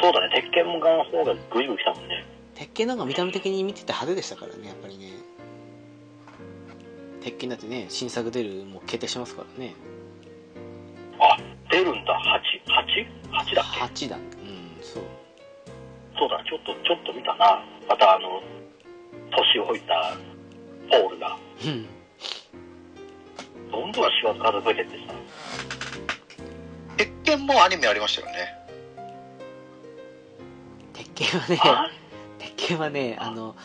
Speaker 3: そうだね鉄拳もガン方がグイグイ来たもんね
Speaker 1: 鉄拳なんか見た目的に見てて派手でしたからねやっぱりね鉄拳だってね新作出るもう決定してますからね
Speaker 3: あ出るんだ8 8 8だっけ
Speaker 1: 8だうんそう
Speaker 3: そうだちょっとちょっと見たなまたあの年老いたポールが
Speaker 1: うん
Speaker 3: どんどん仕事が増えてって <laughs> さ
Speaker 2: 鉄拳もアニメありましたよね
Speaker 1: 鉄拳はね
Speaker 3: あ
Speaker 1: 鉄拳はねあの、
Speaker 3: うん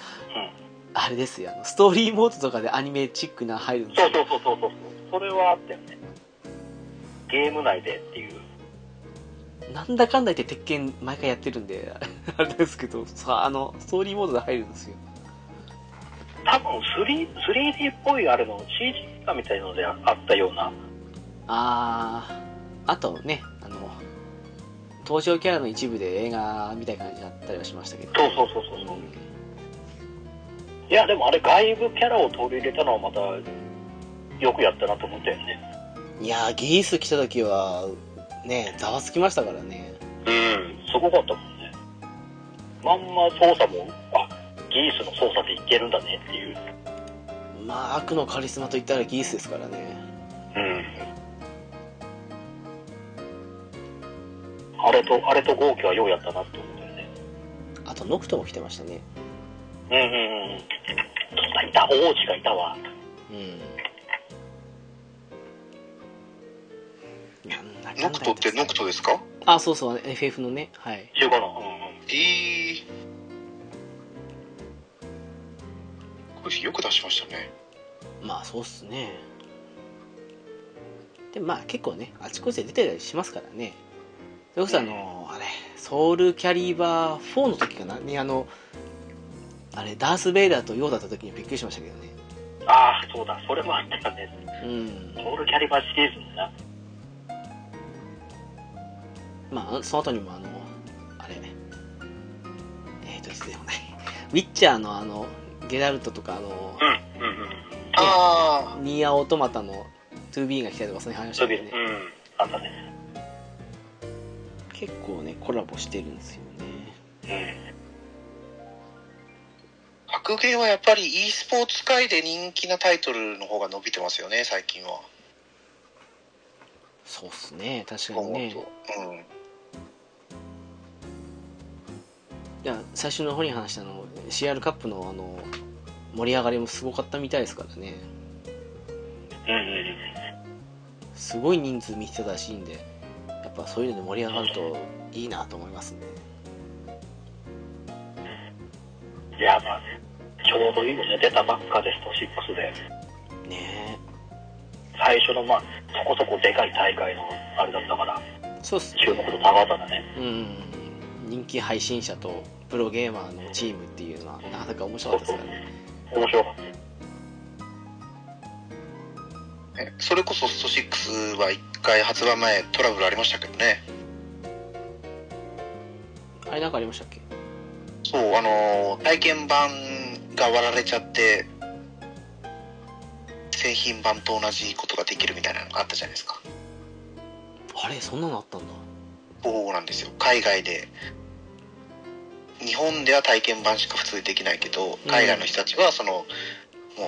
Speaker 1: あれですよあのストーリーモードとかでアニメチックな入るんです
Speaker 3: そ
Speaker 1: よ
Speaker 3: うそうそうそうそうそれはあったよねゲーム内でっていう
Speaker 1: なんだかんだ言って鉄拳毎回やってるんであれですけどさあのストーリーモードで入るんですよ
Speaker 3: 多分 3- 3D っぽいあれの CG 化みたいのであったような
Speaker 1: あーあとねあの登場キャラの一部で映画みたいな感じだったりはしましたけど
Speaker 3: そうそうそうそうそういやでもあれ外部キャラを取り入れたのはまたよくやったなと思ったよね
Speaker 1: いやーギース来た時はねざわつきましたからね
Speaker 3: うんすごかったもんねまんま操作もあギースの操作でいけるんだねっていう
Speaker 1: まあ悪のカリスマと言ったらギースですからね
Speaker 3: うんあれとあれと豪輝はようやったなって思ったよね
Speaker 1: あとノクトも来てましたね
Speaker 3: うんうんうんそうだいた王子がいたわ
Speaker 1: うんなんだかんだ言
Speaker 2: ノクトってノクトですか
Speaker 1: あそうそう FF のねはい
Speaker 3: 中華のうんうん
Speaker 2: えー、これよく出しましたね
Speaker 1: まあそうっすねでまあ結構ねあちこちで出てたりしますからねそれこそあのあれソウルキャリバー4の時かなにあのあれダース・ベイダーとヨーダだった時にびっくりしましたけどね
Speaker 3: ああそうだそれもあったよね
Speaker 1: うん
Speaker 3: ソウルキャリバーシリーズのな
Speaker 1: まあその後にもあのあれえっ、ー、と出てこないウィッチャーのあのゲラルトとかあの
Speaker 3: うんうんうん
Speaker 2: あ
Speaker 1: ニーア・オートマタの 2B が来たりとかそういう話だ
Speaker 3: そう
Speaker 1: け
Speaker 3: い
Speaker 1: ど
Speaker 3: う
Speaker 1: ね
Speaker 3: うんあったね
Speaker 1: 結構ねコラボしてるんですよね
Speaker 3: うん
Speaker 2: あ格ゲーはやっぱり e スポーツ界で人気なタイトルの方が伸びてますよね最近は
Speaker 1: そうっすね確か
Speaker 2: 思
Speaker 1: に
Speaker 2: うと、
Speaker 1: ね
Speaker 2: うん
Speaker 1: いや最初の方に話したあの CR カップのあの盛り上がりもすごかったみたいですからね
Speaker 3: うんうんうん
Speaker 1: すごい人数見てたらしいんでやっぱそういうので盛り上がるといいなと思いますね
Speaker 3: いやまあちょうどいいよね出たばっかでスト6で
Speaker 1: ね
Speaker 3: 最初のまあそこそこでかい大会のあれだったから
Speaker 1: えそうっす
Speaker 3: 注目度高かったんだね
Speaker 1: うん人気配信者とプロゲーマーのチームっていうのはなかなか面白かったですからね
Speaker 3: 面白かった
Speaker 2: ねそれこそスト6は1回発売前トラブルありましたけどね
Speaker 1: あれなんかありましたっけ
Speaker 2: そうあのー体験版が割られちゃって製品版と同じことができるみたいなのがあったじゃないですか
Speaker 1: あれそんなのあったんだ
Speaker 2: そうなんですよ海外で日本では体験版しか普通にできないけど
Speaker 1: うん
Speaker 2: 海外の人たちはその、も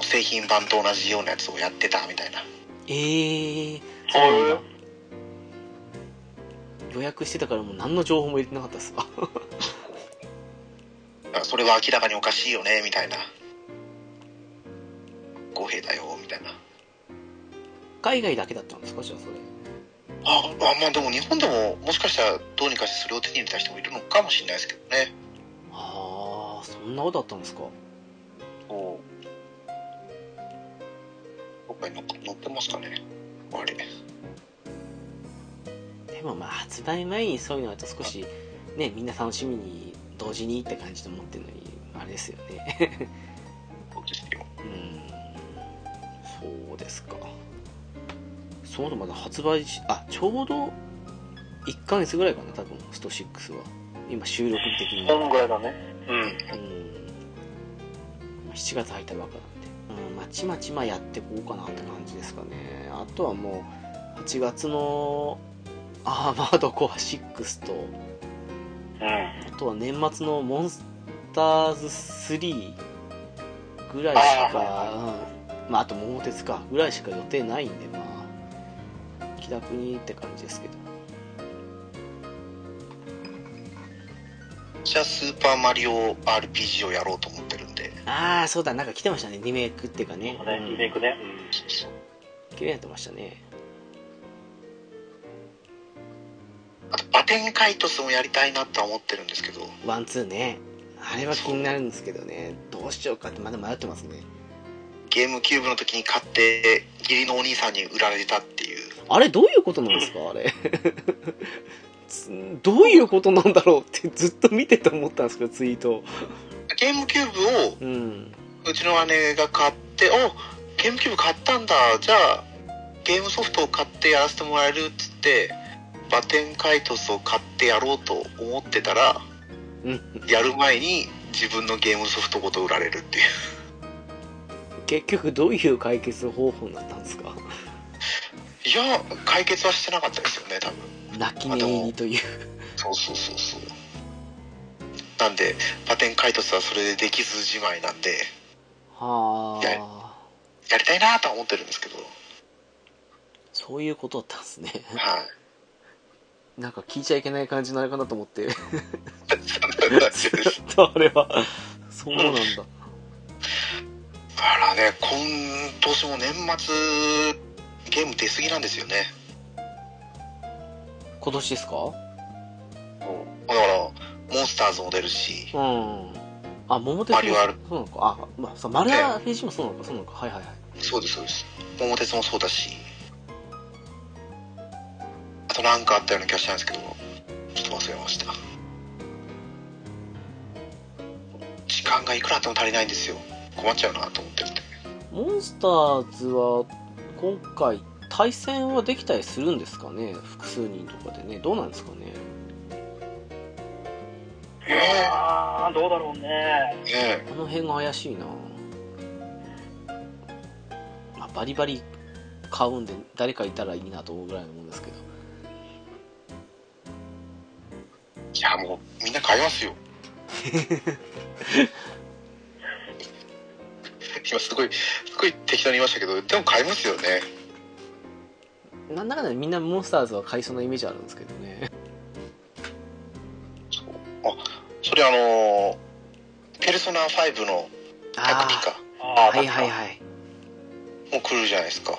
Speaker 2: う製品版と同じようなやつをやってたみたいな
Speaker 1: ええ
Speaker 3: そういうの
Speaker 1: 予約してたからもう何の情報も入れてなかったっすわ
Speaker 2: だからそれは明らかにおかしいよねみたいな公平だよみたいな
Speaker 1: 海外だけだったんですかじゃあそれ
Speaker 2: ああまあでも日本でももしかしたらどうにかしてそれを手に入れた人もいるのかもしれないですけどね
Speaker 1: ああそんなことだったんですか
Speaker 2: お今回乗っ乗ってますかねあれ
Speaker 1: でもまあ発売前にそういうのだと少しねみんな楽しみに同時にって感じで思ってるのにあれですよね
Speaker 2: そうですよ
Speaker 1: うんそうですかそうだまだ発売しあちょうど1ヶ月ぐらいかな多分スト6は今収録的に
Speaker 3: そんぐらいだね。
Speaker 2: うん
Speaker 1: うん、7月入ったばっかなんで、うん、まちまちまやってこうかなって感じですかねあとはもう8月のアーマードコア6と
Speaker 3: うん。
Speaker 1: あとは年末のモンスターズ3ぐらいしか、うんまあ、あと桃鉄かぐらいしか予定ないんでまあ気楽にって感じですけど
Speaker 2: じゃあスーパーマリオ RPG をやろうと思ってるんで
Speaker 1: ああそうだなんか来てましたねリメイクっていうかね
Speaker 3: そうね、リメイクね。
Speaker 1: 綺麗になってましたね
Speaker 2: あとバテンカイトスもやりたいなとは思ってるんですけど
Speaker 1: ワンツーねあれは気になるんですけどねどうしようかってまだ迷ってますね
Speaker 2: ゲームキューブの時に買って義理のお兄さんに売られたっていう
Speaker 1: あれどういうことなんですかあれ <laughs> つどういうことなんだろうってずっと見てて思ったんですけどツイート
Speaker 2: ゲームキューブ
Speaker 1: う
Speaker 2: を
Speaker 1: ん
Speaker 2: うちの姉が買って「おゲームキューブ買ったんだじゃあゲームソフトを買ってやらせてもらえる」っつってバテンカイトスを買ってやろうと思ってたら
Speaker 1: うん
Speaker 2: やる前に自分のゲームソフトごと売られるっていう
Speaker 1: 結局どういう解決方法になったんですか
Speaker 2: いや解決はしてなかったですよね多分
Speaker 1: 泣き寝入りという
Speaker 2: そうそうそうそうなんでバテンカイトスはそれでできずじまいなんで
Speaker 1: はあ
Speaker 2: やりたいなとは思ってるんですけど
Speaker 1: そういうことだったんですね <laughs>
Speaker 2: はい
Speaker 1: なんか聞いちゃいけない感じのあれかなと思
Speaker 2: <laughs>
Speaker 1: って
Speaker 2: そんな感
Speaker 1: ず
Speaker 2: じです
Speaker 1: っとあれはそうなんだ
Speaker 2: だからね今年も年末ゲーム出過ぎなんですよね
Speaker 1: 今年ですか
Speaker 2: だからモンスターズも出るし
Speaker 1: うん。あ、桃鉄
Speaker 2: マリオ R-
Speaker 1: そうなのか。あ、まあ、そうマルア RPG もそうなのか、そうなのか。はいはいはい。
Speaker 2: そうですそうです桃鉄もそうだしあと何かあったような気がしたんですけどちょっと忘れました時間がいくらあっても足りないんですよ困っちゃうなと思ってるんで
Speaker 1: モンスターズは、今回、対戦はできたりするんですかね複数人とかでね。どうなんですかね
Speaker 3: ああ、どうだろうね。
Speaker 2: ね
Speaker 1: この辺が怪しいなまあ、バリバリ買うんで、誰かいたらいいなと思うぐらいのもんですけど。
Speaker 2: えいやもうみんな買いますよ今すごいすごい適当に言いましたけどでも買いますよね
Speaker 1: なんだかんだでみんなモンスターズは買いそうなイメージあるんですけど
Speaker 2: <laughs>
Speaker 1: ね。
Speaker 2: そうあそれあのーペルソナ5のタクティカ
Speaker 3: あ
Speaker 1: あ
Speaker 3: あ、
Speaker 1: ー、はいはい
Speaker 3: い。
Speaker 1: はい。
Speaker 2: もう来るじゃないですか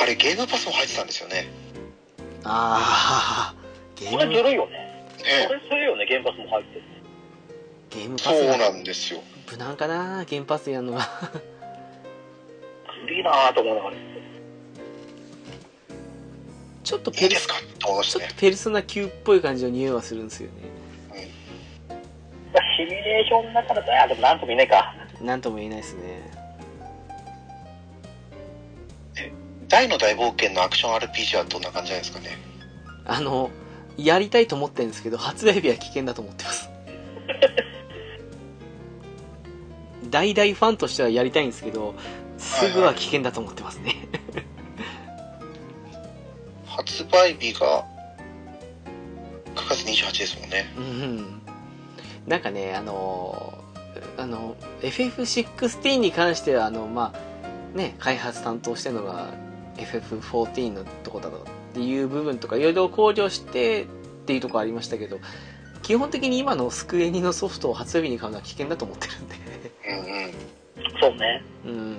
Speaker 2: あれゲームパスも入ってたんですよね
Speaker 1: ああ、ゲ
Speaker 3: これ
Speaker 1: ー
Speaker 3: ず
Speaker 1: ム、
Speaker 3: るいよね。こ
Speaker 2: ね
Speaker 3: れずるいよね、原発も入ってる。
Speaker 1: ゲームパス
Speaker 2: そう
Speaker 1: が
Speaker 2: なんですよ
Speaker 1: 無難かな原発やるのが
Speaker 3: ずるいなーと思いながら。
Speaker 1: ちょっと
Speaker 2: い
Speaker 1: ペ
Speaker 2: い
Speaker 1: ル
Speaker 2: ですかと思いまし
Speaker 1: ち
Speaker 2: た
Speaker 1: ょっ
Speaker 2: ね
Speaker 1: とペルソナ9っぽい感じの匂いはするんですよね
Speaker 3: シミュレーションの中だと、あーでもなんともいないか。
Speaker 1: なんとも言えないですね
Speaker 2: 大の大冒険のアクション RPG はどんな感じなんですかね
Speaker 1: あのやりたいと思ってるんですけど発売日は危険だと思ってます大々ファンとしてはやりたいんですけどすぐは危険だと思ってますね
Speaker 2: 発売日が9 9月28ですもんね
Speaker 1: うんなんかねあのーあの FF16 に関してはあのまあね開発担当してるのが FF14 のとこだろうっていう部分とかいろいろ考慮してっていうとこありましたけど基本的に今のスクエニのソフトを発売日に買うのは危険だと思ってるんで
Speaker 2: うんうんね
Speaker 3: そうね。
Speaker 1: うん
Speaker 2: え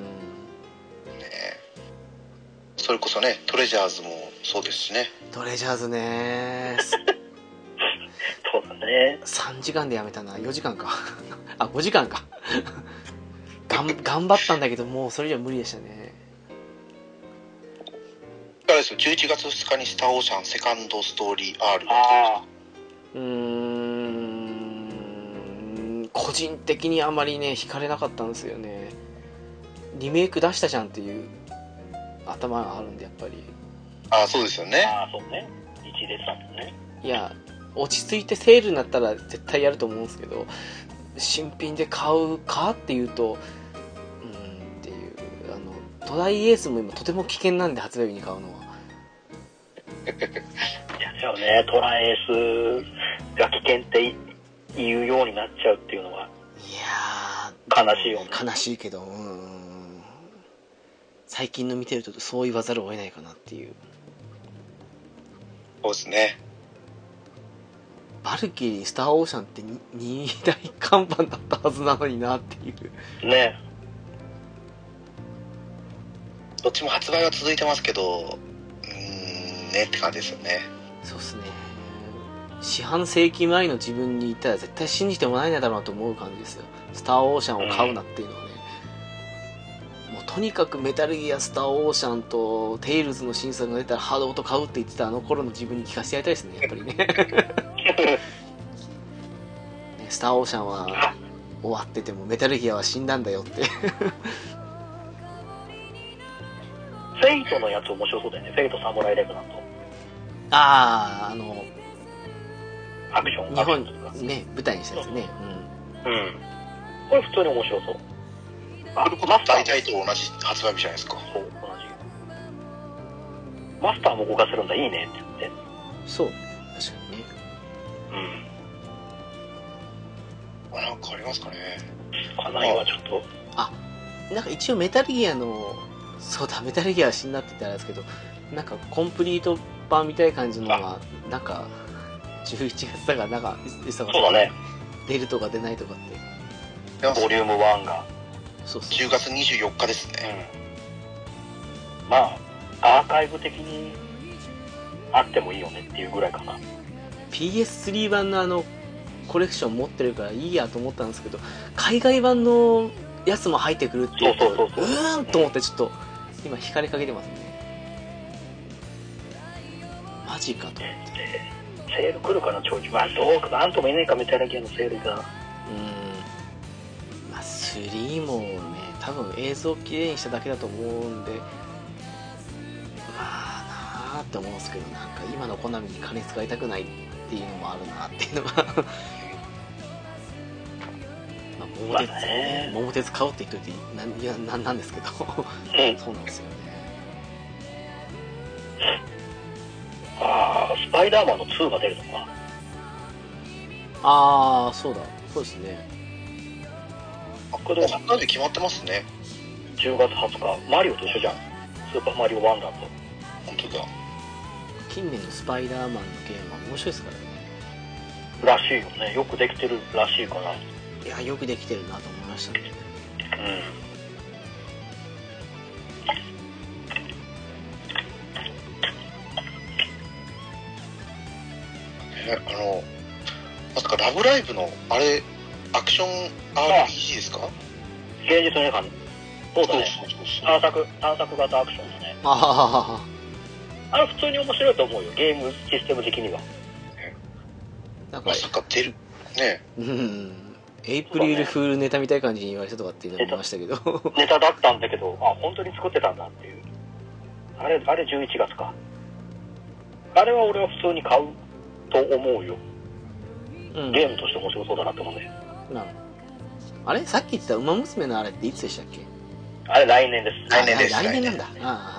Speaker 2: それこそねトレジャーズもそうですしね
Speaker 1: トレジャーズね
Speaker 3: そうだね。
Speaker 1: 3時間でやめたな4時間か <laughs> あ5時間か <laughs> がん頑張ったんだけどもうそれじゃ無理でしたね
Speaker 2: あれですよ11月2日に「スターオーシャンセカンドストーリー R」
Speaker 3: ああ、
Speaker 1: うーん個人的にあまりね惹かれなかったんですよねリメイク出したじゃんっていう頭があるんでやっぱり
Speaker 2: ああそうですよね
Speaker 3: ああ、そうね。一列だもんね。
Speaker 1: いや落ち着いてセールになったら絶対やると思うんですけど新品で買うかっていうとうーんっていうあのトライエースも今とても危険なんで発売日に買うのはい
Speaker 3: や、そうね。トラエースが危険って言うようになっちゃうっていうの
Speaker 1: い
Speaker 3: は。
Speaker 1: やー
Speaker 3: 悲しいよね
Speaker 1: 悲しいけどうんうんうん最近の見てるとそう言わざるを得ないかなっていう
Speaker 2: そうですね
Speaker 1: バルキリースターオーシャンってに <laughs> 二大看板だったはずなのになっていう
Speaker 3: ね。 <laughs>
Speaker 2: どっちも発売は続いてますけどうーんねって感じですよね
Speaker 1: そうっすね四半世紀前の自分に言ったら絶対信じてもらえないだろうなと思う感じですよスターオーシャンを買うなっていうのはね、もうとにかくメタルギアスターオーシャンとテイルズの新作が出たらハードオート買うって言ってたあの頃の自分に聞かせてやりたいですねやっぱり <laughs> ねねスターオーシャンは終わっててもメタルギアは死んだんだよって
Speaker 3: フェイトのやつ面白そうだよね。フェイトサムライレブランド。
Speaker 1: あああの
Speaker 3: アクション、
Speaker 1: 日
Speaker 3: アクションとか。
Speaker 1: 本ね舞台にしたやつね、
Speaker 3: うん。これ普通に面白そう。あ、マスター
Speaker 2: 大体と同じ発売日じゃないですか
Speaker 3: そう、同じ。マスターも動かせるんだ、いいねって言
Speaker 1: うん、
Speaker 3: って。
Speaker 1: そう確かにね
Speaker 3: うん。
Speaker 2: あなんかありますかね
Speaker 3: かなりはちょっと。
Speaker 1: なんか一応メタルギアのそうだメタルギアは死んだって言ったらあれですけどなんかコンプリート版みたいな感じのがなんか11月だからなんか忙しそう
Speaker 3: そうだね。
Speaker 1: 出るとか出ないとかって
Speaker 2: でも
Speaker 3: ボリューム1が。
Speaker 1: そうそう
Speaker 2: 10月24日ですね
Speaker 3: うん。まあ、アーカイブ的にあってもいいよねっていうぐらいかな。
Speaker 1: PS3 版のあのコレクション持ってるからいいやと思ったんですけど海外版のやつも入ってくるっていうと
Speaker 3: そうそうそうそう
Speaker 1: ーんと思ってちょっと今惹かれかけてますねマジかと思って
Speaker 3: セール来るかな、長期。まあ、どうかなんとも言えないか、みたいな系のセールが。
Speaker 1: うんまあ3もね多分映像をきれいにしただけだと思うんでまあなあって思うんですけどなんか今のコナミに金使いたくないっていうのもあるなっていうのが <laughs> まあ桃鉄、
Speaker 3: まあね
Speaker 1: 桃鉄買おうって言っといてなんいやなんなんですけど
Speaker 3: うん。
Speaker 1: そうなんですよね
Speaker 3: ああ、スパイダーマンの2が出るのか。
Speaker 1: ああそうだそうですね
Speaker 3: これ
Speaker 2: もう
Speaker 3: でも
Speaker 2: 発売日決まってますね
Speaker 3: 10月20日、マリオと一緒じゃん。スーパーマリオワンダーと。
Speaker 2: 本当だ
Speaker 1: 近年のスパイダーマンのゲームは面白いですからね
Speaker 3: らしいよね。よくできてるらしいから。
Speaker 1: いやよくできてるなと思いましたね
Speaker 2: えあのまさか「ラブライブ!」のあれアクション RPG ですか
Speaker 3: 芸術の映画そうだね
Speaker 2: そうそうそう
Speaker 3: 探索探索型アクションだね
Speaker 1: あはははは
Speaker 3: あれ普通に面白いと思うよゲームシステム的には
Speaker 1: なんか
Speaker 2: ま、さか出るね
Speaker 1: うん、エイプリルフールネタみたいな感じに言われたとかっていうのもありましたけど、
Speaker 3: ネタだったんだけどあ本当に作ってたんだっていうあれあれ11月かあれは俺は普通に買うと思うよ
Speaker 1: うん、
Speaker 3: ゲームとして面白そうだなって思うね
Speaker 1: なるあれさっき言ってた「ウマ娘」のあれっていつでしたっけ
Speaker 3: あれ来年です
Speaker 2: 来年です
Speaker 1: あ来年なんだあ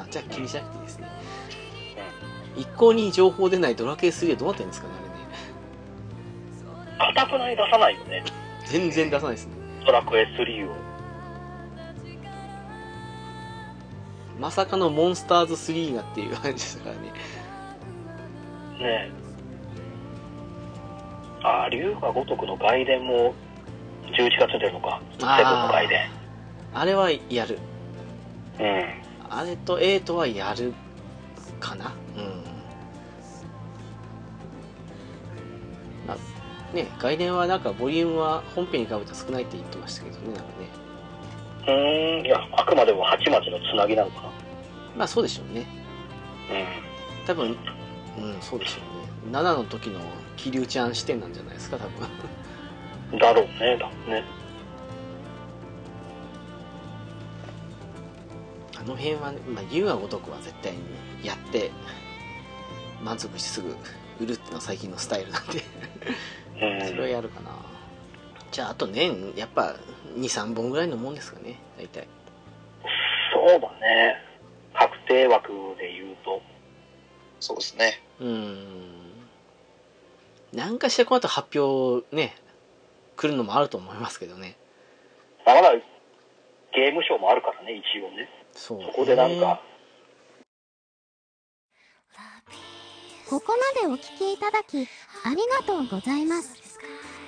Speaker 1: あじゃあ気にしなくていいですね、一向に情報出ないドラケー3はどうなってるんですかねあれね
Speaker 3: かたくなに出さないよね
Speaker 1: 全然出さないですね
Speaker 3: ドラクエ3を
Speaker 1: まさかのモンスターズ3がっていう感じですからね
Speaker 3: ねえああ龍が如くの外伝も11月に出るのかセブンの外伝
Speaker 1: あれはやる
Speaker 3: うん
Speaker 1: あれと8はやるかなうんあね外伝はなんかボリュームは本編に比べて少ないって言ってましたけどねなんかね
Speaker 3: うーんいやあくまでも8町のつなぎなのかな
Speaker 1: まあそうでしょうね
Speaker 3: う
Speaker 1: 多分うんそうでしょうね7の時の桐生ちゃん視点なんじゃないですか多分 <laughs>
Speaker 3: んだろうねだろうね
Speaker 1: あの辺はね、まあ、優雅ごとくは絶対にやって満足してすぐ売るっていうのは最近のスタイルなんで
Speaker 3: うん
Speaker 1: それはやるかなじゃああと年やっぱ23本ぐらいのもんですかね大体
Speaker 3: そうだね確定枠で言うと
Speaker 2: そうですね。
Speaker 1: うーん何かしてこの後発表ね来るのもあると思いますけどね
Speaker 3: まあまだゲームショーもあるからね一応ね
Speaker 1: そう
Speaker 3: そこでなんか
Speaker 4: ここまでお聞きいただき、ありがとうございます。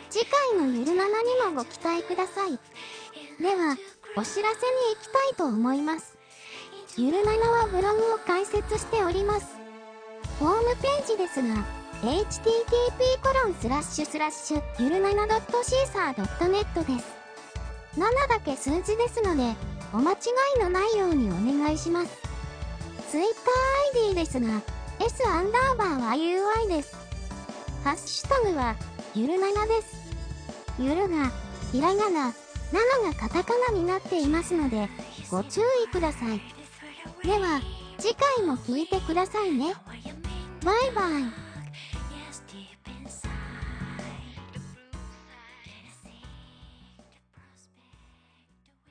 Speaker 4: 次回のゆるななにもご期待ください。では、お知らせに行きたいと思います。ゆるななはブログを開設しております。ホームページですが、http:// ゆるなな .caesar.net です。7だけ数字ですので、お間違いのないようにお願いします。TwitterID ですが、S アンダーバーは UI です。ハッシュタグは、ゆるななです。ゆるが、ひらがな、7がカタカナになっていますので、ご注意ください。では、次回も聞いてくださいね。バイバイ。